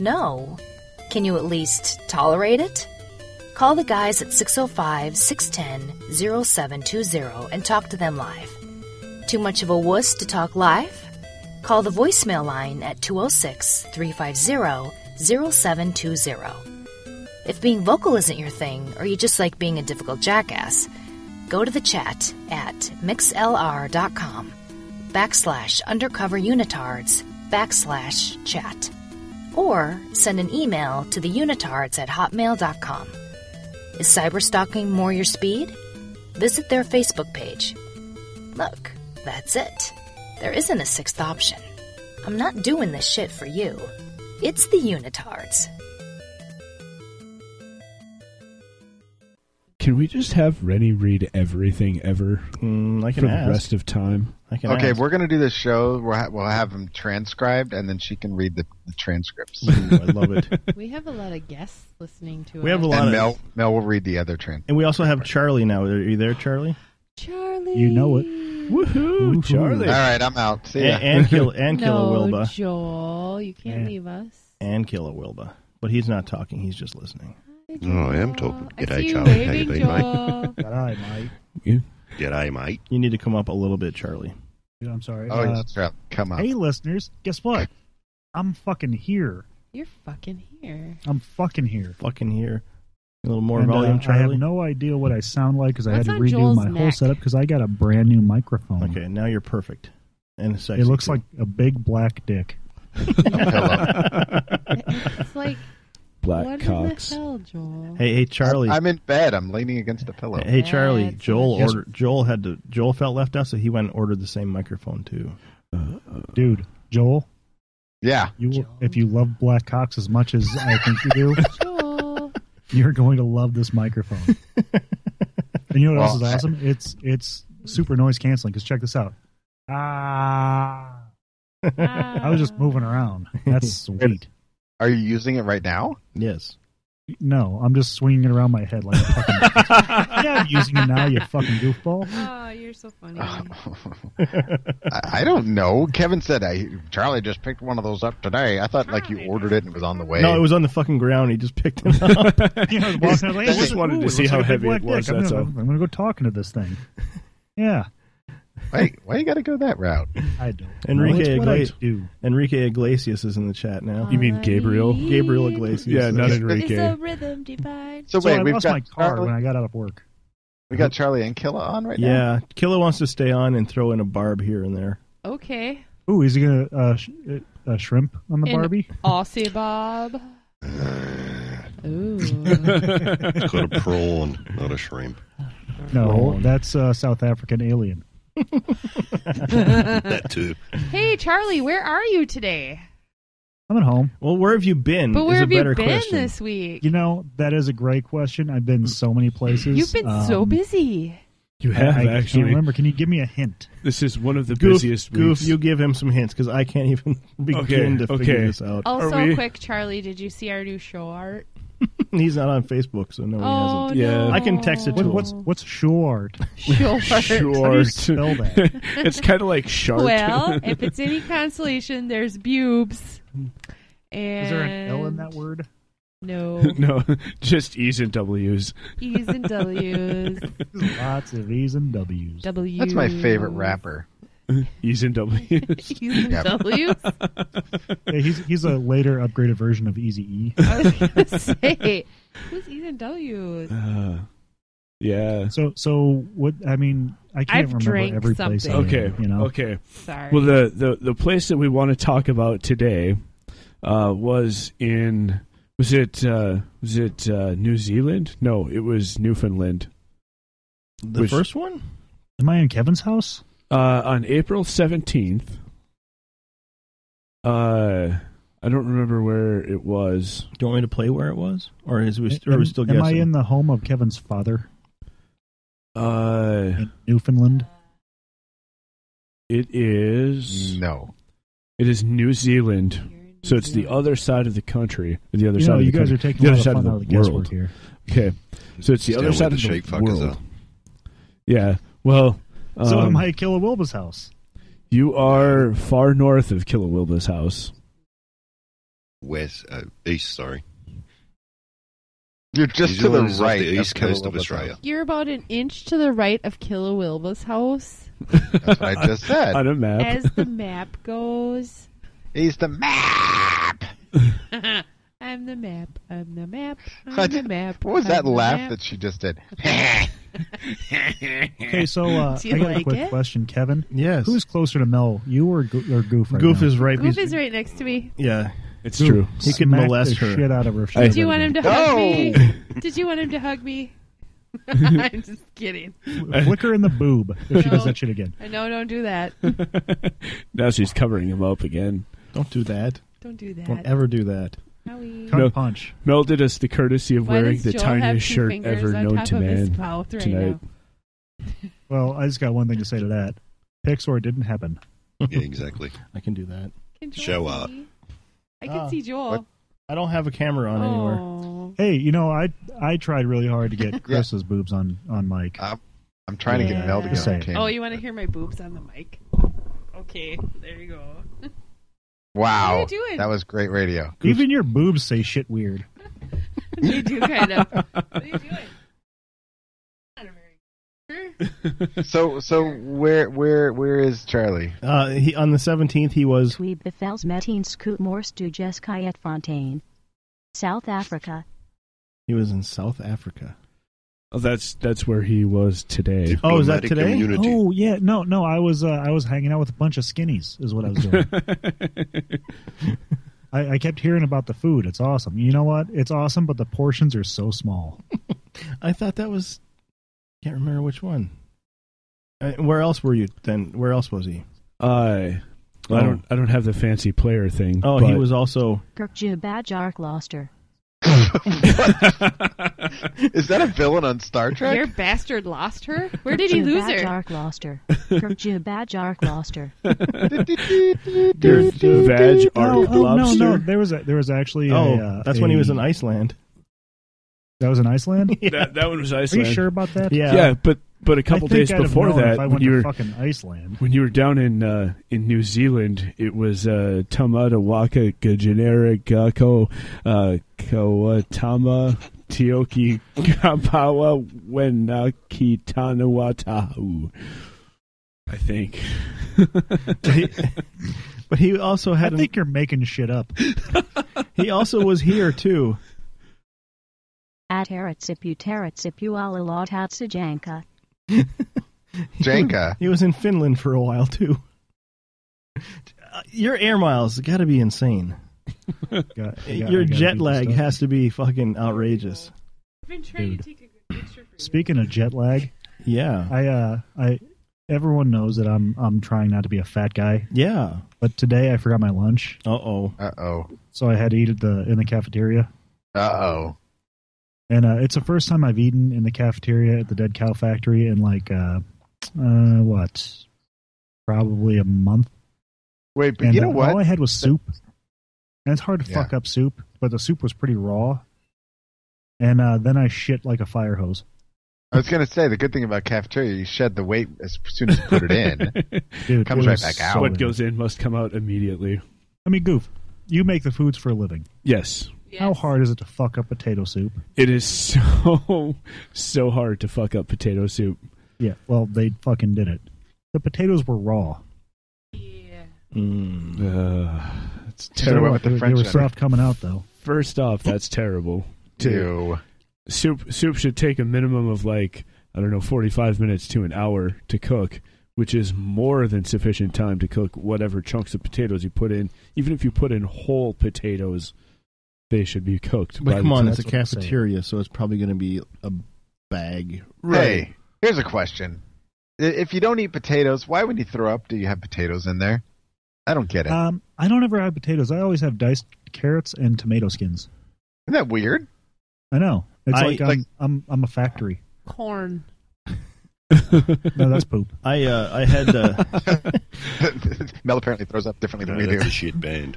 Speaker 6: No. Can you at least tolerate it? Call the guys at 605 610 0720 and talk to them live. Too much of a wuss to talk live? Call the voicemail line at 206 350 0720. If being vocal isn't your thing, or you just like being a difficult jackass, go to the chat at mixlr.com backslash undercover unitards backslash chat or send an email to the unitards at hotmail.com is cyberstalking more your speed visit their facebook page look that's it there isn't a sixth option i'm not doing this shit for you it's the unitards
Speaker 10: Can we just have Rennie read everything ever
Speaker 7: Mm, I
Speaker 9: can
Speaker 10: for
Speaker 9: ask.
Speaker 10: the rest of time?
Speaker 9: okay, we're gonna do this show. We'll, ha- we'll have them transcribed, and then she can read the, the transcripts.
Speaker 7: I love it.
Speaker 8: we have a lot of guests listening to
Speaker 7: We
Speaker 8: us.
Speaker 7: have a lot
Speaker 9: and
Speaker 7: of-
Speaker 9: Mel. Mel will read the other trans.
Speaker 7: And we also have Charlie now. Are you there, Charlie?
Speaker 8: Charlie.
Speaker 7: You know it.
Speaker 10: Woohoo,
Speaker 9: Charlie. All right, I'm out. See ya.
Speaker 7: And, and kill and kill
Speaker 8: no,
Speaker 7: a Wilba.
Speaker 8: Joel, you can't
Speaker 7: Yeah.
Speaker 8: leave us.
Speaker 7: and kill a Wilba. But he's not talking. He's just listening.
Speaker 15: Mm.
Speaker 11: No, Oh, I am talking.
Speaker 8: I
Speaker 11: G'day,
Speaker 8: see you
Speaker 11: Charlie. How you
Speaker 8: waving,
Speaker 11: doing,
Speaker 8: Joel.
Speaker 11: mate?
Speaker 15: G'day,
Speaker 10: mate.
Speaker 11: G'day, mate.
Speaker 7: You need to come up a little bit, Charlie.
Speaker 15: Yeah, I'm sorry.
Speaker 11: Oh,
Speaker 15: Uh,
Speaker 11: that's right. Come on.
Speaker 15: Hey, listeners, guess what? I'm fucking here.
Speaker 8: You're fucking here.
Speaker 15: I'm fucking here.
Speaker 7: Fucking here. A little more
Speaker 15: And, uh,
Speaker 7: volume,
Speaker 15: I
Speaker 7: Charlie.
Speaker 15: have no idea what I sound like because I had
Speaker 7: What's
Speaker 15: to
Speaker 7: on
Speaker 15: redo
Speaker 7: Joel's
Speaker 15: my whole
Speaker 7: neck?
Speaker 15: setup because I got a brand new microphone.
Speaker 7: Okay, now you're perfect. And sexy.
Speaker 15: It looks
Speaker 7: too.
Speaker 15: like a big black dick.
Speaker 8: It's like
Speaker 7: Black
Speaker 8: what
Speaker 7: cocks.
Speaker 8: in the hell, Joel?
Speaker 7: Hey, hey, Charlie.
Speaker 9: I'm in bed. I'm leaning against the pillow.
Speaker 7: Hey, Charlie.
Speaker 8: That's
Speaker 7: Joel
Speaker 8: nice.
Speaker 7: ordered. Joel had to. Joel felt left out, so he went and ordered the same microphone too.
Speaker 15: Dude, Joel.
Speaker 9: Yeah.
Speaker 15: You, will- if you love black cocks as much as I think you do,
Speaker 8: Joel.
Speaker 15: you're going to love this microphone. and you know what else is
Speaker 9: Well, I-
Speaker 15: awesome? It's it's super noise canceling. Because check this out. Ah. I was just moving around. That's sweet.
Speaker 9: Are you using it right now?
Speaker 7: Yes.
Speaker 15: No, I'm just swinging it around my head like a fucking. yeah, I'm using it now, you fucking goofball.
Speaker 8: Oh, you're so funny.
Speaker 7: Oh.
Speaker 9: I, I don't know. Kevin said I, Charlie just picked one of those up today. I thought like you ordered it and it was on the way.
Speaker 7: No, it was on the fucking ground. He just picked it up.
Speaker 15: Yeah, I was walking. I was like,
Speaker 9: I
Speaker 15: "Hey,
Speaker 9: just
Speaker 15: look,
Speaker 9: wanted
Speaker 15: ooh,
Speaker 9: to
Speaker 15: it
Speaker 9: see
Speaker 15: looks
Speaker 9: how
Speaker 15: like a
Speaker 9: heavy
Speaker 15: black
Speaker 9: it was,
Speaker 15: dick. I'm
Speaker 9: that's
Speaker 15: gonna,
Speaker 9: all.
Speaker 15: I'm gonna go talking to this thing. Yeah,
Speaker 9: Why, why you got to go that route?
Speaker 15: I don't.
Speaker 7: Enrique
Speaker 15: Well, it's
Speaker 7: Igla-
Speaker 15: what I do.
Speaker 7: Enrique Iglesias is in the chat now.
Speaker 10: You mean Gabriel?
Speaker 9: Uh,
Speaker 7: Gabriel Iglesias.
Speaker 10: Yeah, not
Speaker 8: It's
Speaker 10: Enrique.
Speaker 8: a rhythm divine.
Speaker 9: So
Speaker 15: So
Speaker 9: wait,
Speaker 15: I
Speaker 9: we've
Speaker 15: lost
Speaker 9: got
Speaker 15: my car
Speaker 9: Charlie,
Speaker 15: when I got out of work.
Speaker 9: we got Charlie and Killa on right now.
Speaker 7: Yeah, Killa wants to stay on and throw in a barb here and there.
Speaker 8: Okay.
Speaker 15: Ooh, is he gonna uh, sh- uh, shrimp on the
Speaker 8: And
Speaker 15: Barbie?
Speaker 8: Aussie Bob. Ooh.
Speaker 11: It's called a prawn, not a shrimp.
Speaker 15: No, that's uh, South African alien.
Speaker 11: That too.
Speaker 8: hey, Charlie, where are you today?
Speaker 15: I'm at home.
Speaker 7: Well, where have you been? Hmm.
Speaker 8: But
Speaker 7: is
Speaker 8: where
Speaker 7: a
Speaker 8: have you
Speaker 7: better
Speaker 8: been
Speaker 7: question.
Speaker 8: this week?
Speaker 15: You know that is a great question. I've been so many places.
Speaker 8: You've been so
Speaker 15: Um,
Speaker 8: busy.
Speaker 10: You
Speaker 15: I-
Speaker 10: have
Speaker 15: I,
Speaker 10: actually.
Speaker 15: Can't remember? Can you give me a hint?
Speaker 10: This is one of the
Speaker 7: Goof,
Speaker 10: busiest
Speaker 7: Goof,
Speaker 10: weeks.
Speaker 7: you give him some hints because I can't even begin
Speaker 10: Okay,
Speaker 7: to figure
Speaker 10: okay.
Speaker 7: this out.
Speaker 8: Also,
Speaker 10: Are we-
Speaker 8: quick, Charlie, did you see our new show art?
Speaker 7: He's not on Facebook, so no,
Speaker 8: Oh,
Speaker 7: he hasn't.
Speaker 10: Yeah. no.
Speaker 7: I can text it to
Speaker 15: What,
Speaker 7: him.
Speaker 15: what's what's short?
Speaker 8: Show art.
Speaker 15: How do you
Speaker 10: Short.
Speaker 15: spell that?
Speaker 10: it's kind of like shark.
Speaker 8: Well, if it's any consolation, there's bubes. And
Speaker 15: Is there an L in that word?
Speaker 8: No.
Speaker 10: no, just E's and W's.
Speaker 8: E's and W's.
Speaker 15: Lots of E's and W's.
Speaker 8: W's.
Speaker 9: That's my favorite rapper.
Speaker 10: E's and W's.
Speaker 8: E's and
Speaker 9: Yeah.
Speaker 8: W's.
Speaker 15: Yeah, he's he's a later upgraded version of Easy E.
Speaker 8: I was gonna say, who's E's and W's?
Speaker 10: Uh, yeah.
Speaker 15: So so what? I mean, I can't
Speaker 8: I've drank
Speaker 15: remember every place. I
Speaker 8: something.
Speaker 10: Okay.
Speaker 15: am, you know.
Speaker 10: Okay.
Speaker 8: Sorry.
Speaker 10: Well, the, the the place that we want to talk about today uh, was in was it uh, was it uh, New Zealand? No, it was Newfoundland.
Speaker 7: the
Speaker 10: which-
Speaker 7: first one?
Speaker 15: Am I in Kevin's house?
Speaker 10: Uh, on April seventeenth. Uh, I don't remember where it was.
Speaker 7: Do you want me to play where it was, or is we, or are
Speaker 15: am,
Speaker 7: we still
Speaker 15: am
Speaker 7: guessing?
Speaker 15: I in the home of Kevin's father
Speaker 10: Uh,
Speaker 15: in Newfoundland?
Speaker 10: it is
Speaker 9: No,
Speaker 10: it is New Zealand. So it's the other side of the country, the other
Speaker 15: you
Speaker 10: side
Speaker 15: know,
Speaker 10: of the
Speaker 15: you guys
Speaker 10: country,
Speaker 15: are taking a
Speaker 10: the other
Speaker 15: lot of
Speaker 10: side
Speaker 15: fun out
Speaker 10: of
Speaker 15: of the
Speaker 10: the
Speaker 15: guesswork
Speaker 10: world.
Speaker 15: here.
Speaker 10: Okay, so it's the
Speaker 11: Stay
Speaker 10: other
Speaker 11: away
Speaker 10: side
Speaker 11: the
Speaker 10: of the
Speaker 11: shape fuckers,
Speaker 10: world. Yeah. Well.
Speaker 15: So
Speaker 10: um,
Speaker 15: am I at Killa Wilba's house?
Speaker 10: You are far north of Killawilda's house.
Speaker 11: West, uh, east, sorry.
Speaker 9: You're
Speaker 11: just
Speaker 9: to the right
Speaker 11: the
Speaker 9: of
Speaker 11: east coast of
Speaker 9: Killawilda's
Speaker 11: Australia.
Speaker 8: You're about an inch to the right of Killawilba's house.
Speaker 9: That's what I just said.
Speaker 10: On a map.
Speaker 8: As the map goes,
Speaker 9: He's the map.
Speaker 8: I'm the map. I'm the map.
Speaker 9: I
Speaker 8: I'm the
Speaker 9: did-
Speaker 8: map.
Speaker 9: What was
Speaker 8: I'm
Speaker 9: that
Speaker 8: the
Speaker 9: laugh
Speaker 8: map.
Speaker 9: that she just did?
Speaker 15: Okay, so uh,
Speaker 8: Do you
Speaker 15: I got a
Speaker 8: like
Speaker 15: quick
Speaker 8: it?
Speaker 15: question, Kevin.
Speaker 7: Yes.
Speaker 15: Who's closer to Mel, you or, Go- or Goof? Right
Speaker 7: Goof
Speaker 15: now?
Speaker 7: is right.
Speaker 8: Goof is right next to me.
Speaker 7: Yeah, it's
Speaker 15: Goof,
Speaker 7: true. He could
Speaker 15: smack
Speaker 7: molest
Speaker 15: the
Speaker 7: her.
Speaker 15: shit out of her. if she
Speaker 7: I-
Speaker 15: does
Speaker 8: Did you
Speaker 15: that
Speaker 8: want him to
Speaker 15: again.
Speaker 8: hug
Speaker 15: No!
Speaker 8: me? Did you want him to hug me? I'm just kidding.
Speaker 15: Flicker in the boob if she
Speaker 8: No.
Speaker 15: does that shit again.
Speaker 8: No, don't do that.
Speaker 10: Now she's covering him up again.
Speaker 7: Don't do that.
Speaker 8: Don't do that.
Speaker 10: Don't
Speaker 7: ever do that.
Speaker 8: Howie.
Speaker 15: Cunt punch.
Speaker 10: Mel did us the courtesy of
Speaker 8: Why
Speaker 10: wearing
Speaker 8: does
Speaker 10: the
Speaker 8: Joel have
Speaker 10: tiniest
Speaker 8: two
Speaker 10: shirt
Speaker 8: fingers
Speaker 10: ever
Speaker 8: on
Speaker 10: known
Speaker 8: top
Speaker 10: to
Speaker 8: of his
Speaker 10: man
Speaker 8: mouth right
Speaker 10: tonight.
Speaker 15: Well, I just got one thing to say to that. Pixar didn't happen.
Speaker 11: Yeah, exactly.
Speaker 7: I can do that.
Speaker 8: Can Joel
Speaker 11: Show up.
Speaker 8: see? I can
Speaker 7: Ah.
Speaker 8: see Joel.
Speaker 7: What? I don't have a camera on anywhere.
Speaker 8: Oh.
Speaker 15: Hey, you know, I I tried really hard to get Chris's boobs on on Mike.
Speaker 9: I'm, I'm trying to get Mel to
Speaker 15: Yeah.
Speaker 9: get on
Speaker 15: Say.
Speaker 9: camera.
Speaker 8: Oh, you want to hear my boobs on the mic? Okay, there you go.
Speaker 9: Wow.
Speaker 8: What are you doing?
Speaker 9: That was great radio.
Speaker 15: Even your boobs say shit weird.
Speaker 8: they do kind of. What are you doing?
Speaker 9: So so where where where is Charlie?
Speaker 7: Uh, he on the seventeenth he was.
Speaker 16: Twee bevels met een scoot morst to Jeskai at Fontaine. South Africa.
Speaker 7: He was in South Africa.
Speaker 10: Oh, that's that's where he was today.
Speaker 7: Oh, is that Diplomatic today? immunity.
Speaker 15: Oh yeah, no, no, I was uh, I was hanging out with a bunch of skinnies, is what I was doing. I, I kept hearing about the food. It's awesome. You know what? It's awesome, but the portions are so small.
Speaker 7: I thought that was. Can't remember which one. Uh, where else were you then? Where else was he?
Speaker 10: Uh, I don't I don't have the fancy player thing.
Speaker 7: Oh, he
Speaker 10: but-
Speaker 7: was also.
Speaker 16: Kirkju Badjark Loster.
Speaker 9: Is that a villain on Star Trek?
Speaker 8: Your bastard lost her? Where did he lose her?
Speaker 16: Badjark Loster. Kirkju Badjark Loster.
Speaker 10: Vag
Speaker 15: no,
Speaker 10: Arc
Speaker 15: oh, no, no.
Speaker 10: Lobster.
Speaker 15: There was a, there was actually.
Speaker 7: Oh,
Speaker 15: a, uh,
Speaker 7: that's when he
Speaker 15: a-
Speaker 7: was in Iceland.
Speaker 15: That was in Iceland.
Speaker 10: That, that one was
Speaker 15: Are
Speaker 10: Iceland.
Speaker 15: you sure about that?
Speaker 10: Yeah, but but a couple
Speaker 15: I think
Speaker 10: days
Speaker 15: I'd have
Speaker 10: before
Speaker 15: known
Speaker 10: that,
Speaker 15: if I
Speaker 10: when
Speaker 15: went
Speaker 10: you
Speaker 15: to
Speaker 10: were
Speaker 15: fucking Iceland.
Speaker 10: when you were down in uh, in New Zealand, it was uh, Tamata Waka Generic Gako uh, Kawatama Tioki Kapawa Wenaki Tanawatahu. I think.
Speaker 7: But he also had.
Speaker 15: I think you're making shit up.
Speaker 7: he also was here too.
Speaker 16: At Haratsipu Taratsipu Alalatatsa Janka.
Speaker 9: Jenga.
Speaker 7: He was in Finland for a while too. Uh, Your air miles got to be insane.
Speaker 15: Got- I got-
Speaker 7: Your
Speaker 15: I gotta
Speaker 7: jet
Speaker 15: beat
Speaker 7: lag
Speaker 15: this up.
Speaker 7: has to be fucking outrageous.
Speaker 8: I've been trying
Speaker 15: Dude.
Speaker 8: to take a good picture for
Speaker 15: Speaking of jet lag,
Speaker 7: Yeah.
Speaker 15: I uh I everyone knows that I'm I'm trying not to be a fat guy.
Speaker 7: Yeah.
Speaker 15: But today I forgot my lunch,
Speaker 7: Uh oh.
Speaker 9: Uh oh.
Speaker 15: so I had to eat at the in the cafeteria.
Speaker 9: Uh oh.
Speaker 15: And uh, it's the first time I've eaten in the cafeteria at the Dead Cow Factory in like uh, uh what? Probably a month.
Speaker 9: Wait, but
Speaker 15: And
Speaker 9: you know
Speaker 15: uh,
Speaker 9: what?
Speaker 15: all I had was soup. And it's hard to
Speaker 9: Yeah.
Speaker 15: fuck up soup, but the soup was pretty raw. And uh, then I shit like a fire hose.
Speaker 9: I was gonna say the good thing about cafeteria, you shed the weight as soon as you put it in.
Speaker 15: Dude,
Speaker 9: Comes
Speaker 15: it
Speaker 9: right
Speaker 15: was
Speaker 9: back
Speaker 15: so
Speaker 9: out.
Speaker 15: good.
Speaker 10: What goes in must come out immediately.
Speaker 15: I mean, goof. You make the foods for a living.
Speaker 10: Yes.
Speaker 15: How hard is it to fuck up potato soup?
Speaker 10: It is so so hard to fuck up potato soup.
Speaker 15: Yeah, well, they fucking did it. The potatoes were raw.
Speaker 10: Uh, it's
Speaker 9: Should've went
Speaker 10: terrible.
Speaker 9: with the
Speaker 15: They were-
Speaker 9: French
Speaker 15: they were
Speaker 9: under.
Speaker 15: soft coming out though.
Speaker 10: First off, that's terrible. To-
Speaker 9: Ew.
Speaker 10: soup soup should take a minimum of like I don't know forty five minutes to an hour to cook, which is more than sufficient time to cook whatever chunks of potatoes you put in. Even if you put in whole potatoes, they should be cooked.
Speaker 7: But
Speaker 10: by
Speaker 7: come
Speaker 10: the
Speaker 7: on,
Speaker 10: time-
Speaker 7: it's a cafeteria, so it's probably going to be a bag.
Speaker 9: Hey, here's a question: I- If you don't eat potatoes, why when you throw up do you have potatoes in there? I don't get it.
Speaker 15: Um, I don't ever have potatoes. I always have diced carrots and tomato skins.
Speaker 9: Isn't that weird?
Speaker 15: I know. It's
Speaker 7: I-
Speaker 15: like, I'm,
Speaker 7: like-
Speaker 15: I'm I'm a factory.
Speaker 8: corn.
Speaker 15: No, that's poop.
Speaker 7: I uh, I had uh,
Speaker 9: Mel apparently throws up differently than
Speaker 11: No,
Speaker 9: we do.
Speaker 11: that's a shit band.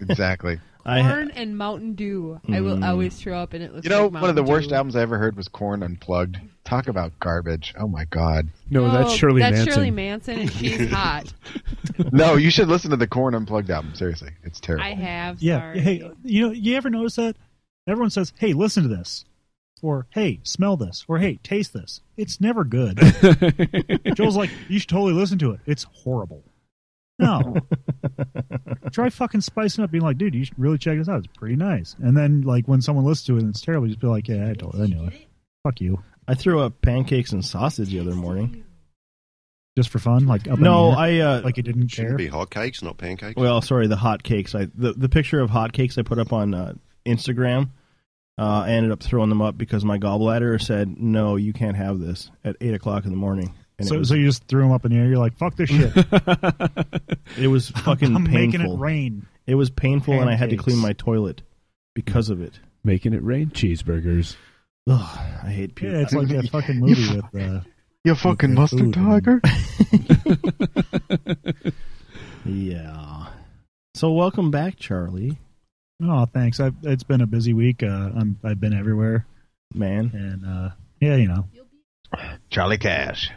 Speaker 9: exactly.
Speaker 7: I ha-
Speaker 8: Corn and Mountain Dew. I will always throw up and it looks
Speaker 9: You know,
Speaker 8: like
Speaker 9: one of the
Speaker 8: Mountain
Speaker 9: worst
Speaker 8: Dew.
Speaker 9: albums I ever heard was Corn Unplugged. Talk about garbage. Oh my god.
Speaker 10: No, that's Shirley
Speaker 8: Oh, that's
Speaker 10: Manson.
Speaker 8: Shirley Manson, and she's hot.
Speaker 9: no, you should listen to the Corn Unplugged album. Seriously, it's terrible.
Speaker 8: I have.
Speaker 15: yeah.
Speaker 8: Sorry.
Speaker 15: Hey, you know, you ever notice that everyone says, "Hey, listen to this," or "Hey, smell this," or "Hey, taste this." It's never good. Joel's like, "You should totally listen to it. It's horrible." No. Try fucking spicing up, being like, "Dude, you should really check this out. It's pretty nice." And then, like, when someone listens to it and it's terrible, you just be like, "Yeah, I totally I knew it. Fuck you."
Speaker 7: I threw up pancakes and sausage the other morning.
Speaker 15: Just for fun, like up in
Speaker 7: no,
Speaker 15: the air?
Speaker 7: I uh,
Speaker 15: like it didn't
Speaker 11: Shouldn't be hotcakes, not pancakes.
Speaker 7: Well, sorry, the hot cakes. I the, the picture of hot cakes I put up on uh, Instagram. Uh, I ended up throwing them up because my gallbladder said, "No, you can't have this at eight o'clock in the morning." And
Speaker 15: So,
Speaker 7: it was,
Speaker 15: so you just threw them up in the air. You're like, "Fuck this shit."
Speaker 7: it was fucking
Speaker 15: I'm
Speaker 7: painful.
Speaker 15: making it rain.
Speaker 7: It was painful, and I had to
Speaker 15: Pancakes.
Speaker 7: clean my toilet because of it.
Speaker 10: Making it rain cheeseburgers.
Speaker 7: Ugh, I hate puke.
Speaker 15: Yeah, it's like that fucking movie with uh,
Speaker 9: You fucking
Speaker 15: with uh, the
Speaker 9: mustard
Speaker 15: food and-
Speaker 9: tiger.
Speaker 7: yeah. So welcome back, Charlie.
Speaker 15: Oh, thanks. I've, it's been a busy week. Uh, I'm, I've been everywhere,
Speaker 7: man.
Speaker 15: And uh, yeah, you know,
Speaker 9: Charlie Cash.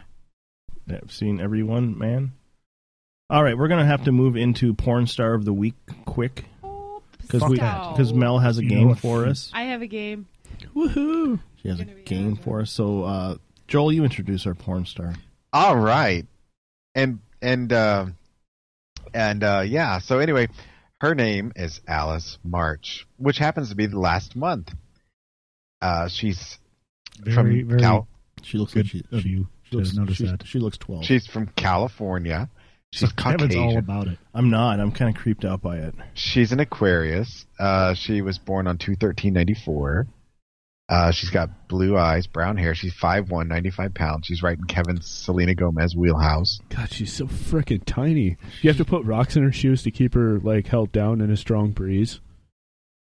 Speaker 7: I've seen everyone, man. All right, we're gonna have to move into porn star of the week quick because we
Speaker 8: Fuck
Speaker 7: because
Speaker 8: that.
Speaker 7: Mel has a
Speaker 8: You
Speaker 7: game
Speaker 8: know what?
Speaker 7: for us.
Speaker 8: I have a game.
Speaker 7: Woohoo! She has a game for us. So uh, Joel, you introduce our porn star.
Speaker 9: All right. And and uh, and uh, yeah. So anyway, her name is Alice March, which happens to be the last month. Uh, she's
Speaker 15: very,
Speaker 9: from
Speaker 15: very.
Speaker 9: Cal-
Speaker 7: She looks
Speaker 15: good she, of you to notice
Speaker 7: she's-
Speaker 15: that.
Speaker 7: She looks twelve.
Speaker 9: she's from California. She's
Speaker 15: Kevin's all
Speaker 9: Caucasian.
Speaker 15: about it.
Speaker 7: I'm not. I'm kind of creeped out by it.
Speaker 9: She's an Aquarius. Uh, she was born on two thirteen ninety four. Uh, she's got blue eyes, brown hair. She's 5'1", 95 pounds. She's right in Kevin's Selena Gomez wheelhouse.
Speaker 10: God, she's so freaking tiny. You have to put rocks in her shoes to keep her like held down in a strong breeze.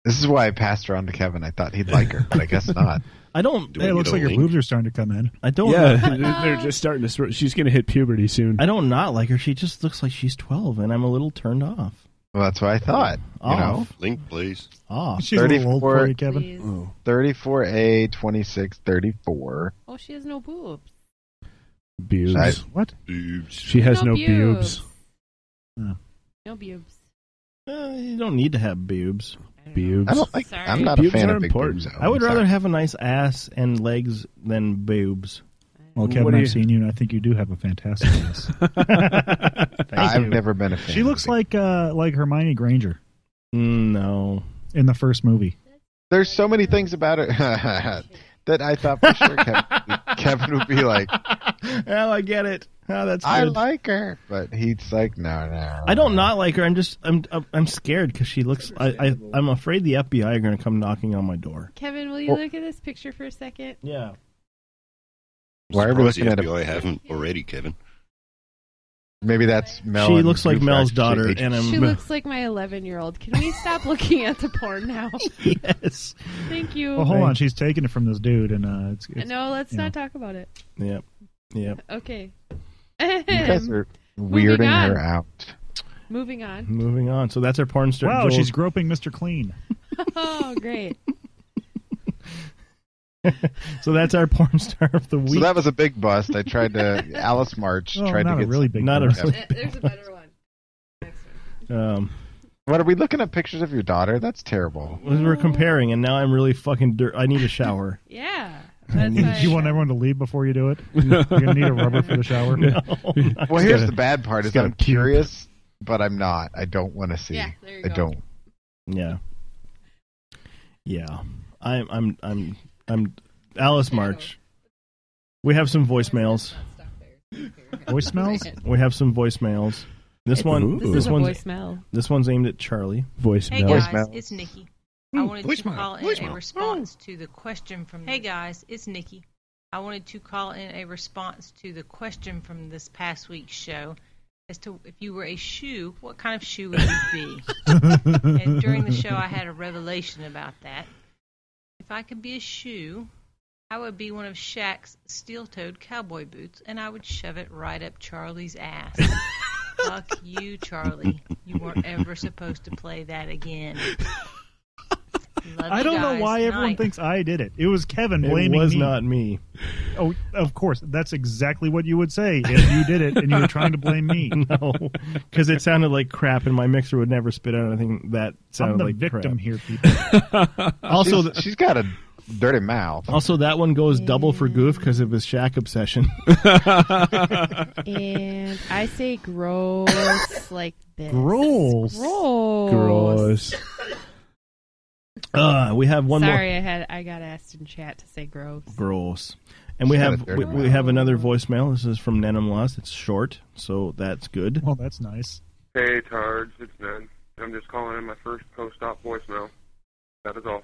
Speaker 9: This is why I passed her on to Kevin. I thought he'd like her, but I guess not.
Speaker 7: I don't.
Speaker 15: Hey, it looks like your boobs are starting to come in.
Speaker 7: I don't.
Speaker 10: yeah,
Speaker 7: know.
Speaker 10: they're- they're just starting to. sort- She's gonna hit puberty soon.
Speaker 7: I don't not like her. She just looks like she's twelve, and I'm a little turned off.
Speaker 9: Well, that's what I thought. You know,
Speaker 7: Off.
Speaker 11: Link, please.
Speaker 10: ah.
Speaker 7: Off.
Speaker 15: She's a little old for
Speaker 9: 34
Speaker 15: you, Kevin.
Speaker 8: Please.
Speaker 7: Oh.
Speaker 9: 34A, 26, 34.
Speaker 8: Oh, she has no boobs.
Speaker 10: Boobs.
Speaker 9: I-
Speaker 15: What?
Speaker 11: Boobs.
Speaker 10: She has no, boobs.
Speaker 8: No boobs.
Speaker 7: Uh, you don't need to have boobs.
Speaker 10: Boobs.
Speaker 9: I don't like.
Speaker 8: Sorry.
Speaker 9: I'm not a
Speaker 10: Boobs
Speaker 9: fan
Speaker 10: are
Speaker 9: of big
Speaker 10: important.
Speaker 9: boobs. though.
Speaker 7: I would
Speaker 9: I'm
Speaker 7: rather
Speaker 9: sorry.
Speaker 7: have a nice ass and legs than boobs.
Speaker 15: Well, Kevin,
Speaker 10: What do
Speaker 15: I've
Speaker 10: you-
Speaker 15: seen you, and I think you do have a fantastic ass.
Speaker 7: Thank
Speaker 9: I've
Speaker 7: you.
Speaker 9: never been a fan.
Speaker 15: she
Speaker 9: of
Speaker 15: looks
Speaker 9: big-
Speaker 15: like uh, like Hermione Granger
Speaker 7: Mm, No.
Speaker 15: in the first movie.
Speaker 9: There's so many things about her that I thought for sure Kevin, Kevin would be like,
Speaker 7: oh, I get it. Oh, that's
Speaker 9: I
Speaker 7: good.
Speaker 9: like her, but he's like, no, no.
Speaker 7: I don't not like her. I'm just I'm I'm- I'm scared because she looks. I, I I'm afraid the FBI are going to come knocking on my door.
Speaker 8: Kevin, will you
Speaker 9: Well-
Speaker 8: look at this picture for a second?
Speaker 7: Yeah.
Speaker 9: Why are we
Speaker 11: Surprised the
Speaker 9: looking at a,
Speaker 11: FBI haven't already, Kevin.
Speaker 9: Maybe that's Mel.
Speaker 7: She
Speaker 9: and
Speaker 7: looks like
Speaker 9: Goof
Speaker 7: Mel's
Speaker 9: actually-
Speaker 7: daughter, and I'm.
Speaker 8: She looks like my 11 year old. Can we stop looking at the porn now?
Speaker 7: yes.
Speaker 8: Thank you.
Speaker 15: Well, hold on, she's taking it from this dude, and uh, it's, it's
Speaker 8: no, let's
Speaker 15: you
Speaker 8: not talk about it.
Speaker 7: Yep. Yep.
Speaker 8: Okay.
Speaker 9: You guys are weirding
Speaker 8: on.
Speaker 9: her out.
Speaker 8: Moving on.
Speaker 7: Moving on. So that's our porn star.
Speaker 15: wow,
Speaker 7: Joel.
Speaker 15: she's groping Mr. Clean.
Speaker 8: Oh, great.
Speaker 7: so that's our porn star of the
Speaker 9: So
Speaker 7: week.
Speaker 9: that was a big bust. I triad to Alice March
Speaker 15: Oh,
Speaker 9: tried
Speaker 15: not
Speaker 9: to
Speaker 15: a
Speaker 9: get
Speaker 15: really big
Speaker 7: Not a
Speaker 15: bust.
Speaker 7: really.
Speaker 8: There's a better one.
Speaker 7: Um,
Speaker 9: What are we looking at pictures of your daughter? That's terrible.
Speaker 7: we we're comparing, and now I'm really fucking. Dirt. I need a shower.
Speaker 8: Yeah. That's
Speaker 7: need-
Speaker 8: why
Speaker 15: You want everyone to leave before you do it? You're gonna need a rubber for the shower.
Speaker 9: Well, here's the bad part: is
Speaker 10: got
Speaker 9: I'm
Speaker 10: a pube.
Speaker 9: curious, but I'm not. I don't want to see.
Speaker 8: Yeah, there you
Speaker 9: I
Speaker 8: go.
Speaker 9: don't.
Speaker 7: Yeah. Yeah. I'm I'm I'm I'm Alice March. We have some voicemails.
Speaker 15: Voicemails?
Speaker 7: We have some voicemails. This one
Speaker 8: This
Speaker 7: this
Speaker 8: is a
Speaker 7: one's
Speaker 8: voicemail.
Speaker 7: this one's aimed at Charlie.
Speaker 10: Voicemail.
Speaker 17: Hey guys,
Speaker 9: Voicemail.
Speaker 17: it's Nikki. I wanted to call in a response to the question from. Oh. Hey guys, it's Nikki. I wanted to call in a response to the question from this past week's show as to if you were a shoe, what kind of shoe would you be? and during the show, I had a revelation about that. If I could be a shoe, I would be one of Shaq's steel-toed cowboy boots, and I would shove it right up Charlie's ass. Fuck you, Charlie. You weren't ever supposed to play that again. Love
Speaker 15: I
Speaker 17: you
Speaker 15: don't know
Speaker 17: guys.
Speaker 15: why everyone
Speaker 17: Night.
Speaker 15: thinks I did it. It was Kevin
Speaker 7: It
Speaker 15: blaming
Speaker 7: was
Speaker 15: me.
Speaker 7: not me.
Speaker 15: Oh, of course. That's exactly what you would say if you did it and you were trying to blame me.
Speaker 7: no, because it sounded like crap, and my mixer would never spit out anything that sounded
Speaker 15: the
Speaker 7: like
Speaker 15: victim
Speaker 7: crap.
Speaker 15: here, people.
Speaker 7: also,
Speaker 9: She's- she's got a dirty mouth.
Speaker 7: Also, that one goes double for Goof because of his Shaq obsession.
Speaker 8: and I say gross like this.
Speaker 7: Gross.
Speaker 8: Gross.
Speaker 7: Uh, we have one
Speaker 8: Sorry, I had I got asked in chat to say gross.
Speaker 7: more. Gross. And we
Speaker 11: She's got
Speaker 7: have
Speaker 11: a dirty
Speaker 7: we, we
Speaker 11: mouth.
Speaker 7: have another voicemail. This is from Nenem Lost. It's short, so that's good.
Speaker 15: Well, that's nice.
Speaker 18: Hey, Tards, it's Ned. I'm just calling in my first post-op voicemail. That is all.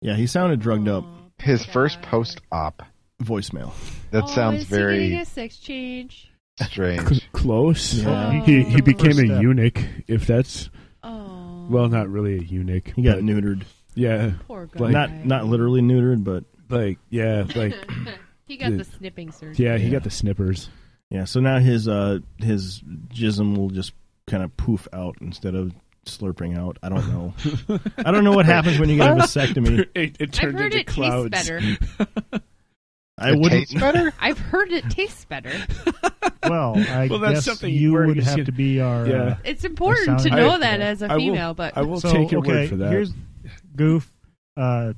Speaker 7: Yeah, he sounded drugged up.
Speaker 9: His first post op
Speaker 7: voicemail.
Speaker 9: That sounds
Speaker 8: Oh, Is
Speaker 9: very
Speaker 8: he getting a sex change?
Speaker 9: strange.
Speaker 10: Close.
Speaker 7: Yeah.
Speaker 10: He he
Speaker 7: Took the
Speaker 10: became
Speaker 7: first
Speaker 10: a
Speaker 7: step.
Speaker 10: eunuch. If that's
Speaker 8: Oh.
Speaker 10: well, not really a eunuch.
Speaker 7: He got
Speaker 10: but-
Speaker 7: neutered.
Speaker 10: Yeah.
Speaker 8: Poor guy.
Speaker 7: not not literally neutered, but
Speaker 10: like yeah, like
Speaker 8: He got the snipping surgery.
Speaker 10: Yeah, he got the snippers.
Speaker 7: Yeah, so now his uh his jism will just kind of poof out instead of slurping out. I don't know. I don't know what happens when you get a vasectomy.
Speaker 10: It, it
Speaker 8: I've
Speaker 10: turned
Speaker 8: heard
Speaker 10: into
Speaker 8: it
Speaker 10: clouds.
Speaker 8: tastes better.
Speaker 7: I wouldn't.
Speaker 8: I've heard it tastes better.
Speaker 15: Well, I
Speaker 10: Well, that's
Speaker 15: guess
Speaker 10: something
Speaker 15: you
Speaker 10: we're
Speaker 15: would
Speaker 10: just
Speaker 15: have
Speaker 10: gonna-
Speaker 15: to be our.
Speaker 10: Yeah.
Speaker 15: Uh,
Speaker 8: It's
Speaker 15: our
Speaker 8: important to
Speaker 15: sound
Speaker 8: know
Speaker 15: guy.
Speaker 8: that as a female, but
Speaker 15: So, okay, Here's Goof, uh,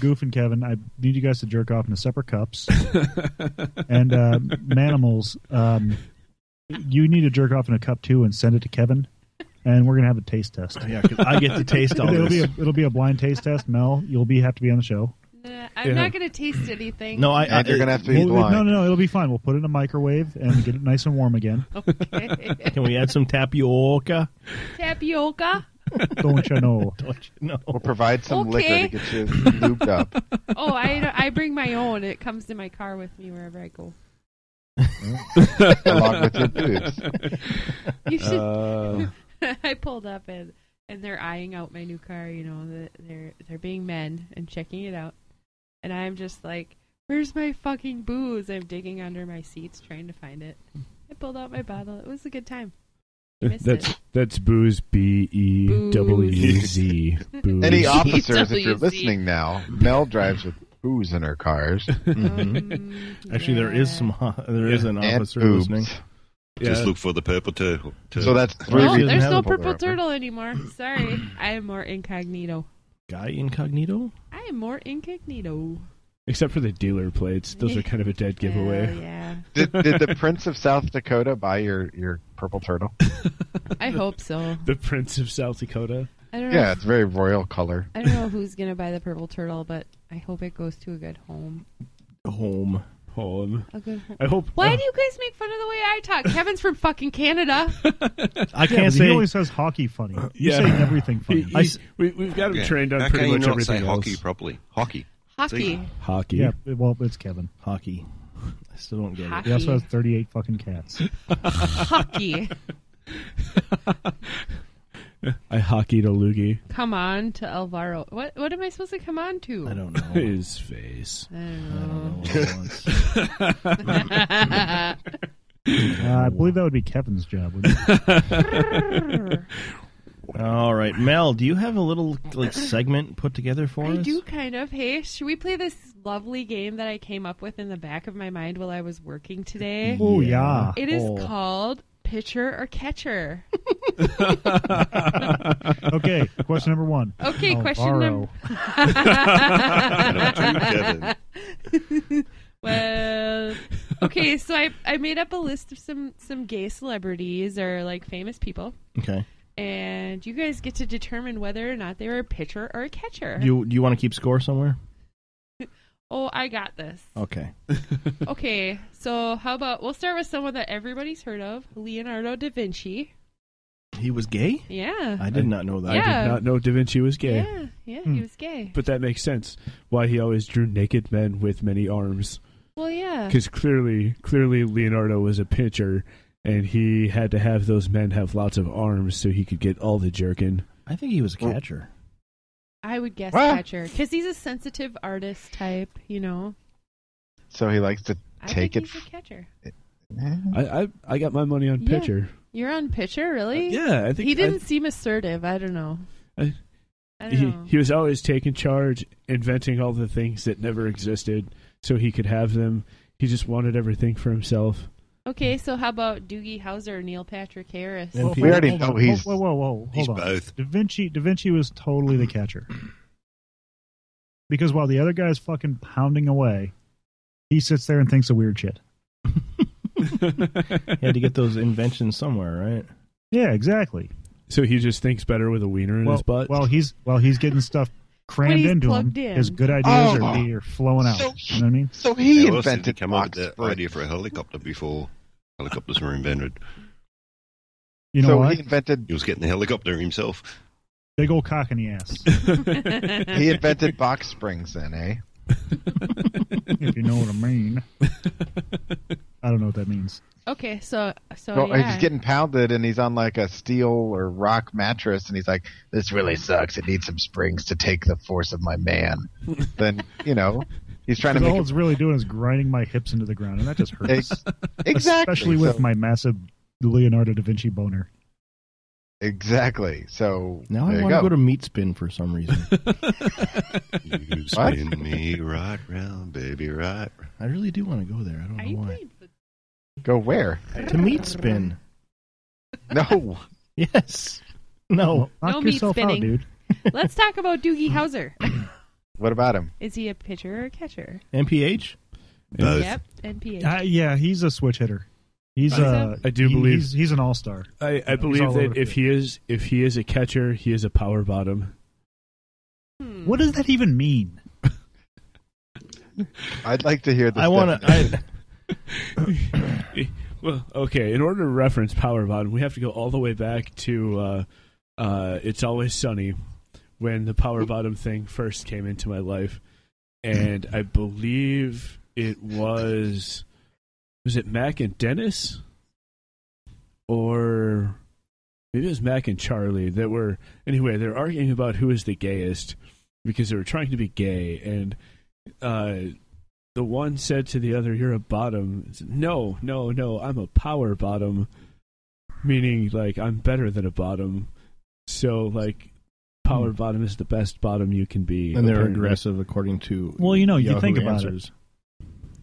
Speaker 15: Goof and Kevin. I need you guys to jerk off into separate cups. and uh, Manimals, um, you need to jerk off in a cup too and send it to Kevin. And we're gonna have a taste test.
Speaker 7: Oh, Yeah, 'cause I get to taste all
Speaker 15: it'll
Speaker 7: this.
Speaker 15: Be a, it'll be a blind taste test. Mel, you'll be have to be on the show.
Speaker 8: Nah, Uh, I'm
Speaker 15: Yeah.
Speaker 8: not going to taste anything.
Speaker 15: Well, No, no, no. It'll be fine. We'll put it in a microwave and get it nice and warm again.
Speaker 8: Okay.
Speaker 7: Can we add some tapioca?
Speaker 8: Tapioca.
Speaker 15: Don't you know?
Speaker 7: Don't you know?
Speaker 9: Or provide some
Speaker 8: Okay.
Speaker 9: liquor to get you lubed up.
Speaker 8: Oh, I, I bring my own. It comes in my car with me wherever I go.
Speaker 9: Along with your boobs.
Speaker 8: You should.
Speaker 9: Uh.
Speaker 8: I pulled up and and they're eyeing out my new car. You know, the- they're they're being men and checking it out, and I'm just like, "Where's my fucking booze?" I'm digging under my seats trying to find it.
Speaker 10: Hmm.
Speaker 8: I pulled out my bottle. It was a good time. Missed
Speaker 10: That's
Speaker 8: it.
Speaker 10: that's booze B E W
Speaker 9: Booze.
Speaker 10: Z. Booze.
Speaker 9: Any officers, if you're
Speaker 8: GWZ.
Speaker 9: listening now, Mel drives with booze in her cars.
Speaker 8: Oh,
Speaker 7: Actually, there is some. ho- There is an
Speaker 9: And
Speaker 7: officer
Speaker 9: boobs.
Speaker 7: listening.
Speaker 11: Just look for the purple turtle.
Speaker 9: So that's
Speaker 11: three
Speaker 8: oh,
Speaker 11: reasons-
Speaker 8: there's no
Speaker 11: have a
Speaker 8: purple
Speaker 11: purple.
Speaker 8: turtle anymore. Sorry, I am more incognito.
Speaker 7: guy incognito.
Speaker 8: I am more incognito.
Speaker 10: Except for the dealer plates, those are kind of a dead giveaway.
Speaker 8: yeah.
Speaker 9: Did, did the Prince of South Dakota buy your, your purple turtle?
Speaker 8: I hope so.
Speaker 10: The Prince of South Dakota.
Speaker 8: I don't know.
Speaker 9: Yeah,
Speaker 8: if-
Speaker 9: it's very royal color.
Speaker 8: I don't know who's gonna buy the purple turtle, but I hope it goes to a good home.
Speaker 7: Home.
Speaker 10: Home.
Speaker 8: A good home.
Speaker 10: I hope. uh,
Speaker 8: Why do you guys make fun of the way I talk? Kevin's from fucking Canada.
Speaker 7: I
Speaker 15: Yeah,
Speaker 7: can't
Speaker 15: but
Speaker 7: say-
Speaker 15: He always says hockey funny.
Speaker 10: Uh,
Speaker 15: You
Speaker 7: Yeah.
Speaker 15: say everything funny.
Speaker 7: I s-
Speaker 10: we, we've got him
Speaker 11: Yeah.
Speaker 10: trained on
Speaker 11: How
Speaker 10: pretty
Speaker 11: can you
Speaker 10: much
Speaker 11: not
Speaker 10: everything
Speaker 11: say
Speaker 10: else.
Speaker 11: hockey properly? Hockey.
Speaker 8: Hockey.
Speaker 11: See?
Speaker 10: Hockey.
Speaker 15: Yeah, well, it's Kevin.
Speaker 7: Hockey. I still don't get it.
Speaker 15: He also has 38 fucking cats.
Speaker 8: Hockey.
Speaker 10: I hockeyed a loogie.
Speaker 8: Come on to Alvaro. What what am I supposed to come on to? I
Speaker 7: don't
Speaker 10: His face.
Speaker 8: I don't know.
Speaker 15: Uh, I believe that would be Kevin's job. Wouldn't it?
Speaker 7: All right, Mel, do you have a little like segment put together for
Speaker 8: I
Speaker 7: us?
Speaker 8: do kind of. Hey, should we play this lovely game that I came up with in the back of my mind while I was working today?
Speaker 15: Oh, yeah.
Speaker 8: It is
Speaker 15: Oh.
Speaker 8: called Pitcher or Catcher.
Speaker 15: okay, question number one.
Speaker 8: Okay, question
Speaker 15: Alvaro.
Speaker 8: number.
Speaker 15: Kevin.
Speaker 8: well, okay, so I, I made up a list of some some gay celebrities or like famous people,
Speaker 7: Okay.
Speaker 8: and you guys get to determine whether or not they were a pitcher or a catcher.
Speaker 7: Do you, do you want to keep score somewhere?
Speaker 8: Oh, I got this.
Speaker 7: Okay.
Speaker 8: Okay, so how about we'll start with someone that everybody's heard of, Leonardo da Vinci.
Speaker 7: He was gay?
Speaker 8: Yeah.
Speaker 7: I did not know that.
Speaker 10: I
Speaker 8: Yeah.
Speaker 10: did not know Da Vinci was gay.
Speaker 8: Yeah, yeah,
Speaker 10: Hmm.
Speaker 8: he was gay.
Speaker 10: But that makes sense. Why he always drew naked men with many arms.
Speaker 8: Well, yeah.
Speaker 10: Because clearly, clearly Leonardo was a pitcher, and he had to have those men have lots of arms so he could get all the jerkin.
Speaker 7: I think he was a catcher.
Speaker 8: I would guess
Speaker 10: What?
Speaker 8: catcher because he's a sensitive artist type, you know.
Speaker 9: So he likes to
Speaker 8: I
Speaker 9: take
Speaker 8: think
Speaker 9: it.
Speaker 8: he's a catcher.
Speaker 10: I, I I got my money on
Speaker 8: Yeah.
Speaker 10: pitcher.
Speaker 8: You're on pitcher, really?
Speaker 10: Uh, yeah, I think-
Speaker 8: he didn't
Speaker 10: I-
Speaker 8: seem assertive. I don't know. I don't
Speaker 10: he,
Speaker 8: know.
Speaker 10: he was always taking charge, inventing all the things that never existed so he could have them. He just wanted everything for himself.
Speaker 8: Okay, so how about Doogie Howser, Neil Patrick Harris?
Speaker 10: Well, We already
Speaker 15: hold
Speaker 10: know
Speaker 15: on.
Speaker 10: he's-
Speaker 15: Whoa, whoa, whoa! whoa. Hold
Speaker 10: he's
Speaker 15: on.
Speaker 10: both.
Speaker 15: Da Vinci, Da Vinci was totally the catcher, because while the other guy's fucking pounding away, he sits there and thinks of weird shit.
Speaker 7: You had to get those inventions somewhere, right?
Speaker 15: Yeah, exactly.
Speaker 10: So he just thinks better with a wiener in
Speaker 15: Well,
Speaker 10: his butt.
Speaker 15: well, he's well, he's getting stuff crammed
Speaker 10: he's
Speaker 15: into him.
Speaker 10: plugged in.
Speaker 15: His good ideas
Speaker 11: Oh.
Speaker 15: are, are flowing out. you know what I mean?
Speaker 9: So
Speaker 11: Now, else did come up with the idea for a helicopter before helicopters were invented.
Speaker 15: You know
Speaker 11: so
Speaker 15: what?
Speaker 11: He invented. He was getting the helicopter himself.
Speaker 15: Big old cock in the ass.
Speaker 9: he invented box springs then, eh?
Speaker 15: if you know what I mean. I don't know what that means.
Speaker 8: Okay, so so
Speaker 9: Well,
Speaker 8: yeah.
Speaker 9: He's getting pounded and he's on like a steel or rock mattress and he's like, This really sucks. It needs some springs to take the force of my man. then, you know, he's trying to
Speaker 15: 'Cause
Speaker 9: make
Speaker 15: all
Speaker 9: it
Speaker 15: it's really doing is grinding my hips into the ground, and that just hurts.
Speaker 9: Ex- exactly,
Speaker 15: Especially with
Speaker 9: so-
Speaker 15: my massive Leonardo da Vinci boner.
Speaker 9: Exactly. So
Speaker 7: Now I
Speaker 9: there you
Speaker 7: want to
Speaker 9: go.
Speaker 7: go to meat spin for some reason.
Speaker 11: You spin me right round, baby, right.
Speaker 7: I really do want to go there. I don't know why.
Speaker 9: Go where?
Speaker 7: To meat spin.
Speaker 9: No.
Speaker 7: yes. No.
Speaker 8: no meat spinning. Let's talk about Doogie Howser.
Speaker 9: What about him?
Speaker 8: Is he a pitcher or a catcher?
Speaker 7: MPH.
Speaker 8: Yep, NPH.
Speaker 15: Uh, yeah, he's a switch hitter. He's
Speaker 10: I-
Speaker 15: uh,
Speaker 10: I do
Speaker 15: he-
Speaker 10: believe-
Speaker 15: he's, he's an all star.
Speaker 10: I, I believe that if he is if he is a catcher, he is a power bottom.
Speaker 15: what does that even mean?
Speaker 9: I'd like to hear this.
Speaker 10: I wanna-
Speaker 9: definition.
Speaker 10: well, okay. In order to reference Power Bottom, we have to go all the way back to uh, uh, "It's Always Sunny," when the Power Bottom thing first came into my life, and I believe it was was it Mac and Dennis, or maybe it was Mac and Charlie that were anyway. They're arguing about who is the gayest because they were trying to be gay, and uh, the one said to the other, "You're a bottom." He said, no, no, no. I'm a power bottom, meaning like I'm better than a bottom. So like, power bottom is the best bottom you can be.
Speaker 7: Hmm. And they're
Speaker 10: apparently.
Speaker 7: aggressive according to.
Speaker 15: Well, you know, you
Speaker 7: Yahoo
Speaker 15: think about it.
Speaker 7: answers.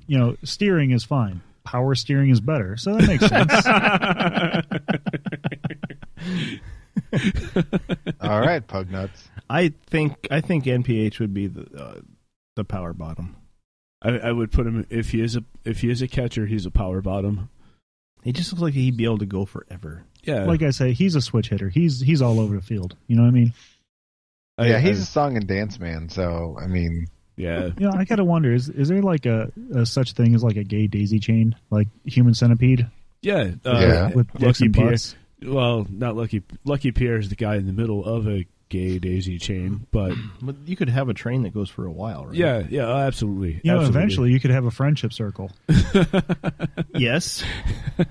Speaker 15: You know, steering is fine. Power steering is better, so that makes sense.
Speaker 9: All right, pug nuts.
Speaker 7: I think I think NPH would be the uh, the power bottom.
Speaker 10: I, I would put him if he is a if he is a catcher, he's a power bottom.
Speaker 7: He just looks like he'd be able to go forever.
Speaker 10: Yeah,
Speaker 15: Like I say, he's a switch hitter. He's he's all over the field. You know what I mean?
Speaker 9: yeah,
Speaker 15: I-
Speaker 9: he's
Speaker 15: I-
Speaker 9: a song and dance man. So I mean,
Speaker 10: yeah,
Speaker 15: You know, I gotta wonder is is there like a, a such thing as like a gay daisy chain, like human centipede?
Speaker 10: yeah, uh,
Speaker 15: Yeah. With dicks
Speaker 10: Lucky
Speaker 15: and
Speaker 10: Pierre.
Speaker 15: butts.
Speaker 10: Well, not Lucky. Lucky Pierre is the guy in the middle of a gay daisy chain, but
Speaker 7: But you could have a train that goes for a while, right?
Speaker 10: yeah, yeah, uh, absolutely.
Speaker 15: You know,
Speaker 10: absolutely.
Speaker 15: eventually you could have a friendship circle.
Speaker 7: Yes.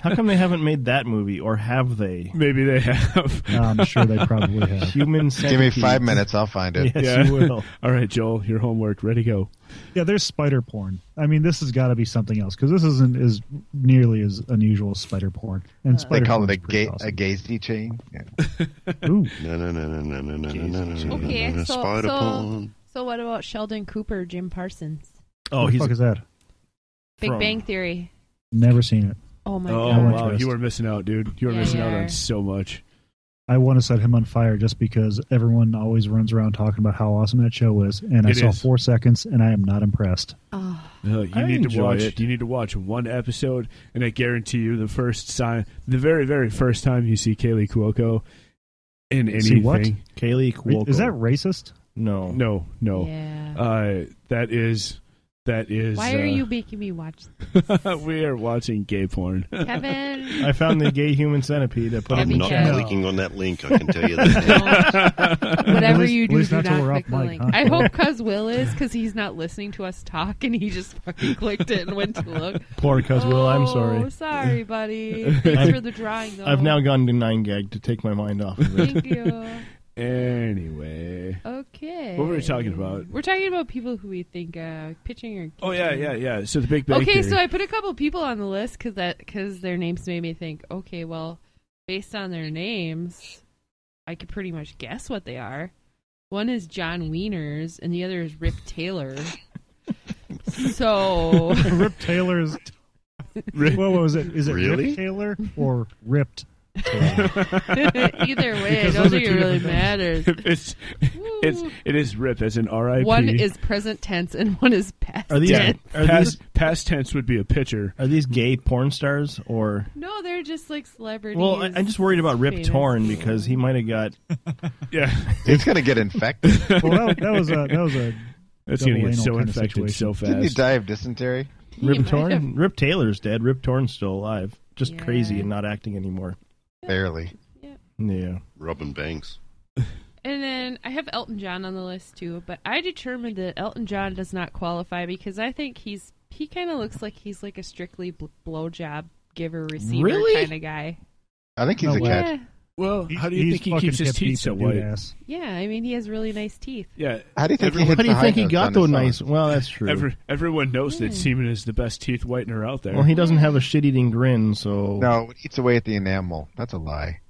Speaker 7: How come they haven't made that movie, or have they?
Speaker 10: Maybe they have.
Speaker 15: I'm sure they probably have.
Speaker 7: Human
Speaker 9: give me five
Speaker 7: centipede.
Speaker 9: minutes, I'll find it.
Speaker 7: Yes, you will.
Speaker 10: All right, Joel, your homework. Ready, go.
Speaker 15: Yeah, there's spider porn. I mean, this has got to be something else because this isn't as nearly as unusual as spider porn. And
Speaker 9: they
Speaker 15: spider
Speaker 9: call
Speaker 15: porn's
Speaker 9: it a
Speaker 15: pretty
Speaker 9: gay a gaysy chain. Yeah.
Speaker 15: Ooh.
Speaker 11: No, no, no, no, no, no, no, no, no, no, no,
Speaker 8: Okay,
Speaker 11: no,
Speaker 8: so
Speaker 11: spider
Speaker 8: so,
Speaker 11: porn.
Speaker 8: so what about Sheldon Cooper, Jim Parsons,
Speaker 10: Oh,
Speaker 15: awesome. What the fuck is that?
Speaker 8: Big
Speaker 15: From-
Speaker 8: Bang Theory?
Speaker 15: Never seen it.
Speaker 8: Oh my
Speaker 10: oh
Speaker 15: God.
Speaker 10: wow, you are missing out, dude. You are
Speaker 8: Yeah,
Speaker 10: missing
Speaker 8: you
Speaker 10: out
Speaker 8: are.
Speaker 10: on so much.
Speaker 15: I want to set him on fire just because everyone always runs around talking about how awesome that show is, and I
Speaker 10: It
Speaker 15: saw
Speaker 10: is.
Speaker 15: four seconds, and I am not impressed.
Speaker 10: Uh, you
Speaker 15: I
Speaker 10: need to
Speaker 15: enjoy
Speaker 10: watch.
Speaker 15: it.
Speaker 10: You need to watch one episode, and I guarantee you, the first sign, the very, very first time you see Kaylee Cuoco in anything,
Speaker 15: See what?
Speaker 7: Kaylee Cuoco.
Speaker 15: Is that racist?
Speaker 7: No.
Speaker 10: No, no.
Speaker 8: Yeah.
Speaker 10: Uh, that is that is.
Speaker 8: Why are
Speaker 10: uh,
Speaker 8: you making me watch?
Speaker 10: we are watching gay porn.
Speaker 8: Kevin.
Speaker 7: I found the gay human centipede. I put
Speaker 11: I'm
Speaker 7: it in
Speaker 11: not
Speaker 7: the-
Speaker 11: clicking on that link. I can tell you that.
Speaker 8: Whatever
Speaker 7: At least-
Speaker 8: you
Speaker 7: at
Speaker 8: do,
Speaker 7: least
Speaker 8: do
Speaker 7: not till
Speaker 8: not
Speaker 7: we're
Speaker 8: click
Speaker 7: off
Speaker 8: the
Speaker 7: mic,
Speaker 8: link.
Speaker 7: huh?
Speaker 8: I hope Cuz Will is because he's not listening to us talk and he just fucking clicked it and went to look.
Speaker 7: Poor Cuz Will, I'm
Speaker 8: Oh,
Speaker 7: sorry.
Speaker 8: sorry, buddy. Thanks for the drawing, though.
Speaker 7: I've now gone to nine gag to take my mind off of it.
Speaker 8: Thank you.
Speaker 10: Anyway.
Speaker 8: Okay.
Speaker 10: What were we talking about?
Speaker 8: We're talking about people who we think uh, pitching or.
Speaker 10: Oh yeah, yeah, yeah. So the Big Bang.
Speaker 8: Okay,
Speaker 10: Theory.
Speaker 8: so I put a couple people on the list because that because their names made me think. Okay, well, based on their names, I could pretty much guess what they are. One is John Wieners, and the other is Rip Taylor.
Speaker 10: Oh.
Speaker 8: so
Speaker 15: Rip Taylor's.
Speaker 8: Rip-
Speaker 15: What was it? Is it
Speaker 8: Really?
Speaker 15: Rip Taylor or Ripped?
Speaker 8: Either way, I
Speaker 15: Because
Speaker 8: don't
Speaker 15: those are
Speaker 8: think it
Speaker 15: two
Speaker 8: really
Speaker 15: different
Speaker 8: matters.
Speaker 10: it's it's it is rip as an R.I.P.
Speaker 8: One is present tense and one is past
Speaker 10: Are these-
Speaker 8: tense.
Speaker 10: are Past- these- past tense would be a picture.
Speaker 7: Are these gay porn stars or?
Speaker 8: No, they're just like celebrities.
Speaker 7: Well, I, I'm just worried about Rip
Speaker 8: famous.
Speaker 7: Torn because he might have got.
Speaker 10: yeah,
Speaker 9: He's gonna get infected.
Speaker 15: well, that, that was a that was a.
Speaker 7: That's gonna
Speaker 15: double
Speaker 7: get
Speaker 15: anal
Speaker 7: so
Speaker 15: kind of
Speaker 7: infected so
Speaker 15: situation.
Speaker 7: fast.
Speaker 9: Didn't he die of dysentery?
Speaker 8: He
Speaker 7: Rip
Speaker 8: might
Speaker 7: Torn.
Speaker 8: have-
Speaker 7: Rip Taylor's dead. Rip Torn's still alive. Just crazy and not acting anymore.
Speaker 9: Barely.
Speaker 7: Yeah.
Speaker 11: Robin Banks.
Speaker 8: And then I have Elton John on the list too, but I determined that Elton John does not qualify because I think he's he kind of looks like he's like a strictly bl- blowjob giver receiver
Speaker 5: Really?
Speaker 8: kind of guy.
Speaker 9: I think he's
Speaker 10: No
Speaker 9: a
Speaker 10: way.
Speaker 9: cat.
Speaker 8: Yeah.
Speaker 10: Well, how do you
Speaker 15: He's
Speaker 10: think he
Speaker 15: fucking
Speaker 10: keeps his
Speaker 15: hip
Speaker 10: teeth
Speaker 15: deep
Speaker 10: so
Speaker 15: in
Speaker 10: white?
Speaker 15: dude ass.
Speaker 8: Yeah, I mean he has really nice teeth.
Speaker 10: Yeah.
Speaker 9: How do you
Speaker 8: think he hits
Speaker 7: How do you think he got those nice? Well, that's true.
Speaker 10: Every, everyone knows
Speaker 8: Hmm.
Speaker 10: that semen is the best teeth whitener out there.
Speaker 7: well, he doesn't have a shit-eating grin, so
Speaker 9: No, it eats away at the enamel. That's a lie.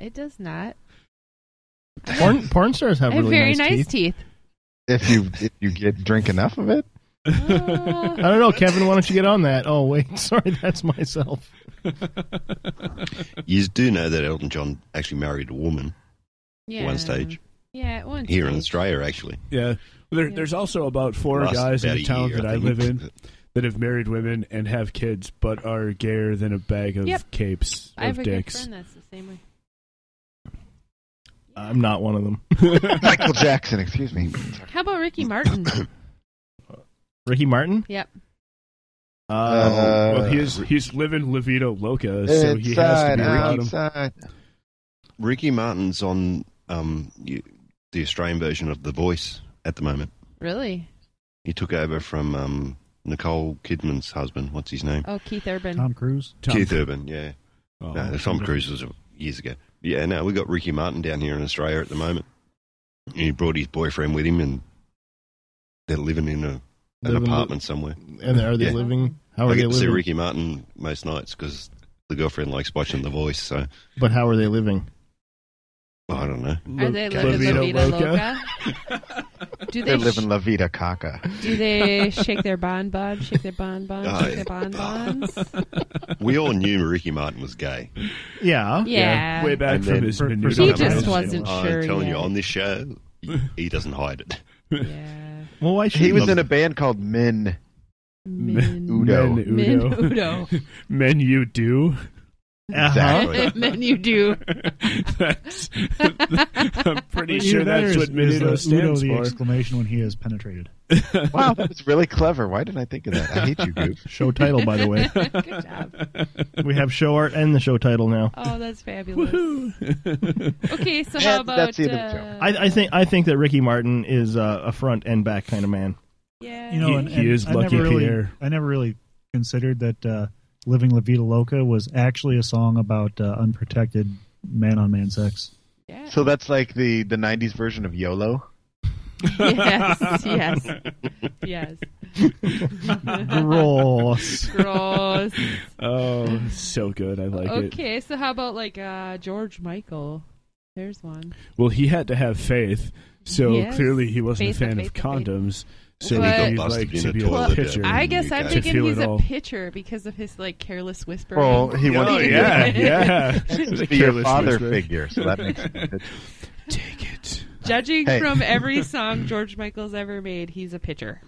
Speaker 8: It does not.
Speaker 7: porn, porn stars have
Speaker 8: I have
Speaker 7: really
Speaker 8: very
Speaker 7: nice,
Speaker 8: nice,
Speaker 7: teeth.
Speaker 8: teeth.
Speaker 9: If you if you get drink enough of it.
Speaker 7: I don't know, Kevin. Why don't you get on that? Oh wait, sorry, that's myself.
Speaker 11: You do know that Elton John actually married a woman
Speaker 8: Yeah.
Speaker 11: at one stage.
Speaker 8: Yeah, at one
Speaker 11: Here in
Speaker 8: stage.
Speaker 11: Australia, actually.
Speaker 10: Yeah. There, There's also about four
Speaker 11: Last
Speaker 10: guys in
Speaker 11: about
Speaker 10: the
Speaker 11: a
Speaker 10: town
Speaker 11: year,
Speaker 10: that
Speaker 11: I
Speaker 10: I,
Speaker 11: think.
Speaker 10: live in that have married women and have kids, but are gayer than a bag of
Speaker 8: Yep.
Speaker 10: capes
Speaker 8: I have
Speaker 10: of
Speaker 8: a
Speaker 10: dicks.
Speaker 8: good friend that's the same way.
Speaker 7: I'm not one of them.
Speaker 9: Michael Jackson, excuse me.
Speaker 8: How about Ricky Martin?
Speaker 7: Ricky Martin.
Speaker 8: yep.
Speaker 7: Uh,
Speaker 10: Oh, well, he's he's living La Vida Loca, so he has to
Speaker 9: Inside,
Speaker 10: be around him.
Speaker 9: outside.
Speaker 11: Ricky Martin's on um, you, the Australian version of The Voice at the moment.
Speaker 8: Really?
Speaker 11: He took over from um, Nicole Kidman's husband. What's his name?
Speaker 8: Oh, Keith Urban.
Speaker 15: Cruise.
Speaker 11: Keith Urban, yeah.
Speaker 10: Oh,
Speaker 11: no,
Speaker 10: okay.
Speaker 11: Tom Cruise was years ago. Yeah, no, we got Ricky Martin down here in Australia at the moment. He brought his boyfriend with him, and they're living in a, an
Speaker 7: Living
Speaker 11: apartment somewhere.
Speaker 7: And are they
Speaker 11: Yeah.
Speaker 7: living? How
Speaker 11: I
Speaker 7: are
Speaker 11: get
Speaker 7: they
Speaker 11: to see
Speaker 7: living?
Speaker 11: Ricky Martin most nights because the girlfriend likes watching The Voice. So
Speaker 7: But how are they living?
Speaker 11: Oh, I don't know.
Speaker 8: Are they living La Vida Loca? do
Speaker 9: They
Speaker 8: they
Speaker 9: live in La Vida Caca.
Speaker 8: Do they shake their bon bon, shake their bon bon,
Speaker 11: Oh,
Speaker 8: shake
Speaker 11: yeah.
Speaker 8: their bon bons?
Speaker 11: We all knew Ricky Martin was gay.
Speaker 7: Yeah.
Speaker 8: Yeah.
Speaker 10: Way back
Speaker 11: And
Speaker 10: from
Speaker 11: then-
Speaker 10: his
Speaker 11: for-
Speaker 10: minute.
Speaker 8: for He just wasn't
Speaker 11: I'm
Speaker 8: sure
Speaker 11: telling you,
Speaker 8: yet.
Speaker 11: on this show, he, he doesn't hide it.
Speaker 7: Well, why
Speaker 9: He was in a band called Min.
Speaker 8: Men
Speaker 9: Udo.
Speaker 10: Men
Speaker 8: Men
Speaker 10: Udo.
Speaker 8: Udo.
Speaker 10: Men you do.
Speaker 11: Exactly.
Speaker 8: Men you do.
Speaker 10: Uh-huh. That's- I'm pretty sure
Speaker 15: Either that
Speaker 10: that's
Speaker 15: or
Speaker 10: what
Speaker 15: is-
Speaker 10: Min
Speaker 15: is
Speaker 10: Udo
Speaker 15: the Udo
Speaker 10: stands
Speaker 15: the
Speaker 10: for.
Speaker 15: exclamation when he is penetrated.
Speaker 9: Wow, that was really clever. Why didn't I think of that? I hate you, Goof.
Speaker 7: Show title, by the way.
Speaker 8: Good job.
Speaker 7: we have show art and the show title now.
Speaker 8: Oh, that's fabulous. Okay, so how about
Speaker 9: that's the end of the
Speaker 8: uh,
Speaker 7: I, I think I think that Ricky Martin is uh, a front and back kind of man.
Speaker 8: yeah.
Speaker 15: You know,
Speaker 10: He-
Speaker 15: and,
Speaker 10: he
Speaker 15: and
Speaker 10: is
Speaker 15: I
Speaker 10: Lucky
Speaker 15: never really,
Speaker 10: Pierre.
Speaker 15: I never really considered that uh, "Living La Vida Loca" was actually a song about uh, unprotected man-on-man sex.
Speaker 9: So that's like the, the 90s version of YOLO?
Speaker 8: yes, yes, yes.
Speaker 7: Gross.
Speaker 8: Gross.
Speaker 10: Oh, so good. I like it.
Speaker 8: Okay, so how about like uh, George Michael? There's one.
Speaker 10: Well, he had to have faith, so
Speaker 8: Yes.
Speaker 10: clearly he wasn't
Speaker 8: Faith,
Speaker 10: a fan
Speaker 8: faith,
Speaker 10: of condoms.
Speaker 8: faith.
Speaker 10: So
Speaker 8: But- He
Speaker 10: he
Speaker 8: got
Speaker 10: would
Speaker 11: busted
Speaker 10: like
Speaker 11: in
Speaker 10: to
Speaker 11: a
Speaker 10: be
Speaker 11: toilet
Speaker 10: a pitcher.
Speaker 11: down
Speaker 8: I guess I'm
Speaker 10: To
Speaker 8: thinking
Speaker 10: feel
Speaker 8: he's
Speaker 10: it
Speaker 8: a
Speaker 10: all.
Speaker 8: pitcher because of his like careless whispering.
Speaker 9: Well, he wants
Speaker 10: Oh
Speaker 9: to be-
Speaker 10: yeah, yeah.
Speaker 9: He wants
Speaker 10: The
Speaker 9: to be your
Speaker 10: careless
Speaker 9: father
Speaker 10: whisper.
Speaker 9: figure, so that makes sense.
Speaker 10: Take it.
Speaker 8: Judging
Speaker 9: Hey.
Speaker 8: from every song George Michael's ever made, he's a pitcher.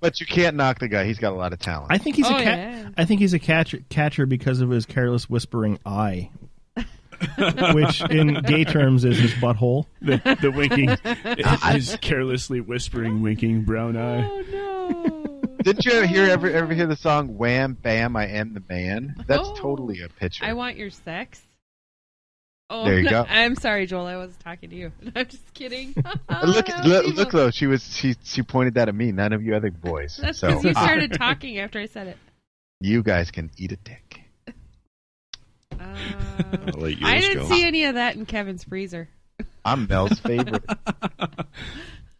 Speaker 9: But you can't knock the guy. He's got a lot of talent.
Speaker 7: I think he's
Speaker 8: Oh,
Speaker 7: a cat.
Speaker 8: yeah.
Speaker 7: I think he's a catcher catcher because of his careless whispering eye, which in gay terms is his butthole.
Speaker 10: The, the winking, his carelessly whispering, winking
Speaker 8: Oh,
Speaker 10: brown eye.
Speaker 9: Didn't you ever hear ever ever hear the song "Wham Bam I Am the Man"? That's
Speaker 8: Oh.
Speaker 9: totally a pitcher.
Speaker 8: I want your sex. Oh,
Speaker 9: There you
Speaker 8: no,
Speaker 9: go.
Speaker 8: I'm sorry, Joel. I was talking to you. I'm just kidding.
Speaker 9: look,
Speaker 8: That was
Speaker 9: look,
Speaker 8: evil.
Speaker 9: look though. She was she she pointed that at me. None of you other boys.
Speaker 8: That's
Speaker 9: so uh,
Speaker 8: because you started talking after I said it.
Speaker 9: you guys can eat a dick.
Speaker 8: Um,
Speaker 11: I'll let yours
Speaker 8: Uh, I didn't
Speaker 11: go.
Speaker 8: see any of that in Kevin's freezer.
Speaker 9: I'm Mel's favorite.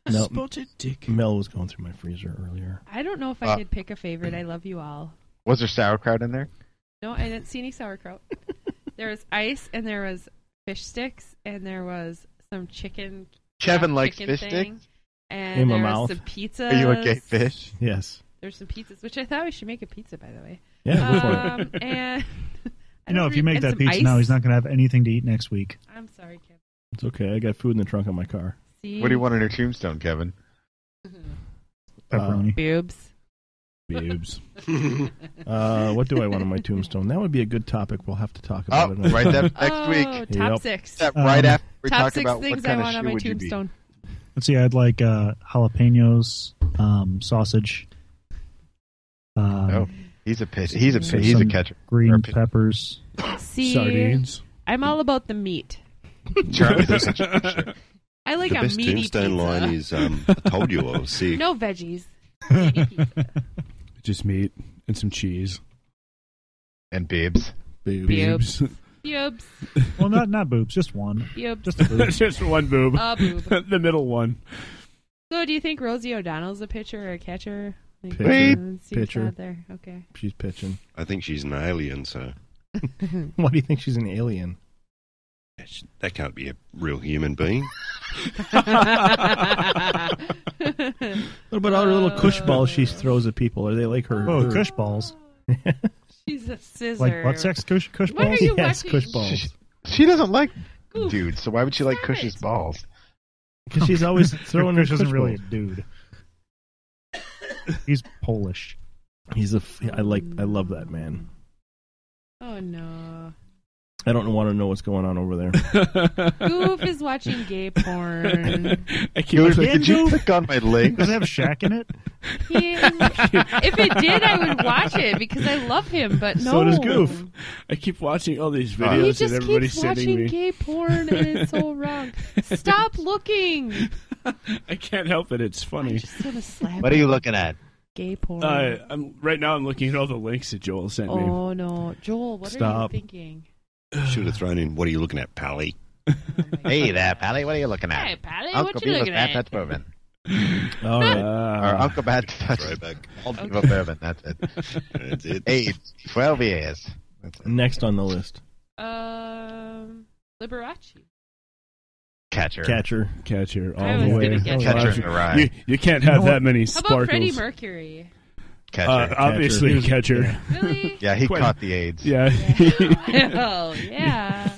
Speaker 7: No,
Speaker 10: Spotted dick.
Speaker 7: Mel was going through my freezer earlier.
Speaker 8: I don't know if I
Speaker 9: Uh,
Speaker 8: could pick a favorite. I love you all.
Speaker 9: Was there sauerkraut in there?
Speaker 8: No, I didn't see any sauerkraut. there was ice, and there was fish sticks, and there was some chicken uh,
Speaker 9: Kevin likes
Speaker 8: chicken
Speaker 9: fish
Speaker 8: thing,
Speaker 9: sticks?
Speaker 8: And
Speaker 7: In my
Speaker 8: there's
Speaker 7: mouth.
Speaker 8: some pizzas.
Speaker 9: Are you a gay fish?
Speaker 7: Yes.
Speaker 8: There's some pizzas, which I thought we should make a pizza, by the way.
Speaker 7: Yeah, go for
Speaker 8: um,
Speaker 7: it.
Speaker 8: And I
Speaker 15: You know,
Speaker 8: don't
Speaker 15: if you make
Speaker 8: and
Speaker 15: that
Speaker 8: some
Speaker 15: pizza
Speaker 8: ice.
Speaker 15: now, he's not going to have anything to eat next week.
Speaker 8: I'm sorry, Kevin.
Speaker 7: It's okay. I got food in the trunk of my car.
Speaker 8: See?
Speaker 9: What do you want on your tombstone, Kevin?
Speaker 7: Pepperoni.
Speaker 8: Boobs.
Speaker 7: Boobs. uh, what do I want on my tombstone? That would be a good topic. We'll have to talk about
Speaker 9: Oh,
Speaker 7: it. another
Speaker 9: write that
Speaker 7: time.
Speaker 9: next
Speaker 8: oh,
Speaker 9: week.
Speaker 8: Top
Speaker 7: Yep.
Speaker 8: six.
Speaker 9: That right
Speaker 15: Um,
Speaker 9: after we
Speaker 8: top
Speaker 9: talk
Speaker 8: six
Speaker 9: about
Speaker 8: things
Speaker 9: what kind
Speaker 8: I want
Speaker 9: of
Speaker 8: on
Speaker 9: shoe
Speaker 8: my
Speaker 9: would you be.
Speaker 8: tombstone.
Speaker 15: Let's see. I'd like uh, jalapenos, um, sausage. Um,
Speaker 9: Oh, he's a pitch. He's a
Speaker 15: so
Speaker 9: pitch. He's a
Speaker 15: some
Speaker 9: catcher. Or a
Speaker 15: Green
Speaker 9: pitch-
Speaker 15: peppers.
Speaker 8: See, I'm all about the meat.
Speaker 11: Charlie's a pitcher.
Speaker 8: I like
Speaker 11: the
Speaker 8: a
Speaker 11: best
Speaker 8: meaty
Speaker 11: tombstone
Speaker 8: pizza.
Speaker 11: line is um, I told you I was sick.
Speaker 8: No veggies.
Speaker 10: Just meat and some cheese.
Speaker 9: And boobs.
Speaker 10: Boobs.
Speaker 8: Boobs.
Speaker 15: well, not not boobs, just one.
Speaker 8: Boobs.
Speaker 15: Just a boob.
Speaker 10: Just one boob.
Speaker 8: A boob.
Speaker 10: the middle one.
Speaker 8: So, do you think Rosie O'Donnell's a pitcher or a catcher? Like,
Speaker 11: Pitcher.
Speaker 8: uh, seems
Speaker 7: Pitcher.
Speaker 8: Out there. Okay.
Speaker 7: She's pitching.
Speaker 11: I think she's an alien, so
Speaker 7: Why do you think she's an alien?
Speaker 11: that can't be a real human being.
Speaker 7: What about all her little
Speaker 8: Uh,
Speaker 7: cush balls she throws at people? Are they like her?
Speaker 15: Oh,
Speaker 7: her-
Speaker 15: cush balls.
Speaker 8: She's a scissor.
Speaker 15: Like butt sex cush, cush
Speaker 8: What are
Speaker 15: balls?
Speaker 8: you Yes, watching? cush
Speaker 7: balls.
Speaker 9: She doesn't like
Speaker 8: Goof.
Speaker 9: dudes, so why would she like Cush's balls?
Speaker 7: Because she's always throwing her
Speaker 15: Cush isn't
Speaker 7: cush
Speaker 15: really a
Speaker 7: balls.
Speaker 15: dude. He's Polish.
Speaker 7: He's a. f- I like. I love that man.
Speaker 8: Oh no.
Speaker 7: I don't want to know what's going on over there.
Speaker 8: Goof is watching gay porn.
Speaker 10: I
Speaker 9: Dude,
Speaker 10: can't
Speaker 9: did you click on my link?
Speaker 15: Does it have Shaq in it?
Speaker 8: He is- if it did, I would watch it because I love him. But no,
Speaker 10: So does Goof. I keep watching all these
Speaker 8: He
Speaker 10: videos that
Speaker 8: just
Speaker 10: everybody's
Speaker 8: keeps
Speaker 10: sending
Speaker 8: watching
Speaker 10: me.
Speaker 8: gay porn, and it's so wrong. Stop looking.
Speaker 10: I can't help it. It's funny.
Speaker 8: Just gonna slap
Speaker 9: What are you looking at?
Speaker 8: Gay porn.
Speaker 10: Uh, I'm right now. I'm looking at all the links that Joel sent me.
Speaker 8: oh no, Joel, what
Speaker 10: Stop.
Speaker 8: are you thinking?
Speaker 11: Should have thrown in. What are you looking at, Pally?
Speaker 9: Hey there, Pally. What are you looking at?
Speaker 8: Hey, Pally,
Speaker 9: Uncle
Speaker 8: what you
Speaker 9: Beavis,
Speaker 8: looking
Speaker 9: Bat,
Speaker 8: at?
Speaker 9: That's bourbon.
Speaker 7: All right.
Speaker 9: or
Speaker 10: Uh,
Speaker 9: Uncle Bat, that's
Speaker 11: Throwback.
Speaker 9: Uncle Beavis bourbon. That's it.
Speaker 11: That's it.
Speaker 9: Eight, twelve years. That's it.
Speaker 7: Next on the list,
Speaker 8: Um, Liberace.
Speaker 9: Catcher.
Speaker 7: catcher.
Speaker 10: catcher all
Speaker 8: I was
Speaker 10: the way.
Speaker 8: gonna guess
Speaker 10: Wow,
Speaker 9: Catcher in the rye.
Speaker 10: You, you can't have
Speaker 15: You know
Speaker 10: that many
Speaker 8: How about Freddie
Speaker 10: sparkles.
Speaker 8: Mercury?
Speaker 9: Catcher.
Speaker 10: Uh, obviously, a catcher.
Speaker 8: Really?
Speaker 9: yeah, he
Speaker 10: quite-
Speaker 9: caught the AIDS.
Speaker 10: Yeah.
Speaker 8: oh yeah.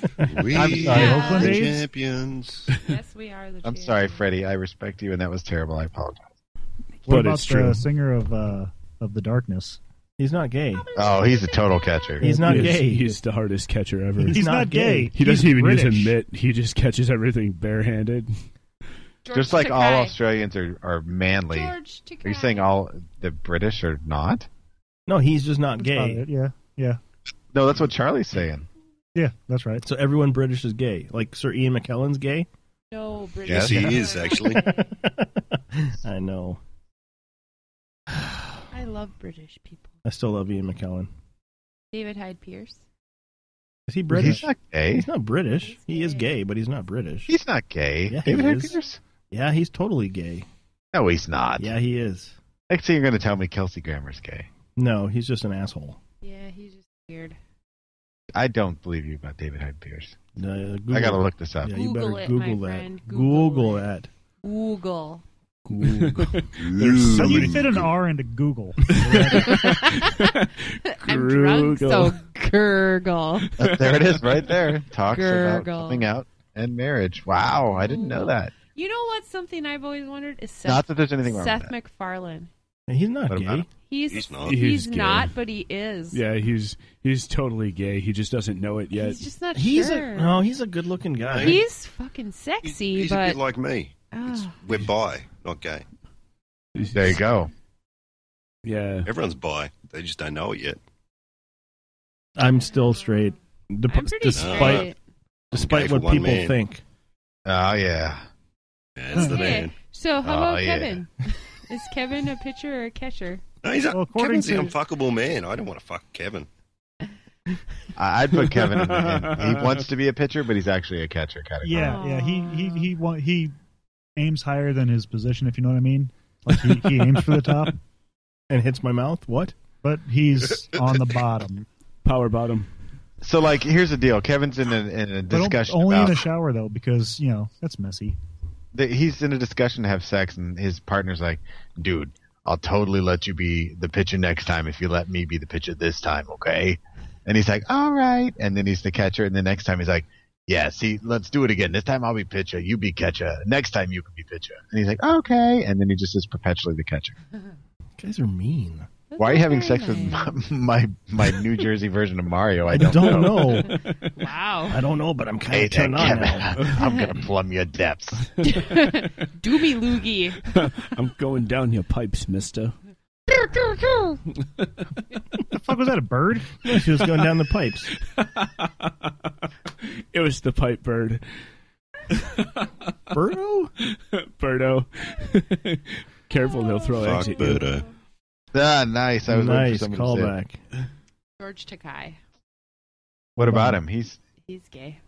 Speaker 11: We
Speaker 9: I'm
Speaker 15: sorry,
Speaker 11: are
Speaker 15: Oakland
Speaker 11: the
Speaker 15: A's?
Speaker 11: champions.
Speaker 8: Yes, we are the.
Speaker 9: I'm
Speaker 8: champions.
Speaker 9: sorry, Freddie. I respect you, and that was terrible. I apologize.
Speaker 15: What
Speaker 10: But
Speaker 15: about
Speaker 10: it's
Speaker 15: the
Speaker 10: true.
Speaker 15: singer of uh, of the Darkness?
Speaker 7: He's not gay.
Speaker 9: Oh, he's a total catcher.
Speaker 7: He's not
Speaker 10: He is-
Speaker 7: gay.
Speaker 10: He's the hardest catcher ever.
Speaker 15: He's, not,
Speaker 7: not
Speaker 15: gay.
Speaker 7: gay.
Speaker 10: he doesn't
Speaker 15: He's
Speaker 10: even use
Speaker 15: British.
Speaker 10: a mitt. He just catches everything barehanded.
Speaker 8: George
Speaker 9: Just like all
Speaker 8: Takei.
Speaker 9: Australians are, are manly.
Speaker 8: George Takei.
Speaker 9: Are you saying all the British are not?
Speaker 7: No, he's just not
Speaker 15: That's about
Speaker 7: gay.
Speaker 15: it, Yeah, yeah,
Speaker 9: No, that's what Charlie's saying.
Speaker 15: yeah. That's right.
Speaker 7: So everyone British is gay. Like Sir Ian McKellen's gay.
Speaker 8: No, British.
Speaker 11: Yes,
Speaker 8: are
Speaker 11: he
Speaker 8: not
Speaker 11: is
Speaker 8: gay.
Speaker 11: actually.
Speaker 7: I know.
Speaker 8: I love British people.
Speaker 7: I still love Ian McKellen.
Speaker 8: David Hyde Pierce.
Speaker 7: Is he British?
Speaker 9: He's not gay.
Speaker 7: He's not British.
Speaker 8: He's
Speaker 7: he is
Speaker 8: gay.
Speaker 7: gay, but he's not British.
Speaker 9: He's not gay.
Speaker 7: Yeah, he
Speaker 9: David Hyde
Speaker 7: is.
Speaker 9: Pierce?
Speaker 7: Yeah, he's totally gay.
Speaker 9: No, he's not.
Speaker 7: Yeah, he is.
Speaker 9: Next thing you're going to tell me Kelsey Grammer's gay.
Speaker 7: No, he's just an asshole.
Speaker 8: Yeah, he's just weird.
Speaker 9: I don't believe you about David Hyde Pierce.
Speaker 7: Uh, Google-
Speaker 9: I got to look this up.
Speaker 7: Yeah, you
Speaker 8: Google
Speaker 7: better
Speaker 8: it,
Speaker 7: Google
Speaker 8: my
Speaker 7: that.
Speaker 8: friend.
Speaker 7: Google,
Speaker 8: Google it.
Speaker 7: that.
Speaker 8: Google.
Speaker 7: Google.
Speaker 10: There's
Speaker 15: How
Speaker 10: so
Speaker 15: do you
Speaker 10: many.
Speaker 15: fit an R into Google?
Speaker 8: I'm drunk,
Speaker 10: Google.
Speaker 8: so gurgle.
Speaker 9: Uh, there it is, right there. Talks about
Speaker 8: Gurgle.
Speaker 9: coming out and marriage. Wow, I didn't know that.
Speaker 8: You know what's something I've always wondered is Seth,
Speaker 9: Not that there's anything wrong
Speaker 8: Seth
Speaker 9: with that.
Speaker 8: McFarlane.
Speaker 7: he's not
Speaker 9: What about
Speaker 7: gay.
Speaker 9: him?
Speaker 8: He's
Speaker 11: He's not.
Speaker 10: He's
Speaker 8: He's,
Speaker 10: gay.
Speaker 8: not, but he is.
Speaker 10: Yeah, he's he's totally gay. He just doesn't know it yet.
Speaker 8: He's just not
Speaker 7: He's
Speaker 8: sure.
Speaker 7: a no. He's a good-looking guy.
Speaker 8: he's fucking sexy,
Speaker 11: He's, he's
Speaker 8: but
Speaker 11: a bit like me. It's,
Speaker 8: Ah.
Speaker 11: we're bi, not gay.
Speaker 9: There you go.
Speaker 10: Yeah.
Speaker 11: Everyone's bi. They just don't know it yet.
Speaker 7: I'm still straight, Dep-
Speaker 8: I'm pretty
Speaker 7: despite
Speaker 8: straight.
Speaker 11: gay
Speaker 7: despite
Speaker 11: for
Speaker 7: what
Speaker 11: one
Speaker 7: people
Speaker 11: man.
Speaker 7: think.
Speaker 9: Oh, yeah.
Speaker 11: That's the
Speaker 8: Okay,
Speaker 11: man. Ah,
Speaker 8: So how
Speaker 9: Oh,
Speaker 8: about
Speaker 9: yeah.
Speaker 8: Kevin? is Kevin a pitcher or a catcher?
Speaker 11: No, he's a,
Speaker 15: Well, according
Speaker 11: Kevin's
Speaker 15: to-
Speaker 11: the unfuckable man. I don't want to fuck Kevin.
Speaker 9: I- I'd put Kevin in. the in. He wants to be a pitcher, but he's actually a catcher category.
Speaker 15: yeah, yeah. He he he wa- he aims higher than his position. If you know what I mean. Like he, he aims for the top,
Speaker 7: And hits my mouth. What?
Speaker 15: but he's on the bottom.
Speaker 10: Power bottom.
Speaker 9: So, like, here's the deal. Kevin's in a, in a
Speaker 15: But on-
Speaker 9: discussion
Speaker 15: only in
Speaker 9: about
Speaker 15: the shower though, because you know that's messy.
Speaker 9: the, he's in a discussion to have sex, and his partner's like, "Dude, I'll totally let you be the pitcher next time if you let me be the pitcher this time, okay?" And he's like, "All right." And then he's the catcher, and the next time he's like, "Yeah, see, let's do it again. This time I'll be pitcher, you be catcher. Next time you can be pitcher." And he's like, "Okay." And then he just is perpetually the catcher.
Speaker 7: guys are mean.
Speaker 9: Why are you having sex with my, my my New Jersey version of Mario? I
Speaker 7: I
Speaker 9: don't,
Speaker 7: don't
Speaker 9: know.
Speaker 8: wow.
Speaker 7: I don't know, but I'm kind
Speaker 9: Hey,
Speaker 7: of turned on
Speaker 9: Kevin,
Speaker 7: now.
Speaker 9: I'm gonna plumb your depths.
Speaker 8: Do me, Loogie.
Speaker 10: I'm going down your pipes, mister.
Speaker 7: the fuck was that, a bird? No, she was going down the pipes.
Speaker 10: It was the pipe bird. Birdo? Birdo. Careful, they'll throw eggs at
Speaker 11: Fuck
Speaker 10: you.
Speaker 11: Birdo.
Speaker 9: ah, nice. I was
Speaker 10: Nice
Speaker 9: waiting for someone to say it.
Speaker 10: callback.
Speaker 8: George Takai.
Speaker 9: What about him? He's
Speaker 8: He's gay.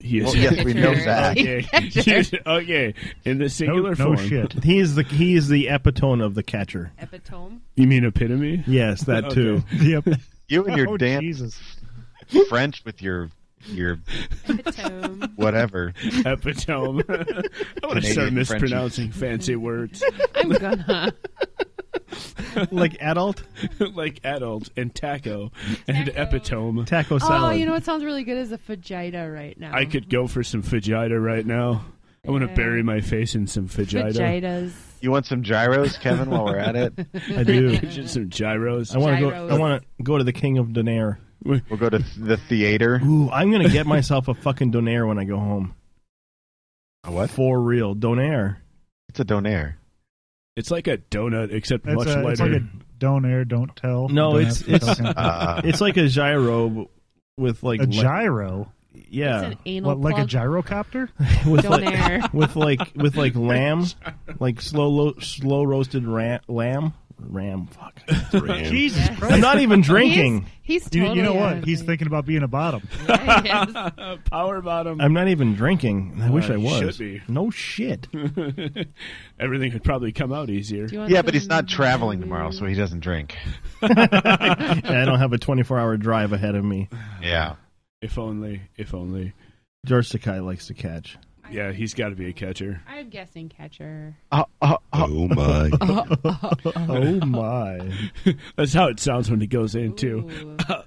Speaker 10: He
Speaker 9: Well, yes, we know that.
Speaker 10: Okay. He is- okay. In the singular
Speaker 7: no, no
Speaker 10: form.
Speaker 7: shit. He is the he is the epitome of the catcher.
Speaker 8: Epitome.
Speaker 10: You mean epitome?
Speaker 7: Yes, that too.
Speaker 10: Okay.
Speaker 7: Yep.
Speaker 9: You and your
Speaker 10: Oh,
Speaker 9: damn French with your your
Speaker 8: Epitome.
Speaker 9: whatever.
Speaker 10: Epitome. I want to start
Speaker 9: Canadian French.
Speaker 10: mispronouncing fancy words.
Speaker 8: I'm gonna.
Speaker 10: like adult? like adult and taco and epitome.
Speaker 7: Taco
Speaker 8: Oh, you know what sounds really good is a fajita right now.
Speaker 10: I could go for some fajita right now. I want to
Speaker 8: Yeah.
Speaker 10: bury my face in some fajita.
Speaker 8: Fajitas.
Speaker 9: You want some gyros, Kevin? While we're at it,
Speaker 10: I do. Just some gyros.
Speaker 7: I want to go.
Speaker 8: Gyros.
Speaker 7: I want to go to the King of Donaire.
Speaker 10: We'll
Speaker 9: go to the theater.
Speaker 7: Ooh, I'm gonna get myself a fucking Donaire when I go home.
Speaker 9: A what?
Speaker 7: For real, Donaire.
Speaker 9: It's a Donaire.
Speaker 10: It's like a donut, except
Speaker 15: It's,
Speaker 10: much
Speaker 15: a, it's like
Speaker 10: lighter.
Speaker 15: a don't air, don't tell.
Speaker 7: No,
Speaker 15: Don't
Speaker 7: it's
Speaker 15: ask, don't
Speaker 7: it's
Speaker 15: tell.
Speaker 9: Ah.
Speaker 7: it's like a gyro b- with like
Speaker 15: a
Speaker 7: le-
Speaker 15: gyro.
Speaker 7: Yeah,
Speaker 15: What, like a gyrocopter?
Speaker 7: with
Speaker 15: Donair.
Speaker 7: like with like with like lamb, like slow lo- slow roasted ra- lamb, ram. Fuck,
Speaker 15: Jesus Christ.
Speaker 7: I'm not even drinking.
Speaker 8: He's,
Speaker 15: you, you know
Speaker 7: totally
Speaker 15: what?
Speaker 7: out of
Speaker 15: He's thinking about being a bottom.
Speaker 10: Power bottom.
Speaker 7: I'm not even drinking. I wish
Speaker 10: Uh,
Speaker 7: I
Speaker 10: you
Speaker 7: was.
Speaker 10: should be.
Speaker 7: No shit.
Speaker 10: Everything could probably come out easier.
Speaker 8: you want
Speaker 9: Yeah, but he's not traveling tomorrow, so he doesn't drink.
Speaker 7: I don't have a 24 hour drive ahead of me.
Speaker 9: Yeah.
Speaker 10: If only. If only.
Speaker 7: George Sakai likes to catch.
Speaker 10: Yeah, he's got to be a catcher.
Speaker 8: I'm guessing catcher.
Speaker 11: Oh my.
Speaker 7: Oh my!
Speaker 10: That's how it sounds when he goes in too. oh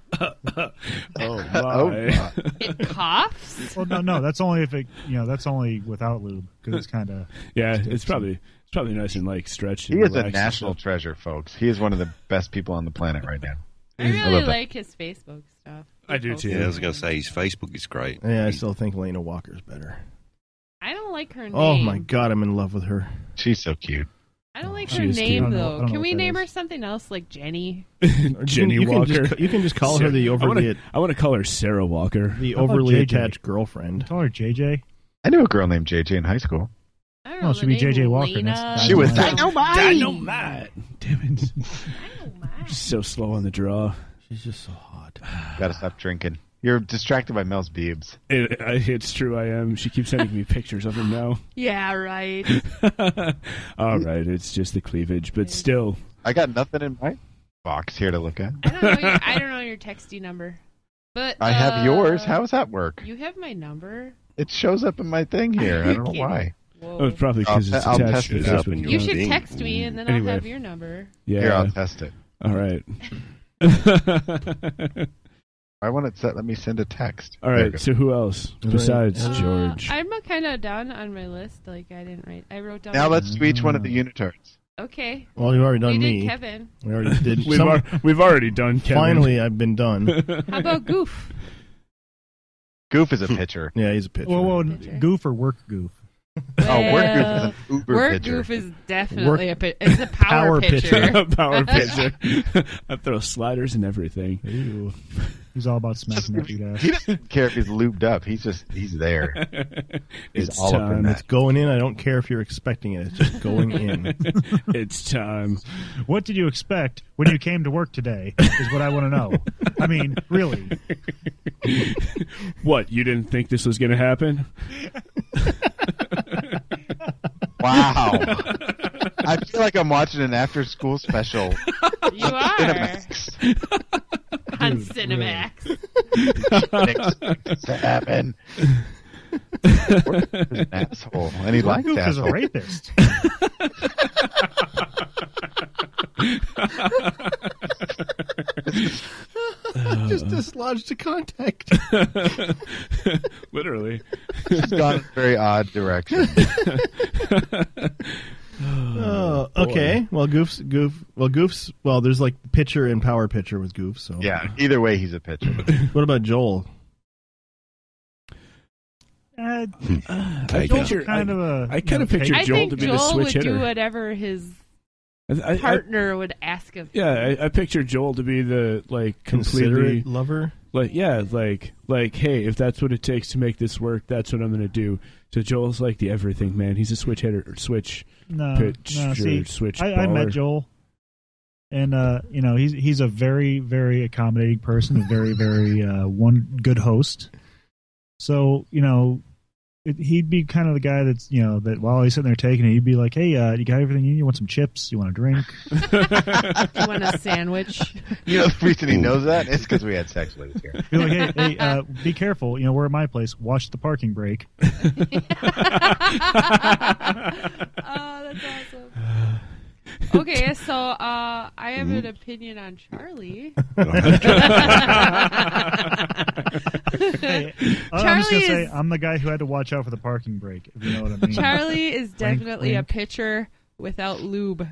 Speaker 10: my!
Speaker 8: It coughs.
Speaker 9: Oh,
Speaker 15: Well, no, Oh, no. That's only if it. You know, that's only without lube because it's kind of.
Speaker 10: yeah, it's probably it's probably nice and like stretched.
Speaker 9: He
Speaker 10: and
Speaker 9: is a
Speaker 10: relaxed and
Speaker 9: national treasure, folks. He is one of the best people on the planet right now.
Speaker 8: I really
Speaker 9: love that.
Speaker 8: like his Facebook stuff.
Speaker 10: I do too.
Speaker 11: Yeah, I was gonna say his Facebook is great.
Speaker 7: Yeah, I still think Lena Walker's better.
Speaker 8: I don't like her name.
Speaker 7: Oh my god, I'm in love with her.
Speaker 9: She's so cute.
Speaker 8: I don't like
Speaker 7: She
Speaker 8: her
Speaker 7: is cute. I
Speaker 8: name
Speaker 7: don't know- I
Speaker 8: though.
Speaker 7: don't know
Speaker 8: Can
Speaker 7: what
Speaker 8: we
Speaker 7: that
Speaker 8: name
Speaker 7: is.
Speaker 8: her something else like Jenny?
Speaker 10: Jenny
Speaker 7: you can
Speaker 10: Walker.
Speaker 7: just ca- you can just call her the
Speaker 10: Sarah- I wanna-
Speaker 7: overly-
Speaker 10: I want to call her Sarah Walker.
Speaker 7: The
Speaker 15: How about
Speaker 7: overly
Speaker 15: JJ?
Speaker 7: attached girlfriend.
Speaker 15: Call her JJ.
Speaker 9: I knew a girl named JJ in high school.
Speaker 8: I don't
Speaker 15: No,
Speaker 8: know.
Speaker 15: it should be
Speaker 8: the name
Speaker 15: JJ Walker.
Speaker 8: Lena.
Speaker 15: That's-
Speaker 9: She was
Speaker 15: Dynamite.
Speaker 10: Dynamite. Damn it! I'm so slow on the draw.
Speaker 7: She's just so hot.
Speaker 9: Gotta stop drinking. You're distracted by Mel's beebs.
Speaker 10: It, I, it's true. I am. She keeps sending me pictures of him now.
Speaker 8: Yeah, right.
Speaker 10: All right, it's just the cleavage, but still,
Speaker 9: I got nothing in my box here to look at.
Speaker 8: I don't know. Your, I don't know your texty number, but
Speaker 9: I have yours.
Speaker 8: uh,
Speaker 9: How does that work?
Speaker 8: You have my number.
Speaker 9: It shows up in my thing here. I don't know why.
Speaker 10: oh, it's probably because
Speaker 9: I'll-
Speaker 10: it's
Speaker 9: I'll
Speaker 10: attached
Speaker 9: test
Speaker 10: to
Speaker 9: it
Speaker 10: this
Speaker 9: out.
Speaker 10: one.
Speaker 8: You should text me, and then
Speaker 10: Anyway.
Speaker 8: I'll have your number.
Speaker 10: Yeah.
Speaker 9: Here, I'll test it.
Speaker 10: All right.
Speaker 9: I want it set. Let me send a text.
Speaker 10: All
Speaker 9: There you
Speaker 10: right.
Speaker 9: go.
Speaker 10: So who else
Speaker 7: right.
Speaker 10: besides
Speaker 8: Uh,
Speaker 10: George?
Speaker 8: I'm kind of down on my list. Like I didn't write. I wrote down.
Speaker 9: now
Speaker 8: my-
Speaker 9: let's do each one of the unitards.
Speaker 8: Okay.
Speaker 7: Well, you've already done
Speaker 8: you
Speaker 7: me.
Speaker 8: did Kevin.
Speaker 7: We already did.
Speaker 10: we've,
Speaker 7: some-
Speaker 10: al- we've already done Kevin.
Speaker 7: finally, I've been done.
Speaker 8: How about Goof?
Speaker 9: Goof is a pitcher.
Speaker 7: Yeah, he's a pitcher.
Speaker 15: Whoa, whoa,
Speaker 8: Picture.
Speaker 15: goof or work goof?
Speaker 9: oh, work goof is
Speaker 8: Well,
Speaker 9: an uber
Speaker 8: Word
Speaker 9: pitcher.
Speaker 8: Goof is definitely a pit. It's a
Speaker 7: Power
Speaker 8: power,
Speaker 7: pitcher.
Speaker 8: pitcher.
Speaker 10: power pitcher. I throw sliders and everything.
Speaker 7: Ew.
Speaker 15: He's all about smacking that dude ass.
Speaker 9: He doesn't care if he's lubed up. He's just he's there. He's
Speaker 10: it's
Speaker 9: all up in
Speaker 10: time.
Speaker 9: that.
Speaker 7: Going in, I don't care if you're expecting it. It's just going in.
Speaker 10: it's time.
Speaker 15: What did you expect when you came to work today? Is what I want to know. I mean, really,
Speaker 10: What? You didn't think this was going to happen?
Speaker 9: Wow. I feel like I'm watching an after school special.
Speaker 8: You are
Speaker 9: Cinemax.
Speaker 8: on Cinemax.
Speaker 9: Didn't expect this to happen. an asshole, and he
Speaker 15: Luke
Speaker 9: likes
Speaker 15: is a
Speaker 9: assholes.
Speaker 15: rapist.
Speaker 9: Uh.
Speaker 11: Just dislodged a contact.
Speaker 10: Literally.
Speaker 9: She's gone in a very odd direction.
Speaker 7: Oh, okay. Well, Goof's Goof. Well, Goof's. Well, there's like pitcher and power pitcher with Goof. So
Speaker 9: Yeah, either way, he's a pitcher.
Speaker 7: What about Joel?
Speaker 15: Uh,
Speaker 10: I
Speaker 15: Joel's
Speaker 10: picture-
Speaker 15: kind of a.
Speaker 10: I kind of
Speaker 15: you know,
Speaker 10: picture
Speaker 8: I
Speaker 10: Joel
Speaker 8: think
Speaker 10: to be
Speaker 8: Joel
Speaker 10: the switch
Speaker 8: would
Speaker 10: hitter.
Speaker 8: do whatever his
Speaker 10: I- I- I-
Speaker 8: partner would ask him.
Speaker 10: Yeah, I, I picture Joel to be the like completely
Speaker 7: Considerate lover?
Speaker 10: Like yeah, like like hey, if that's what it takes to make this work, that's what I'm gonna do. So Joel's like the everything man. He's a switch hitter, or switch
Speaker 15: No,
Speaker 10: pitcher,
Speaker 15: no, see,
Speaker 10: switch.
Speaker 15: I, I met
Speaker 10: baller.
Speaker 15: Joel, and uh, you know he's he's a very very accommodating person, a very very uh, one good host. So you know, it, he'd be kind of the guy that's you know that while he's sitting there taking it, he'd be like, "Hey, uh, you got everything you need? You want some chips? You want a drink?
Speaker 8: you want a sandwich?
Speaker 9: You know the reason he knows that is because we had sex when he was here.
Speaker 15: Be like, hey, hey uh, be careful. You know, we're at my place. Watch the parking brake."
Speaker 8: Oh, that's awesome. Okay, so uh, I have an opinion on Charlie.
Speaker 15: Hey, I'm just
Speaker 8: Charlie
Speaker 15: gonna say
Speaker 8: is-
Speaker 15: I'm the guy who had to watch out for the parking brake. If you know what I
Speaker 9: Mm.
Speaker 15: mean.
Speaker 8: Charlie is
Speaker 15: Wink,
Speaker 8: definitely a
Speaker 15: wink.
Speaker 8: pitcher without lube.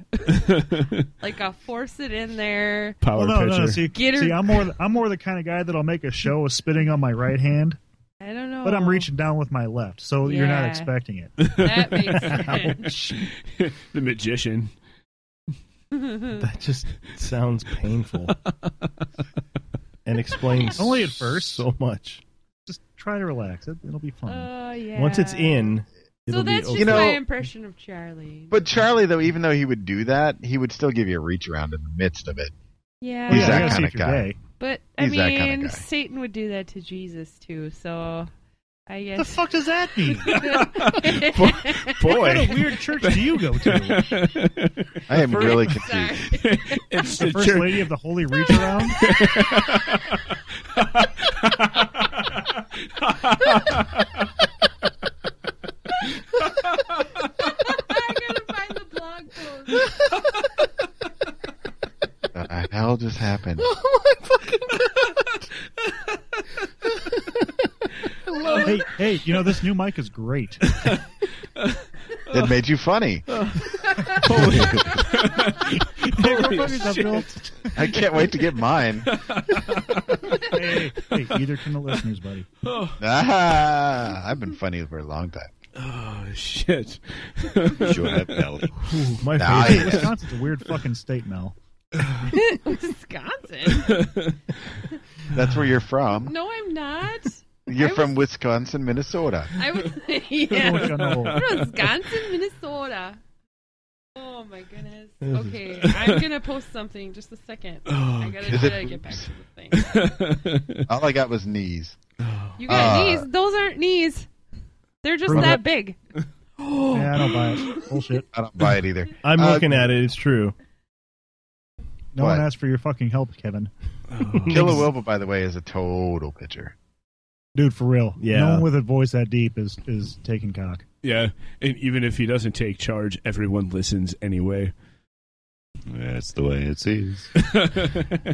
Speaker 8: like I'll force it in there.
Speaker 10: Power
Speaker 15: Well, no, no, no.
Speaker 10: pitcher.
Speaker 15: See,
Speaker 8: Get her-
Speaker 15: see, I'm more, the, I'm more the kind of guy that'll make a show of spitting on my right hand,
Speaker 8: I don't know.
Speaker 15: but I'm reaching down with my left, so you're not
Speaker 8: Oh. Yeah.
Speaker 15: expecting it.
Speaker 8: That makes sense.
Speaker 10: the magician.
Speaker 7: That just sounds painful. and explains
Speaker 15: Only at first.
Speaker 7: so much.
Speaker 15: Just try to relax. It, it'll be fun.
Speaker 8: Oh yeah.
Speaker 7: Once it's in,
Speaker 8: So
Speaker 7: it'll be
Speaker 8: that's
Speaker 7: over.
Speaker 8: just
Speaker 9: You know-
Speaker 8: my impression of Charlie.
Speaker 9: But Charlie, though, even though he would do that, he would still give you a reach around in the midst of it.
Speaker 8: Yeah.
Speaker 9: He's
Speaker 15: Yeah, I
Speaker 9: that
Speaker 15: gotta
Speaker 9: kind
Speaker 15: see
Speaker 9: of
Speaker 15: if you're
Speaker 9: guy.
Speaker 15: gay.
Speaker 8: But I
Speaker 9: He's that
Speaker 8: mean,
Speaker 9: kinda guy.
Speaker 8: Satan would do that to Jesus too. So I guess
Speaker 15: What the fuck does that mean?
Speaker 10: Boy.
Speaker 15: What kind of weird church do you go to?
Speaker 9: I am
Speaker 15: First-
Speaker 9: really confused.
Speaker 10: It's
Speaker 15: The
Speaker 10: the
Speaker 15: first
Speaker 10: church-
Speaker 15: lady of the holy reach around?
Speaker 8: I gotta find the blog post.
Speaker 9: What the Uh, hell just happened?
Speaker 8: Oh.
Speaker 15: hey, hey, you know this new mic is great.
Speaker 9: It made you funny.
Speaker 15: Hey, go fuck yourself,
Speaker 8: Oh,
Speaker 15: Joel.
Speaker 9: I can't wait to get mine.
Speaker 15: Hey, hey, hey, either can the listeners, buddy.
Speaker 9: Ah, I've been funny for a long time.
Speaker 10: Oh shit!
Speaker 9: Sure have belly.
Speaker 15: Ooh, my
Speaker 9: Nah,
Speaker 15: favorite.
Speaker 9: yeah.
Speaker 15: Wisconsin's a weird fucking state, Mel.
Speaker 8: Wisconsin?
Speaker 9: That's where you're from.
Speaker 8: No, I'm not.
Speaker 9: You're
Speaker 8: I
Speaker 9: from Wisconsin, Minnesota.
Speaker 8: I was
Speaker 15: Look
Speaker 8: yeah.
Speaker 15: on the whole.
Speaker 8: Wisconsin, Minnesota. Oh my goodness.
Speaker 7: This is-
Speaker 8: Okay, I'm gonna post something in just a second.
Speaker 10: Oh,
Speaker 15: Oh,
Speaker 8: I gotta
Speaker 9: is
Speaker 8: try
Speaker 9: it
Speaker 8: to get back to the thing.
Speaker 9: All I got was knees.
Speaker 8: You got
Speaker 9: Uh,
Speaker 8: knees. Those aren't knees. They're just
Speaker 15: Prove
Speaker 8: that
Speaker 15: it.
Speaker 8: big.
Speaker 15: Yeah, I don't buy it. Bullshit.
Speaker 9: I don't buy it either.
Speaker 7: I'm
Speaker 9: Uh,
Speaker 7: looking at it. It's true.
Speaker 15: No
Speaker 9: What?
Speaker 15: one asked for your fucking help, Kevin.
Speaker 8: Oh.
Speaker 9: Killa Wilba, by the way, is a total pitcher.
Speaker 15: Dude, for real.
Speaker 7: Yeah.
Speaker 15: No one with a voice that deep is is taking cock.
Speaker 10: Yeah, and even if he doesn't take charge, everyone listens anyway.
Speaker 11: That's the way it is.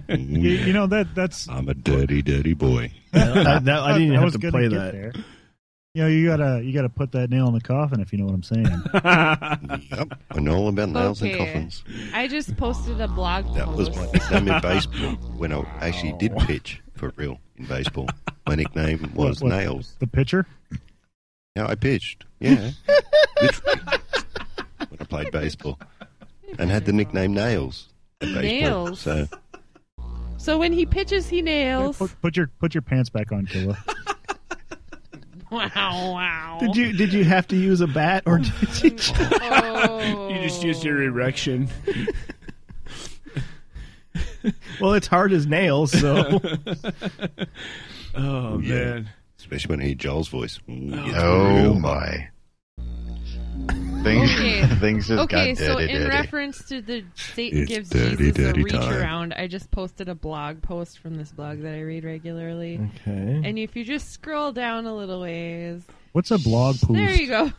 Speaker 15: You, you know that that's
Speaker 11: I'm a dirty, dirty boy.
Speaker 7: I, that, I didn't even
Speaker 15: I
Speaker 7: have
Speaker 15: was
Speaker 7: to
Speaker 15: gonna
Speaker 7: play
Speaker 15: get
Speaker 7: that.
Speaker 15: There. You know, you gotta you gotta put that nail in the coffin if you know what I'm saying.
Speaker 11: Yep, I know all about nails and
Speaker 8: Okay.
Speaker 11: coffins.
Speaker 8: I just posted a blog post.
Speaker 11: That was my nickname in baseball when I actually did pitch for real in baseball. My nickname was
Speaker 15: What- what-
Speaker 11: Nails.
Speaker 15: The pitcher?
Speaker 11: Now I pitched, yeah, literally, when I played baseball, and had the nickname Nails. at baseball.
Speaker 8: Nails.
Speaker 11: So
Speaker 8: So when he pitches, he nails.
Speaker 15: Put, put your put your pants back on, Killa.
Speaker 8: Wow! Wow!
Speaker 7: Did you did you have to use a bat or did you just-
Speaker 8: Oh.
Speaker 10: You just used your erection.
Speaker 7: well it's hard as nails so
Speaker 10: Oh
Speaker 11: Yeah.
Speaker 10: man!
Speaker 11: especially when I hear Joel's voice. Ooh, it's
Speaker 9: Oh
Speaker 11: real.
Speaker 9: my! Things,
Speaker 8: Okay.
Speaker 9: things just
Speaker 8: okay,
Speaker 9: got
Speaker 8: so
Speaker 9: dirty,
Speaker 8: in
Speaker 9: dirty.
Speaker 8: reference to the Satan
Speaker 11: It's
Speaker 8: gives
Speaker 11: dirty,
Speaker 8: Jesus
Speaker 11: dirty
Speaker 8: a reach
Speaker 11: time.
Speaker 8: around, I just posted a blog post from this blog that I read regularly.
Speaker 7: okay
Speaker 8: And if you just scroll down a little ways,
Speaker 15: What's a blog post?
Speaker 8: There you go.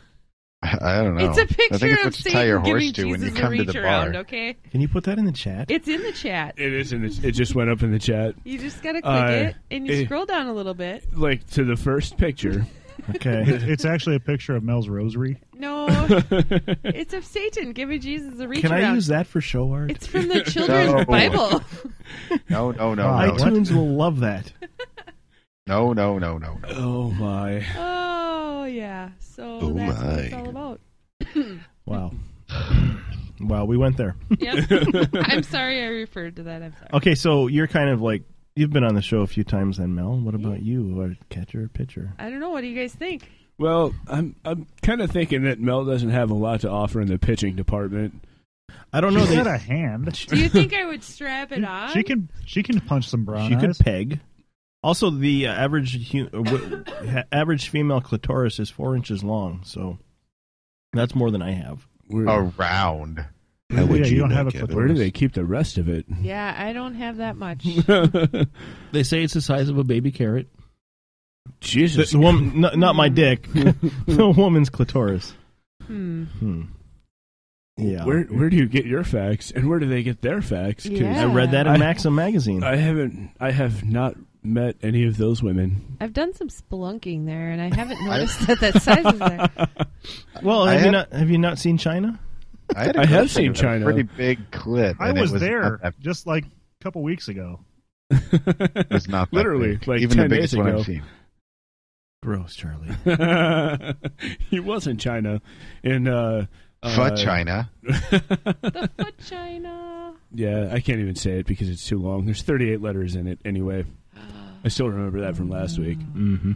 Speaker 9: I, I don't know.
Speaker 8: It's a picture
Speaker 9: I think it's
Speaker 8: of
Speaker 9: what you tie your
Speaker 8: Satan
Speaker 9: horse
Speaker 8: giving
Speaker 9: to when you
Speaker 8: Jesus a
Speaker 9: come to
Speaker 8: reach
Speaker 9: the
Speaker 8: around.
Speaker 9: bar.
Speaker 8: Okay,
Speaker 7: Can you put that in the chat?
Speaker 8: it's in the chat.
Speaker 10: It is, and it's, it just went up in the chat.
Speaker 8: You just gotta click
Speaker 10: Uh,
Speaker 8: it and you
Speaker 10: eh.
Speaker 8: scroll down a little bit.
Speaker 10: Like to the first picture.
Speaker 15: Okay, it's actually a picture of Mel's rosary.
Speaker 8: No, it's of Satan giving Jesus a reach
Speaker 15: Can I
Speaker 8: around.
Speaker 15: use
Speaker 7: that for show art?
Speaker 8: It's from the children's
Speaker 9: No.
Speaker 8: Bible.
Speaker 9: No, no, no,
Speaker 7: Wow,
Speaker 9: no,
Speaker 7: Oh, iTunes will love that.
Speaker 9: no, no, no, no, no.
Speaker 10: Oh my!
Speaker 8: Oh yeah, so
Speaker 7: Oh,
Speaker 8: that's what it's
Speaker 7: my.
Speaker 8: all about.
Speaker 7: Wow. wow, we went there.
Speaker 8: Yep. I'm sorry I referred to that. I'm sorry.
Speaker 7: Okay, so you're kind of like you've been on the show a few times then, Mel. What about you? Or catcher or pitcher?
Speaker 8: I don't know. What do you guys think?
Speaker 10: Well, I'm I'm kind of thinking that Mel doesn't have a lot to offer in the pitching department.
Speaker 7: I don't
Speaker 15: know, She's they- got a hand.
Speaker 8: Do you think I would strap it on?
Speaker 15: She can she can punch some brown
Speaker 7: She could
Speaker 15: eyes.
Speaker 7: peg. Also, the uh, average hu- uh, w- ha- average female clitoris is four inches long, so that's more than I have.
Speaker 9: Around.
Speaker 7: How would
Speaker 10: yeah, you,
Speaker 7: you
Speaker 10: don't have a
Speaker 7: look at
Speaker 10: clip.
Speaker 7: it?
Speaker 10: Where do they keep the rest of it?
Speaker 8: Yeah, I don't have that much.
Speaker 7: They say it's the size of a baby carrot.
Speaker 10: Jesus,
Speaker 7: the, the woman, no, not my dick, the woman's clitoris.
Speaker 8: Hmm.
Speaker 7: Hmm. Yeah,
Speaker 10: Where where do you get your facts, and where do they get their facts? 'Cause
Speaker 8: Yeah. I read
Speaker 7: that in
Speaker 10: I-
Speaker 7: Maxim magazine.
Speaker 10: I haven't. I have not met any of those women.
Speaker 8: I've done some spelunking there, and I haven't noticed that that size is there.
Speaker 7: Well,
Speaker 9: I
Speaker 7: have, you
Speaker 9: have-
Speaker 7: not have you not seen China?
Speaker 9: I, had a
Speaker 10: I have
Speaker 9: girlfriend
Speaker 10: seen
Speaker 9: with a
Speaker 10: China.
Speaker 9: Pretty big clit.
Speaker 15: I
Speaker 9: and it
Speaker 15: was,
Speaker 9: not
Speaker 15: there
Speaker 9: that-
Speaker 15: just like a couple weeks ago.
Speaker 9: It was not that
Speaker 10: Literally,
Speaker 9: big.
Speaker 10: like
Speaker 9: even
Speaker 10: 10
Speaker 9: the biggest
Speaker 10: days
Speaker 9: one
Speaker 10: ago.
Speaker 9: I've seen.
Speaker 7: Gross, Charlie.
Speaker 10: he was in China, in uh,
Speaker 9: Pho
Speaker 10: uh,
Speaker 9: China.
Speaker 8: The foot china.
Speaker 10: Yeah, I can't even say it because it's too long. There's 38 letters in it anyway.
Speaker 8: Ah.
Speaker 10: I still remember that from last week.
Speaker 7: Mm-hmm.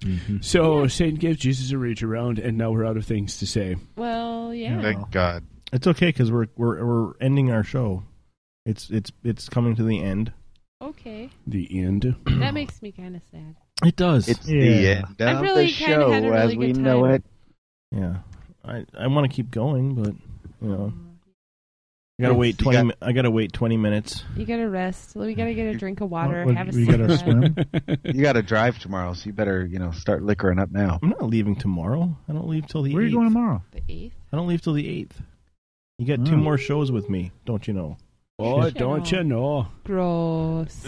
Speaker 7: Mm-hmm.
Speaker 10: So Satan gave Jesus a reach around, and now we're out of things to say.
Speaker 8: Well, yeah.
Speaker 9: Thank God.
Speaker 7: It's okay because we're we're we're ending our show. It's it's it's coming to the end.
Speaker 8: Okay,
Speaker 10: The end.
Speaker 8: that makes me kind of sad.
Speaker 7: It does.
Speaker 9: It's the
Speaker 7: Yeah.
Speaker 9: end
Speaker 8: I
Speaker 9: of
Speaker 8: really
Speaker 9: the
Speaker 8: kinda
Speaker 9: show
Speaker 8: had a
Speaker 9: as
Speaker 8: really
Speaker 9: we
Speaker 8: good
Speaker 9: know
Speaker 8: time.
Speaker 9: it.
Speaker 7: Yeah, I I want to keep going, but you know, I gotta
Speaker 9: It's-
Speaker 7: wait
Speaker 9: you
Speaker 7: twenty.
Speaker 9: got-
Speaker 7: mi- I gotta wait twenty minutes.
Speaker 8: You gotta rest. We gotta get a drink of water.
Speaker 15: What-
Speaker 8: have a
Speaker 15: we gotta
Speaker 8: cigarette.
Speaker 15: swim.
Speaker 9: You got to drive tomorrow, so you better you know start liquoring up now.
Speaker 7: I'm not leaving tomorrow. I don't leave till the.
Speaker 15: Where are you
Speaker 7: 8th.
Speaker 15: going tomorrow?
Speaker 8: The eighth.
Speaker 7: I don't leave till the eighth. You got two
Speaker 15: Oh.
Speaker 7: more shows with me, don't you know?
Speaker 10: Oh, don't you know?
Speaker 8: Gross.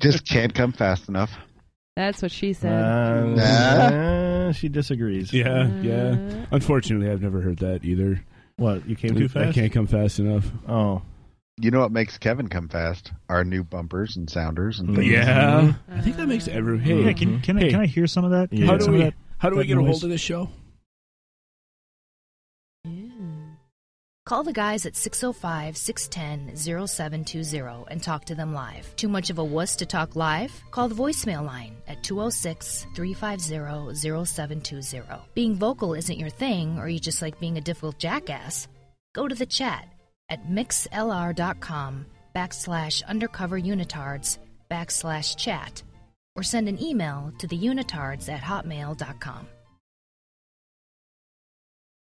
Speaker 9: Just can't come fast enough.
Speaker 8: That's what she
Speaker 7: Uh,
Speaker 8: said.
Speaker 7: uh, she disagrees.
Speaker 10: Yeah,
Speaker 8: Uh.
Speaker 10: yeah. Unfortunately, I've never heard that either.
Speaker 7: What? You came
Speaker 10: I-
Speaker 7: too fast.
Speaker 10: I can't come fast enough.
Speaker 7: Oh,
Speaker 9: You know what makes Kevin come fast? Our new bumpers and sounders and things. Uh,
Speaker 10: Yeah,
Speaker 8: Uh,
Speaker 10: I think that makes every. Hey,
Speaker 15: yeah, can can, I,
Speaker 10: hey,
Speaker 15: can I hear some of that? Can I
Speaker 7: Yeah.
Speaker 15: hear
Speaker 10: how do
Speaker 15: some of
Speaker 10: we
Speaker 15: that-
Speaker 10: how do we
Speaker 15: that
Speaker 10: get a
Speaker 15: noise?
Speaker 10: hold of this show?
Speaker 6: Mm. Call the guys at 605 610 0720 and talk to them live. Too much of a wuss to talk live? Call the voicemail line at 206 350 0720. oh. Being vocal isn't your thing, or you just like being a difficult jackass? Go to the chat at mixlr.com backslash undercover unitards backslash chat or send an email to the unitards at hotmail.com.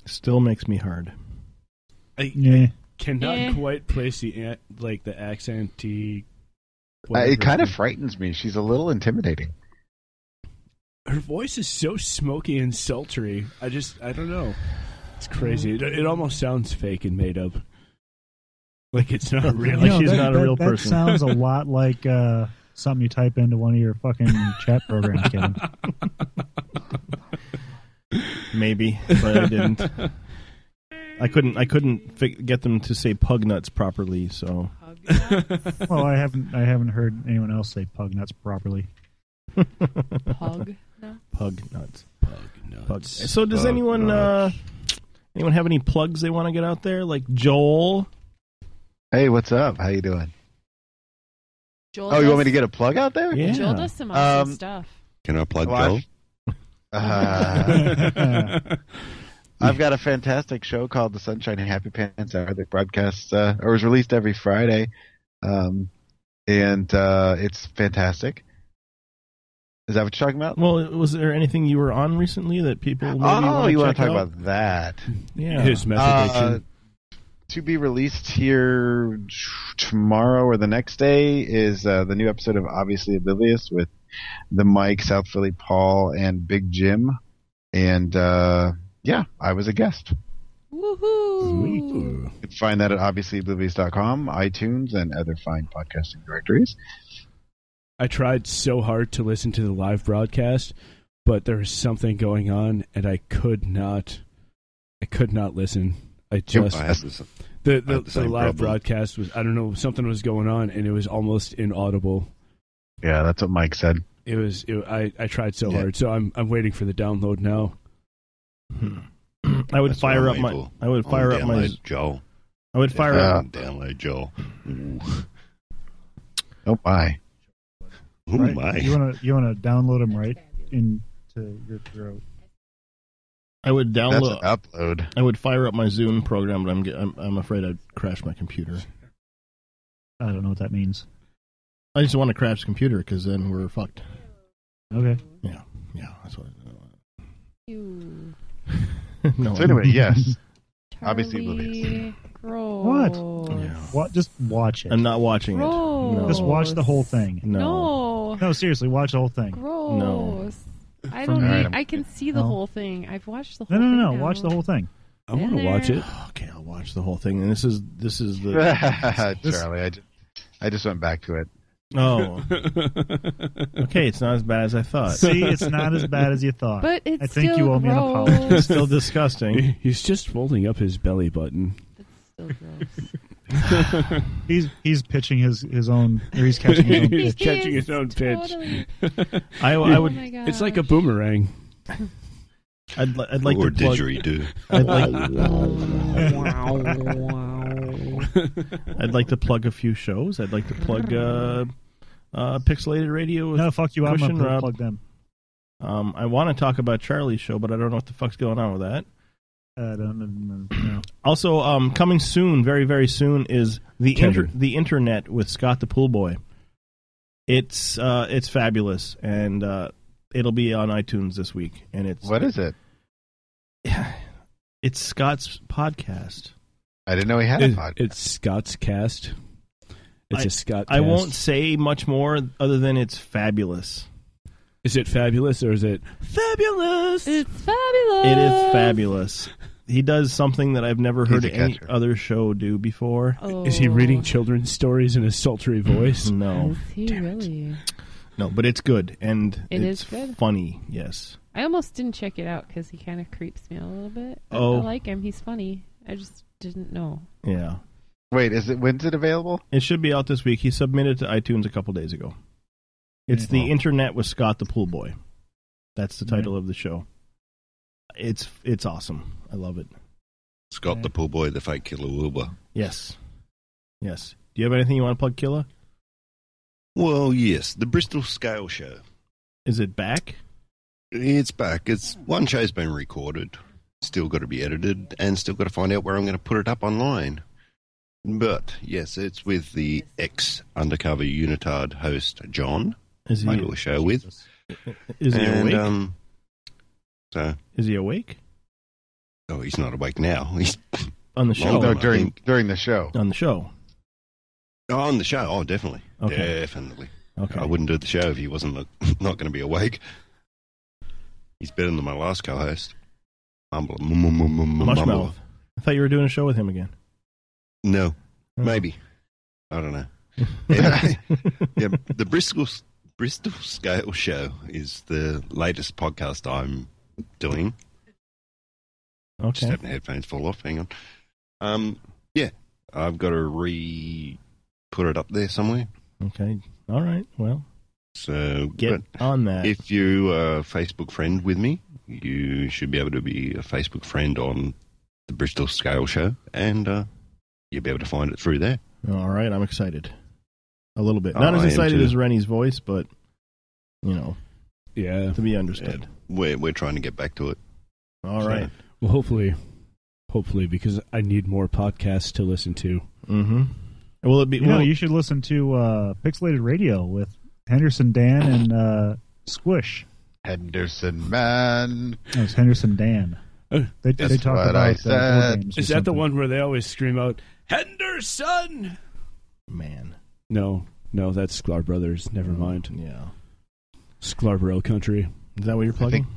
Speaker 7: still makes me hard.
Speaker 10: I
Speaker 15: Yeah.
Speaker 10: cannot
Speaker 8: Eh.
Speaker 10: quite place the an- like the accent. T,
Speaker 9: Uh,
Speaker 10: whatever.
Speaker 9: it kind of frightens me. She's a little intimidating.
Speaker 10: her voice is so smoky and sultry. I just I don't know. It's crazy. It, it almost sounds fake and made up. Like it's not real.
Speaker 7: Like
Speaker 15: You know,
Speaker 7: she's
Speaker 15: that-
Speaker 7: not a
Speaker 15: that-
Speaker 7: real
Speaker 15: that
Speaker 7: person.
Speaker 15: sounds a lot like uh, something you type into one of your fucking chat programs, Kevin.
Speaker 7: Maybe, but I didn't. I couldn't. I couldn't fi- get them to say pug nuts properly. So
Speaker 15: Well, I haven't I haven't heard anyone else say pug nuts properly.
Speaker 8: Pug. No.
Speaker 7: pug nuts.
Speaker 10: Nuts.
Speaker 7: Pug. So does
Speaker 11: Pug
Speaker 7: anyone uh, anyone have any plugs they want to get out there? Like Joel?
Speaker 9: Hey, what's up? How you doing?
Speaker 8: Joel
Speaker 9: Oh, you want me to
Speaker 8: does-
Speaker 9: get a plug out there?
Speaker 7: Yeah.
Speaker 8: Joel does some awesome
Speaker 9: Um,
Speaker 8: stuff.
Speaker 11: Can I plug
Speaker 9: Well,
Speaker 11: Joel?
Speaker 9: Uh, I've got a fantastic show called The Sunshine and Happy Pants Hour that broadcasts uh, or is released every Friday, um, and uh, it's fantastic. Is that what you're talking about?
Speaker 7: Well, was there anything you were on recently that people? Maybe
Speaker 9: oh,
Speaker 7: wanna
Speaker 9: you want
Speaker 7: check
Speaker 9: to talk
Speaker 7: out?
Speaker 9: about that?
Speaker 7: yeah.
Speaker 10: His meth
Speaker 9: Uh,
Speaker 10: addiction.
Speaker 9: to be released here t- tomorrow or the next day is uh, the new episode of Obviously Oblivious with the Mike, South Philly Paul, and Big Jim. And uh, yeah, I was a guest.
Speaker 8: Woohoo!
Speaker 9: You can find that at obviouslyblivious.com, iTunes, and other fine podcasting directories.
Speaker 10: I tried so hard to listen to the live broadcast, but there was something going on, and I could not. I could not listen. I just
Speaker 11: I had this-
Speaker 10: the
Speaker 11: I
Speaker 10: the,
Speaker 11: had the
Speaker 10: the,
Speaker 11: same
Speaker 10: live
Speaker 11: problem.
Speaker 10: broadcast was. I don't know. Something was going on, and it was almost inaudible.
Speaker 9: Yeah, that's what Mike said.
Speaker 10: It was. It, I I tried so hard. So I'm I'm waiting for the download now.
Speaker 7: Hmm. I would
Speaker 10: That's what
Speaker 7: fire
Speaker 10: I'm
Speaker 7: up my.
Speaker 10: able-
Speaker 7: I would fire
Speaker 10: I'll
Speaker 7: up my.
Speaker 10: download
Speaker 11: Joe.
Speaker 7: I would fire up.
Speaker 11: Download Joe.
Speaker 9: Oh my!
Speaker 11: Oh
Speaker 15: Right?
Speaker 11: my!
Speaker 15: You wanna you wanna download them right into your throat.
Speaker 7: I would download.
Speaker 9: upload.
Speaker 7: I would fire up my Zoom program, but I'm ge- I'm, I'm afraid I'd crash my computer.
Speaker 15: I don't know what that means.
Speaker 7: I just want to crash the computer because then we're fucked.
Speaker 15: Okay.
Speaker 7: Yeah, yeah, that's what.
Speaker 9: So anyway, yes.
Speaker 7: Obviously,
Speaker 8: Gross.
Speaker 15: What? Just watch it.
Speaker 7: I'm not watching it. No.
Speaker 15: Just watch the whole thing.
Speaker 8: No.
Speaker 15: No, seriously, watch the whole thing.
Speaker 8: Gross. I
Speaker 15: For
Speaker 8: don't
Speaker 15: me. Alright,
Speaker 8: need.
Speaker 15: I'm-
Speaker 8: I can see the
Speaker 15: No.
Speaker 8: whole thing. I've watched the
Speaker 15: No,
Speaker 8: whole
Speaker 15: no,
Speaker 8: thing.
Speaker 15: no, no.
Speaker 8: now.
Speaker 15: Watch the whole thing.
Speaker 7: I
Speaker 8: wanna watch it.
Speaker 7: Okay, I'll watch the whole thing. And this is this is the this-
Speaker 9: Charlie, I just, I just went back to it.
Speaker 7: Oh, okay. It's not as bad as I thought.
Speaker 15: See, it's not as bad as you thought.
Speaker 8: But it's
Speaker 15: I think you
Speaker 8: still
Speaker 15: owe me an
Speaker 8: gross.
Speaker 15: apology.
Speaker 7: It's still disgusting.
Speaker 10: He's just holding up his belly button.
Speaker 15: he's he's pitching his his own. Or he's catching his own
Speaker 10: He's
Speaker 15: pitch.
Speaker 10: catching his own pitch.
Speaker 7: I, I would.
Speaker 10: It's like a boomerang.
Speaker 7: I'd, li- I'd like
Speaker 11: Or
Speaker 7: to plug,
Speaker 11: didgeridoo.
Speaker 7: I'd like, I'd like to plug a few shows. I'd like to plug uh, uh, Pixelated Radio. With
Speaker 15: No, fuck you. I'm
Speaker 7: Christian
Speaker 15: gonna plug-
Speaker 7: Rob.
Speaker 15: plug them.
Speaker 7: Um, I want to talk about Charlie's show, but I don't know what the fuck's going on with that.
Speaker 15: I don't know.
Speaker 7: Also, um, coming soon, very very soon, is the inter- the internet with Scott the Pool Boy. It's uh, it's fabulous, and uh, it'll be on iTunes this week. And it's
Speaker 9: What is it?
Speaker 7: It's Scott's podcast.
Speaker 9: I didn't know he had a
Speaker 10: It-
Speaker 9: podcast.
Speaker 10: It's Scott's cast. It's
Speaker 7: I-
Speaker 10: a Scott.
Speaker 7: I
Speaker 10: cast.
Speaker 7: won't say much more other than it's fabulous.
Speaker 10: Is it fabulous or is it? Fabulous.
Speaker 8: It's fabulous.
Speaker 7: It is fabulous. He does something that I've never heard
Speaker 10: He's a
Speaker 7: any other show do before.
Speaker 8: Oh.
Speaker 7: Mm-hmm.
Speaker 10: Is he reading children's stories in a sultry voice?
Speaker 7: No,
Speaker 8: He really.
Speaker 7: no, but it's good and
Speaker 8: It
Speaker 7: it's
Speaker 8: is good.
Speaker 7: funny. Yes,
Speaker 8: I almost didn't check it out because he kind of creeps me out a little bit. But
Speaker 7: Oh.
Speaker 8: I like him. He's funny. I just didn't know.
Speaker 7: yeah.
Speaker 9: Wait, is it when's it available?
Speaker 7: It should be out this week. He submitted to iTunes a couple days ago. It's the internet with Scott the Pool Boy. That's the title of the show. It's it's awesome. I love it.
Speaker 11: Scott the pool boy, the fake killer Wilbur.
Speaker 7: Yes, yes. Do you have anything you want to plug, Killer?
Speaker 11: Well, yes, the Bristol Scale Show.
Speaker 7: Is it back?
Speaker 11: It's back. It's one show's been recorded, still got to be edited, and still got to find out where I'm going to put it up online. But yes, it's with the ex undercover unitard host John.
Speaker 7: Is he-
Speaker 11: I do a show with?
Speaker 7: Is he
Speaker 11: And,
Speaker 7: awake?
Speaker 11: Um, so
Speaker 7: Is he awake
Speaker 11: Oh, he's not awake now. He's
Speaker 7: on the show?
Speaker 11: Well,
Speaker 9: Oh, no, during during the show.
Speaker 7: on the show.
Speaker 11: Oh, on the show. Oh, definitely,
Speaker 7: Okay.
Speaker 11: definitely.
Speaker 7: Okay.
Speaker 11: I wouldn't do the show if he wasn't look, not going to be awake. He's better than my last co-host, Mumble. mum- mum- mum- mum- mum-
Speaker 7: Mushmouth.
Speaker 11: Mumble.
Speaker 7: I thought you were doing a show with him again.
Speaker 11: No,
Speaker 7: Oh.
Speaker 11: maybe. I don't know. Anyway, yeah, the Bristol Bristol Scale Show is the latest podcast I'm doing. Just
Speaker 7: Okay.
Speaker 11: had my headphones fall off. Hang on. Um, yeah, I've got to re put it up there somewhere.
Speaker 7: Okay. All right. Well,
Speaker 11: So
Speaker 7: get on that.
Speaker 11: If you are a Facebook friend with me, you should be able to be a Facebook friend on the Bristol Scale Show, and uh, you'll be able to find it through there.
Speaker 7: All right. I'm excited. A little bit.
Speaker 11: Oh,
Speaker 7: Not
Speaker 11: I
Speaker 7: as
Speaker 11: am
Speaker 7: excited
Speaker 11: too.
Speaker 7: as Rennie's voice, but you know,
Speaker 10: yeah,
Speaker 7: to be understood.
Speaker 11: We're we're trying to get back to it.
Speaker 7: All right.
Speaker 10: Well, hopefully, hopefully, because I need more podcasts to listen to.
Speaker 7: Mm-hmm. Will it be?
Speaker 15: You know,
Speaker 7: will-
Speaker 15: you should listen to uh, Pixelated Radio with Henderson Dan and uh, Squish.
Speaker 9: Henderson Man.
Speaker 15: No, it's Henderson Dan. They, they
Speaker 9: That's
Speaker 15: talk
Speaker 9: what
Speaker 15: about
Speaker 9: I
Speaker 15: uh, board
Speaker 9: said.
Speaker 15: games or
Speaker 10: Uh, Is that the
Speaker 15: something.
Speaker 10: one where they always scream out Henderson?
Speaker 7: man.
Speaker 10: No, no, that's Sklar Brothers. Never mind.
Speaker 7: Mm, Yeah.
Speaker 10: Scarborough Country.
Speaker 7: Is that what you're plugging?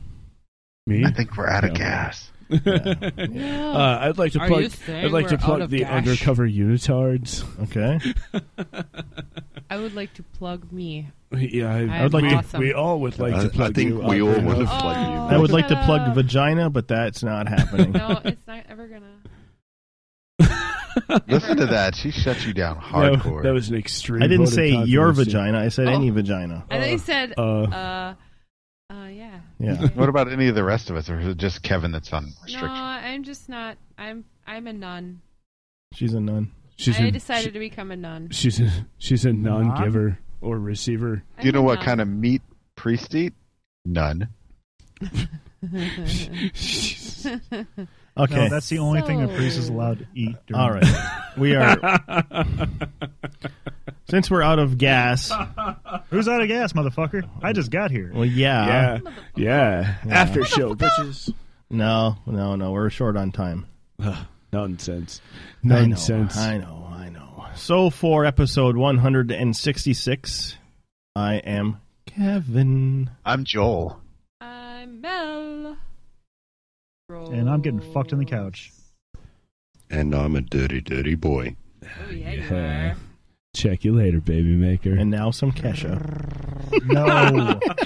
Speaker 10: Me?
Speaker 9: I think we're out of
Speaker 10: No.
Speaker 9: gas.
Speaker 10: Yeah. Uh, I'd like to
Speaker 9: Are
Speaker 10: plug.
Speaker 9: you saying
Speaker 10: I'd like to
Speaker 9: we're out
Speaker 10: plug
Speaker 9: of
Speaker 10: the
Speaker 9: gas?
Speaker 10: undercover unitards.
Speaker 7: Okay.
Speaker 8: I would like to plug me.
Speaker 10: yeah, I,
Speaker 8: I would like to-
Speaker 10: We all would like
Speaker 11: I-
Speaker 10: to
Speaker 11: I
Speaker 10: plug
Speaker 11: think
Speaker 10: you
Speaker 11: we
Speaker 10: up.
Speaker 11: all want to
Speaker 8: Oh,
Speaker 11: plug
Speaker 7: I
Speaker 11: you.
Speaker 7: would like to plug vagina, but that's not happening.
Speaker 8: No, it's not ever gonna.
Speaker 9: Listen to that. She shuts you down hardcore.
Speaker 10: that was an extreme.
Speaker 7: I didn't say your vagina. I said
Speaker 8: Oh.
Speaker 10: Oh.
Speaker 7: any vagina.
Speaker 8: I think you said.
Speaker 9: uh,
Speaker 8: Uh, uh, yeah.
Speaker 9: what about any of the rest of us, or is it just Kevin that's on
Speaker 8: No,
Speaker 9: restriction?
Speaker 8: I'm just not. I'm. I'm a nun.
Speaker 7: She's a nun.
Speaker 10: She's
Speaker 8: I
Speaker 10: a,
Speaker 8: decided to become a nun.
Speaker 10: she's a, she's a non-giver or receiver.
Speaker 8: I'm You know a what nun. kind
Speaker 9: of meat priest eat? None.
Speaker 7: Okay.
Speaker 15: No, that's the only thing a
Speaker 8: So-
Speaker 15: priest is allowed to eat. During
Speaker 7: Uh, All right. We are. Since we're out of gas.
Speaker 15: Who's out of gas, motherfucker? I just got here.
Speaker 7: Well, yeah.
Speaker 10: Yeah. Yeah. After show, bitches.
Speaker 7: No, no, no. We're short on time.
Speaker 10: Nonsense.
Speaker 7: I know,
Speaker 10: Nonsense.
Speaker 7: I know. I know. So for episode 166, I am Kevin.
Speaker 9: I'm Joel.
Speaker 8: I'm Mel.
Speaker 15: And I'm getting fucked on the couch.
Speaker 11: And I'm a dirty, dirty boy.
Speaker 8: Oh yeah, you
Speaker 10: Yeah. Check you later, baby maker.
Speaker 7: And now some Kesha.
Speaker 15: No.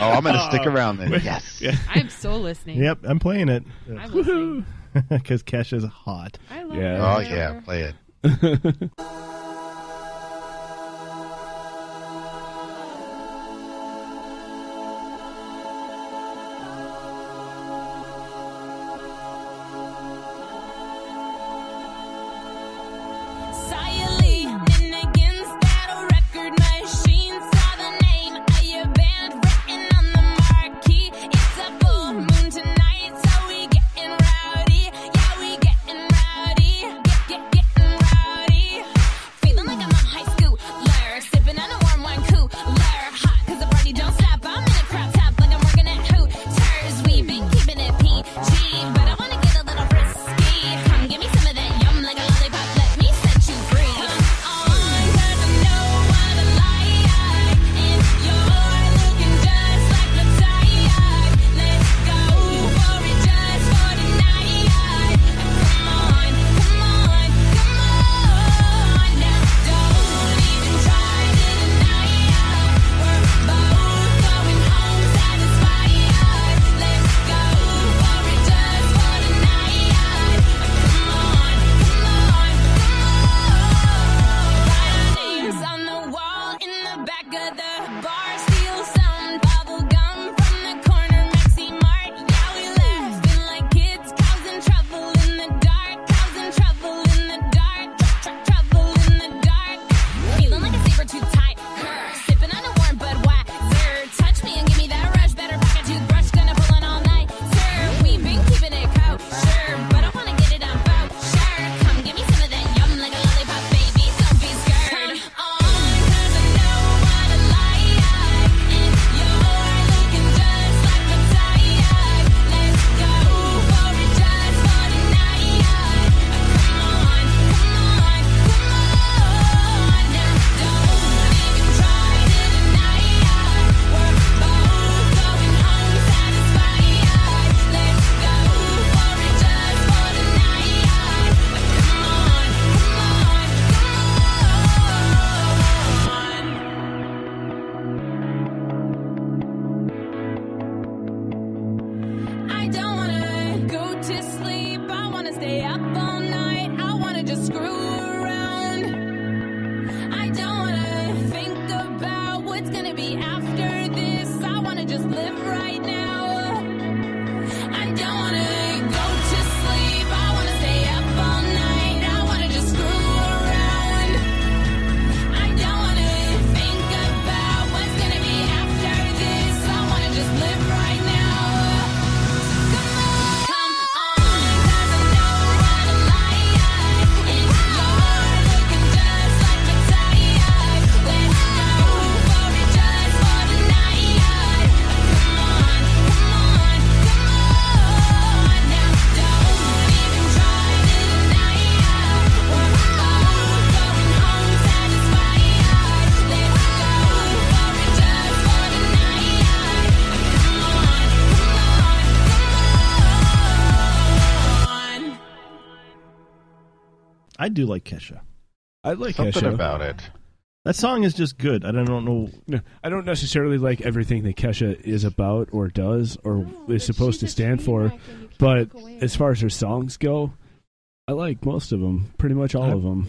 Speaker 7: oh,
Speaker 9: I'm gonna stick around then. Yes.
Speaker 8: I'm so listening.
Speaker 7: Yep, I'm playing it.
Speaker 8: I'm listening.
Speaker 7: Because Kesha's hot.
Speaker 8: I love
Speaker 9: Oh yeah, play it.
Speaker 19: Silent against that record machine. Saw the name of your band written on the marquee. It's a full moon tonight, so we getting rowdy. Yeah, we getting rowdy. Get get getting rowdy.
Speaker 7: I do like Kesha.
Speaker 10: I like Something Kesha. about
Speaker 7: it. That song is just good. I don't know.
Speaker 10: No, I don't necessarily like everything that Kesha is about or does or is supposed to stand for, but as far as her songs go, I like most of them, pretty much all of them.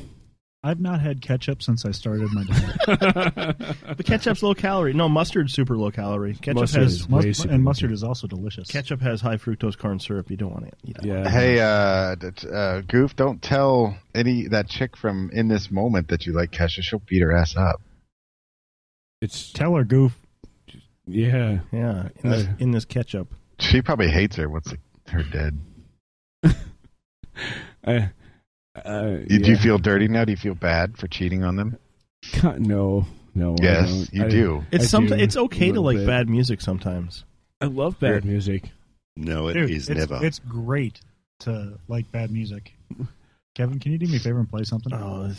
Speaker 15: I've not had ketchup since I started my diet.
Speaker 7: But ketchup's low calorie. No, mustard's super low calorie. Ketchup
Speaker 15: Mustard
Speaker 7: has
Speaker 15: is way super
Speaker 7: and
Speaker 15: mustard is also delicious.
Speaker 7: Ketchup has high fructose corn syrup. You don't want to eat that.
Speaker 10: Yeah.
Speaker 9: Hey, uh, that, uh, Goof, don't tell any that chick from in this moment that you like Kesha. She'll beat her ass up.
Speaker 10: It's
Speaker 15: tell her goof.
Speaker 10: Yeah, Uh,
Speaker 7: yeah. In this, in this ketchup,
Speaker 9: She probably hates her once her dead.
Speaker 10: I, uh,
Speaker 9: Do you
Speaker 10: yeah.
Speaker 9: feel dirty now? Do you feel bad for cheating on them?
Speaker 10: God, no, no. I
Speaker 9: Yes,
Speaker 10: don't.
Speaker 9: you
Speaker 10: I-
Speaker 9: do.
Speaker 7: It's
Speaker 10: I
Speaker 7: some.
Speaker 10: do,
Speaker 7: It's okay
Speaker 10: a
Speaker 7: to
Speaker 10: little
Speaker 7: like
Speaker 10: bit.
Speaker 7: bad music sometimes.
Speaker 10: I love bad music.
Speaker 11: No, it is
Speaker 15: Dude, it's,
Speaker 11: never.
Speaker 15: It's great to like bad music. Kevin, can you do me a favor and play something?
Speaker 10: Oh,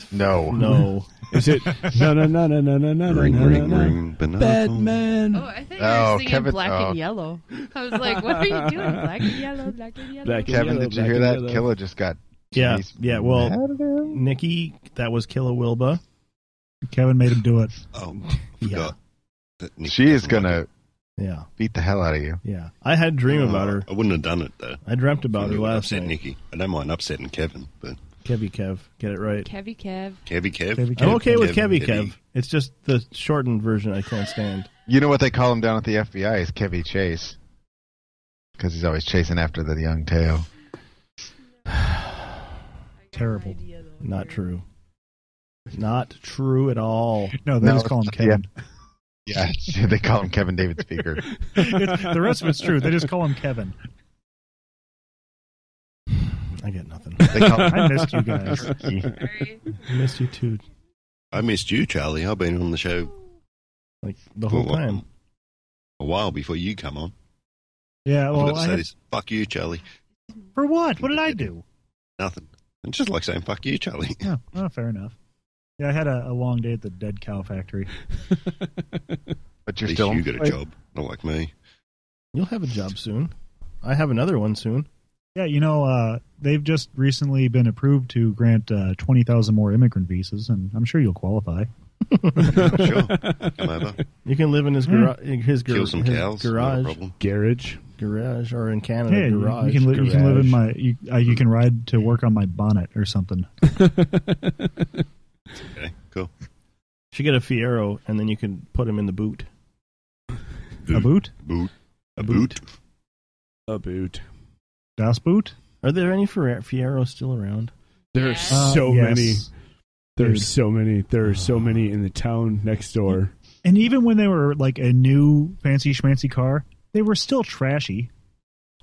Speaker 9: no,
Speaker 7: no.
Speaker 10: Is it no, no, no, no, no, no, no, no,
Speaker 11: Ring,
Speaker 10: no,
Speaker 11: ring,
Speaker 10: no.
Speaker 11: ring, banana.
Speaker 10: Batman.
Speaker 8: Oh, I think you were singing black
Speaker 9: oh.
Speaker 8: and yellow. I was like, what are you doing? Black and yellow, black and yellow.
Speaker 10: Black
Speaker 9: Kevin, did you hear that? Killa just got.
Speaker 7: Yeah,
Speaker 9: Jeez.
Speaker 7: yeah. Well, Nikki, that was Killa Wilba.
Speaker 15: Kevin made him do it.
Speaker 11: Oh,
Speaker 7: yeah,
Speaker 9: she is gonna
Speaker 7: yeah
Speaker 9: beat the hell out of you.
Speaker 7: yeah. I had a dream
Speaker 11: Uh,
Speaker 7: about her.
Speaker 11: I wouldn't have done it though.
Speaker 7: I dreamt about
Speaker 11: It
Speaker 7: her
Speaker 11: would
Speaker 7: last
Speaker 11: upset
Speaker 7: night.
Speaker 11: Nikki. I don't mind upsetting Kevin, but
Speaker 7: Kevy Kev, get it right.
Speaker 8: Kevy Kev.
Speaker 11: Kevy Kev.
Speaker 7: I'm okay with Kevy Kev. It's just the shortened version I can't stand.
Speaker 9: You know what they call him down at the FBI is Kevy Chase, because he's always chasing after the young tail.
Speaker 15: Terrible.
Speaker 7: Not true. Not true at all.
Speaker 15: No, they just call him Kevin.
Speaker 9: Yeah, yeah they call him Kevin David Speaker.
Speaker 15: It's- the rest of it's true. They just call him Kevin.
Speaker 7: I get nothing.
Speaker 9: They call-
Speaker 15: I missed you guys.
Speaker 7: I missed you too.
Speaker 11: I missed you, Charlie. I've been on the show
Speaker 7: Like the
Speaker 11: for a
Speaker 7: whole
Speaker 11: while-
Speaker 7: time.
Speaker 11: A while before you come on.
Speaker 15: Yeah,
Speaker 11: All I've
Speaker 15: well,
Speaker 11: got to
Speaker 15: I
Speaker 11: say
Speaker 15: had-
Speaker 11: is, fuck you, Charlie.
Speaker 15: for what? What did I do?
Speaker 11: Nothing. And just like saying, fuck you, Charlie.
Speaker 15: Yeah, well, fair enough. Yeah, I had a, a long day at the Dead Cow Factory.
Speaker 9: But you're
Speaker 11: At least
Speaker 9: still
Speaker 11: you got a job, not like me.
Speaker 7: You'll have a job soon. I have another one soon.
Speaker 15: Yeah, you know, uh, they've just recently been approved to grant uh, 20,000 more immigrant visas, and I'm sure you'll qualify.
Speaker 11: sure. Come over.
Speaker 7: You can live in his
Speaker 15: Hmm.
Speaker 7: garage. His, gar-
Speaker 11: Kill some
Speaker 7: his
Speaker 11: cows. Not a
Speaker 7: garage.
Speaker 11: problem.
Speaker 10: Garage.
Speaker 7: Garage, or in Canada,
Speaker 15: Yeah, you,
Speaker 7: Uh, garage.
Speaker 15: you can li- you can live in
Speaker 7: garage.
Speaker 15: my you, uh, you can ride to work on my bonnet or something.
Speaker 11: Okay, cool.
Speaker 7: Should get a Fiero, and then you can put him in the boot.
Speaker 15: A boot,
Speaker 11: Boot. A boot.
Speaker 10: A boot.
Speaker 15: das boot.
Speaker 7: Are there any Fer- Fieros still around?
Speaker 10: There are
Speaker 7: Ah,
Speaker 15: Uh,
Speaker 10: so
Speaker 15: yes.
Speaker 10: many. There are
Speaker 15: Dude.
Speaker 10: so many. There are so many in the town next door.
Speaker 15: And even when they were like a new fancy schmancy car, they were still trashy.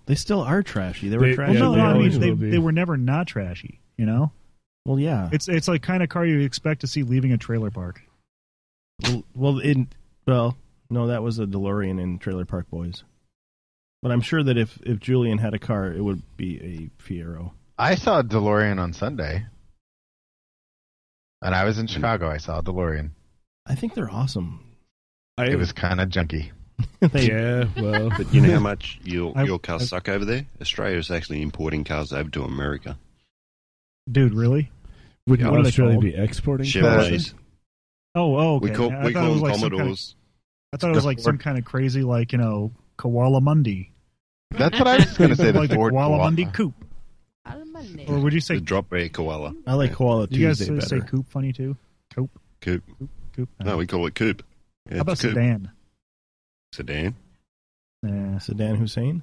Speaker 7: They still are trashy. They were
Speaker 10: They-
Speaker 7: trashy.
Speaker 15: Well, no,
Speaker 10: Yeah, they
Speaker 15: no, I
Speaker 10: always
Speaker 15: mean they,
Speaker 10: will be.
Speaker 15: they were never not trashy. You know,
Speaker 7: well, yeah.
Speaker 15: it's it's like kind of car you expect to see leaving a trailer park.
Speaker 7: Well, well, in well, no, that was a DeLorean in Trailer Park Boys. But I'm sure that if if Julian had a car, it would be a Fiero.
Speaker 9: I saw a DeLorean on Sunday, and I was in Chicago. I saw a DeLorean.
Speaker 7: I think they're awesome.
Speaker 10: I,
Speaker 9: It was kind of junky.
Speaker 7: They-
Speaker 10: yeah, well,
Speaker 11: But you know how much your
Speaker 15: I-
Speaker 11: your cars
Speaker 15: I-
Speaker 11: suck over there? Australia is actually importing cars over to America.
Speaker 15: Dude, really?
Speaker 10: wouldn't
Speaker 15: What are they
Speaker 10: Australia
Speaker 15: called?
Speaker 10: be exporting? cars?
Speaker 11: Chevrolets.
Speaker 15: Oh, oh, okay.
Speaker 11: We call,
Speaker 15: I
Speaker 11: we
Speaker 15: thought
Speaker 11: call
Speaker 15: it was
Speaker 11: them
Speaker 15: like some kind of
Speaker 11: Commodores.
Speaker 15: I thought it was like some kind of crazy, like you know, koala mundi,
Speaker 9: That's what I was going to say. The
Speaker 15: like the
Speaker 9: Ford
Speaker 15: koala
Speaker 9: Koala.
Speaker 15: mundi coupe, or would you say?
Speaker 11: the drop air koala.
Speaker 7: I like Koala
Speaker 15: do you guys
Speaker 7: Tuesday
Speaker 15: say, say
Speaker 7: better.
Speaker 15: coupe funny too? Coupe,
Speaker 11: Coupe.
Speaker 15: coupe.
Speaker 11: No, we call it coupe. Yeah,
Speaker 15: How about
Speaker 11: it's a coupe.
Speaker 15: sedan?
Speaker 11: Sedan.
Speaker 15: Nah.
Speaker 7: Saddam Hussein.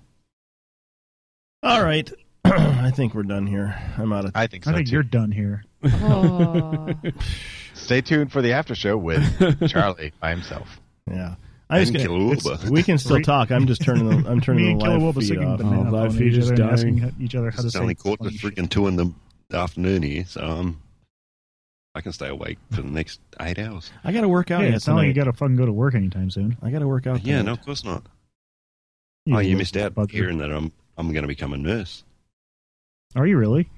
Speaker 7: All right, I think we're done here. I'm out of.
Speaker 9: I think so.
Speaker 15: I think
Speaker 9: too.
Speaker 15: you're done here.
Speaker 8: Oh.
Speaker 9: Stay tuned for the after show with Charlie by himself.
Speaker 7: yeah, I just
Speaker 11: And
Speaker 7: get-
Speaker 11: Kilauea.
Speaker 7: it's- we can still talk. I'm just turning the I'm
Speaker 15: Me
Speaker 7: turning
Speaker 15: and
Speaker 7: the
Speaker 15: Killer
Speaker 7: live
Speaker 15: Wilbur
Speaker 7: feed
Speaker 15: singing
Speaker 7: off.
Speaker 15: banana
Speaker 10: Oh, live
Speaker 15: phone at
Speaker 10: feed
Speaker 15: each
Speaker 10: is
Speaker 15: other and asking
Speaker 10: dying.
Speaker 15: h- each other how to
Speaker 11: It's
Speaker 15: say
Speaker 11: only quarter to
Speaker 15: funny shit.
Speaker 11: freaking two in the afternoon here, so um, I can stay awake for the next eight hours.
Speaker 7: I got to work out.
Speaker 15: Yeah,
Speaker 7: yet
Speaker 15: it's not like you
Speaker 7: tonight.
Speaker 15: gotta fucking go to work anytime soon.
Speaker 7: I got to work out.
Speaker 11: Yeah,
Speaker 7: tonight.
Speaker 11: no, of course not. oh, you
Speaker 15: little
Speaker 11: missed out
Speaker 15: bugger.
Speaker 11: hearing that I'm I'm going to become a nurse.
Speaker 15: Are you really?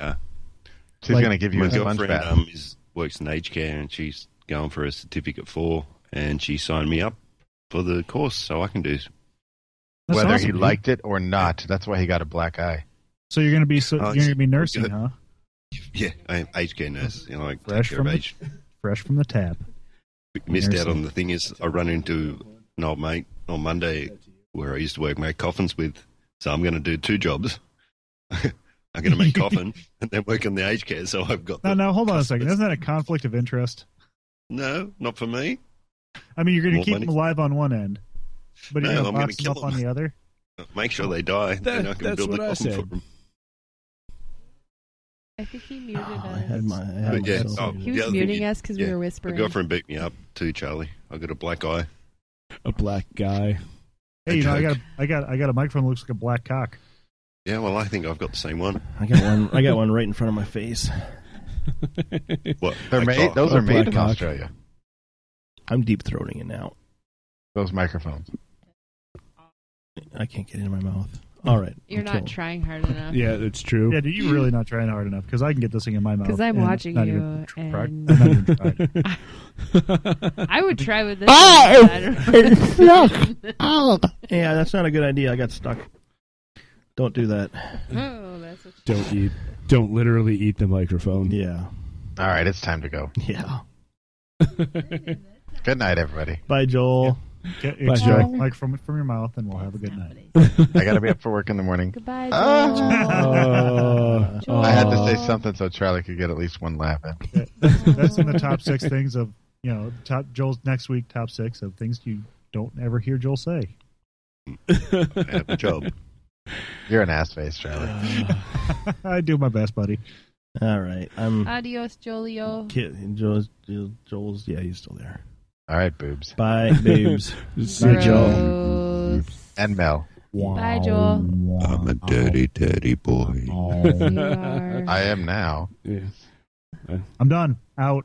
Speaker 9: She's
Speaker 15: Like-
Speaker 9: going to give you
Speaker 11: My
Speaker 9: a sponge
Speaker 11: girlfriend
Speaker 9: bath.
Speaker 11: um, is, works in aged care, and she's going for a certificate four, and she signed me up for the course, so I can do.
Speaker 15: That's
Speaker 9: Whether
Speaker 15: awesome,
Speaker 9: he
Speaker 15: dude.
Speaker 9: liked it or not, that's why he got a black eye.
Speaker 15: So you're gonna be so,
Speaker 11: Oh,
Speaker 15: you're gonna be
Speaker 11: it's-
Speaker 15: nursing,
Speaker 11: good.
Speaker 15: huh?
Speaker 11: Yeah, I am aged care nurse. You know, I
Speaker 15: Fresh
Speaker 11: take care
Speaker 15: from
Speaker 11: of
Speaker 15: the,
Speaker 11: aged.
Speaker 15: fresh from the tap.
Speaker 11: Missed out
Speaker 15: Nursing.
Speaker 11: on the thing is, I run into an old mate on Monday where I used to work make coffins with. So I'm going to do two jobs. I'm going to make coffin and then work in the aged care. So I've got
Speaker 15: No, no, hold on a second. Isn't that a conflict of interest?
Speaker 11: no, not for me.
Speaker 15: I mean, you're going to
Speaker 11: More
Speaker 15: keep
Speaker 11: money.
Speaker 15: them alive on one end, but you're
Speaker 11: No,
Speaker 15: going
Speaker 11: I'm
Speaker 15: to
Speaker 11: gonna
Speaker 15: box them
Speaker 11: kill
Speaker 15: up on
Speaker 11: them.
Speaker 15: the other.
Speaker 11: Make sure they die. then
Speaker 10: That-
Speaker 11: I can
Speaker 10: that's
Speaker 11: build a
Speaker 10: what I
Speaker 11: coffin for
Speaker 10: said.
Speaker 11: them.
Speaker 8: I think he muted us.
Speaker 11: But yeah, oh,
Speaker 8: he
Speaker 11: the
Speaker 8: was
Speaker 11: other thing
Speaker 8: muting
Speaker 11: is-
Speaker 8: us because
Speaker 11: yeah,
Speaker 8: we were whispering.
Speaker 11: My girlfriend beat me up too, Charlie. I got a black eye.
Speaker 10: A black guy.
Speaker 15: Hey, you know, I got, a, I got, I got a microphone that looks like a black cock.
Speaker 11: Yeah, well, I think I've got the same one.
Speaker 7: I got one. I got one right in front of my face.
Speaker 11: What?
Speaker 9: They're
Speaker 11: A
Speaker 9: made,
Speaker 11: cock?
Speaker 9: those are made in
Speaker 7: Blackhawk.
Speaker 9: Australia.
Speaker 7: I'm deep throating it now.
Speaker 9: Those microphones.
Speaker 7: I can't get it in my mouth. All right.
Speaker 8: You're
Speaker 15: I'm
Speaker 8: not
Speaker 15: killing-
Speaker 8: trying hard enough.
Speaker 10: that's true.
Speaker 15: Yeah, dude, you're really not trying hard enough because I can get this thing in my mouth.
Speaker 8: Because I'm
Speaker 15: and
Speaker 8: watching
Speaker 15: not
Speaker 8: you,
Speaker 15: even try-
Speaker 8: and
Speaker 15: I'm not even trying.
Speaker 8: I would try with this.
Speaker 7: Ah,
Speaker 8: one, but I don't-
Speaker 7: yeah, that's not a good idea. I got stuck. Don't do that.
Speaker 8: Oh, that's what
Speaker 10: Don't eat. Don't literally eat the microphone.
Speaker 7: Yeah.
Speaker 9: All right, it's time to go.
Speaker 7: Yeah.
Speaker 9: Good night, everybody.
Speaker 7: Bye, Joel.
Speaker 15: Get,
Speaker 9: Bye,
Speaker 15: expel
Speaker 9: Joey.
Speaker 15: the mic from from your mouth, and we'll have a good night.
Speaker 9: I got to be up for work in the morning.
Speaker 8: Goodbye,
Speaker 7: Oh.
Speaker 9: Ah.
Speaker 15: Joel.
Speaker 9: I had to say
Speaker 15: Joel.
Speaker 9: something so Charlie could get at least one laugh in.
Speaker 15: That's in the top six things of you know top Joel's next week top six of things you don't ever hear Joel say.
Speaker 11: At the job.
Speaker 9: You're an ass face, Charlie.
Speaker 15: I do my best, buddy.
Speaker 7: All right. I'm
Speaker 8: Adios, Jolio.
Speaker 7: kidding. Joel's, Joel's. Yeah, he's still there.
Speaker 9: All right, boobs.
Speaker 7: Bye, babes.
Speaker 9: See Joel. And Mel.
Speaker 8: Bye, Joel.
Speaker 11: I'm a dirty, dirty boy.
Speaker 9: I am now.
Speaker 15: I'm done. Out.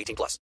Speaker 2: 18 plus.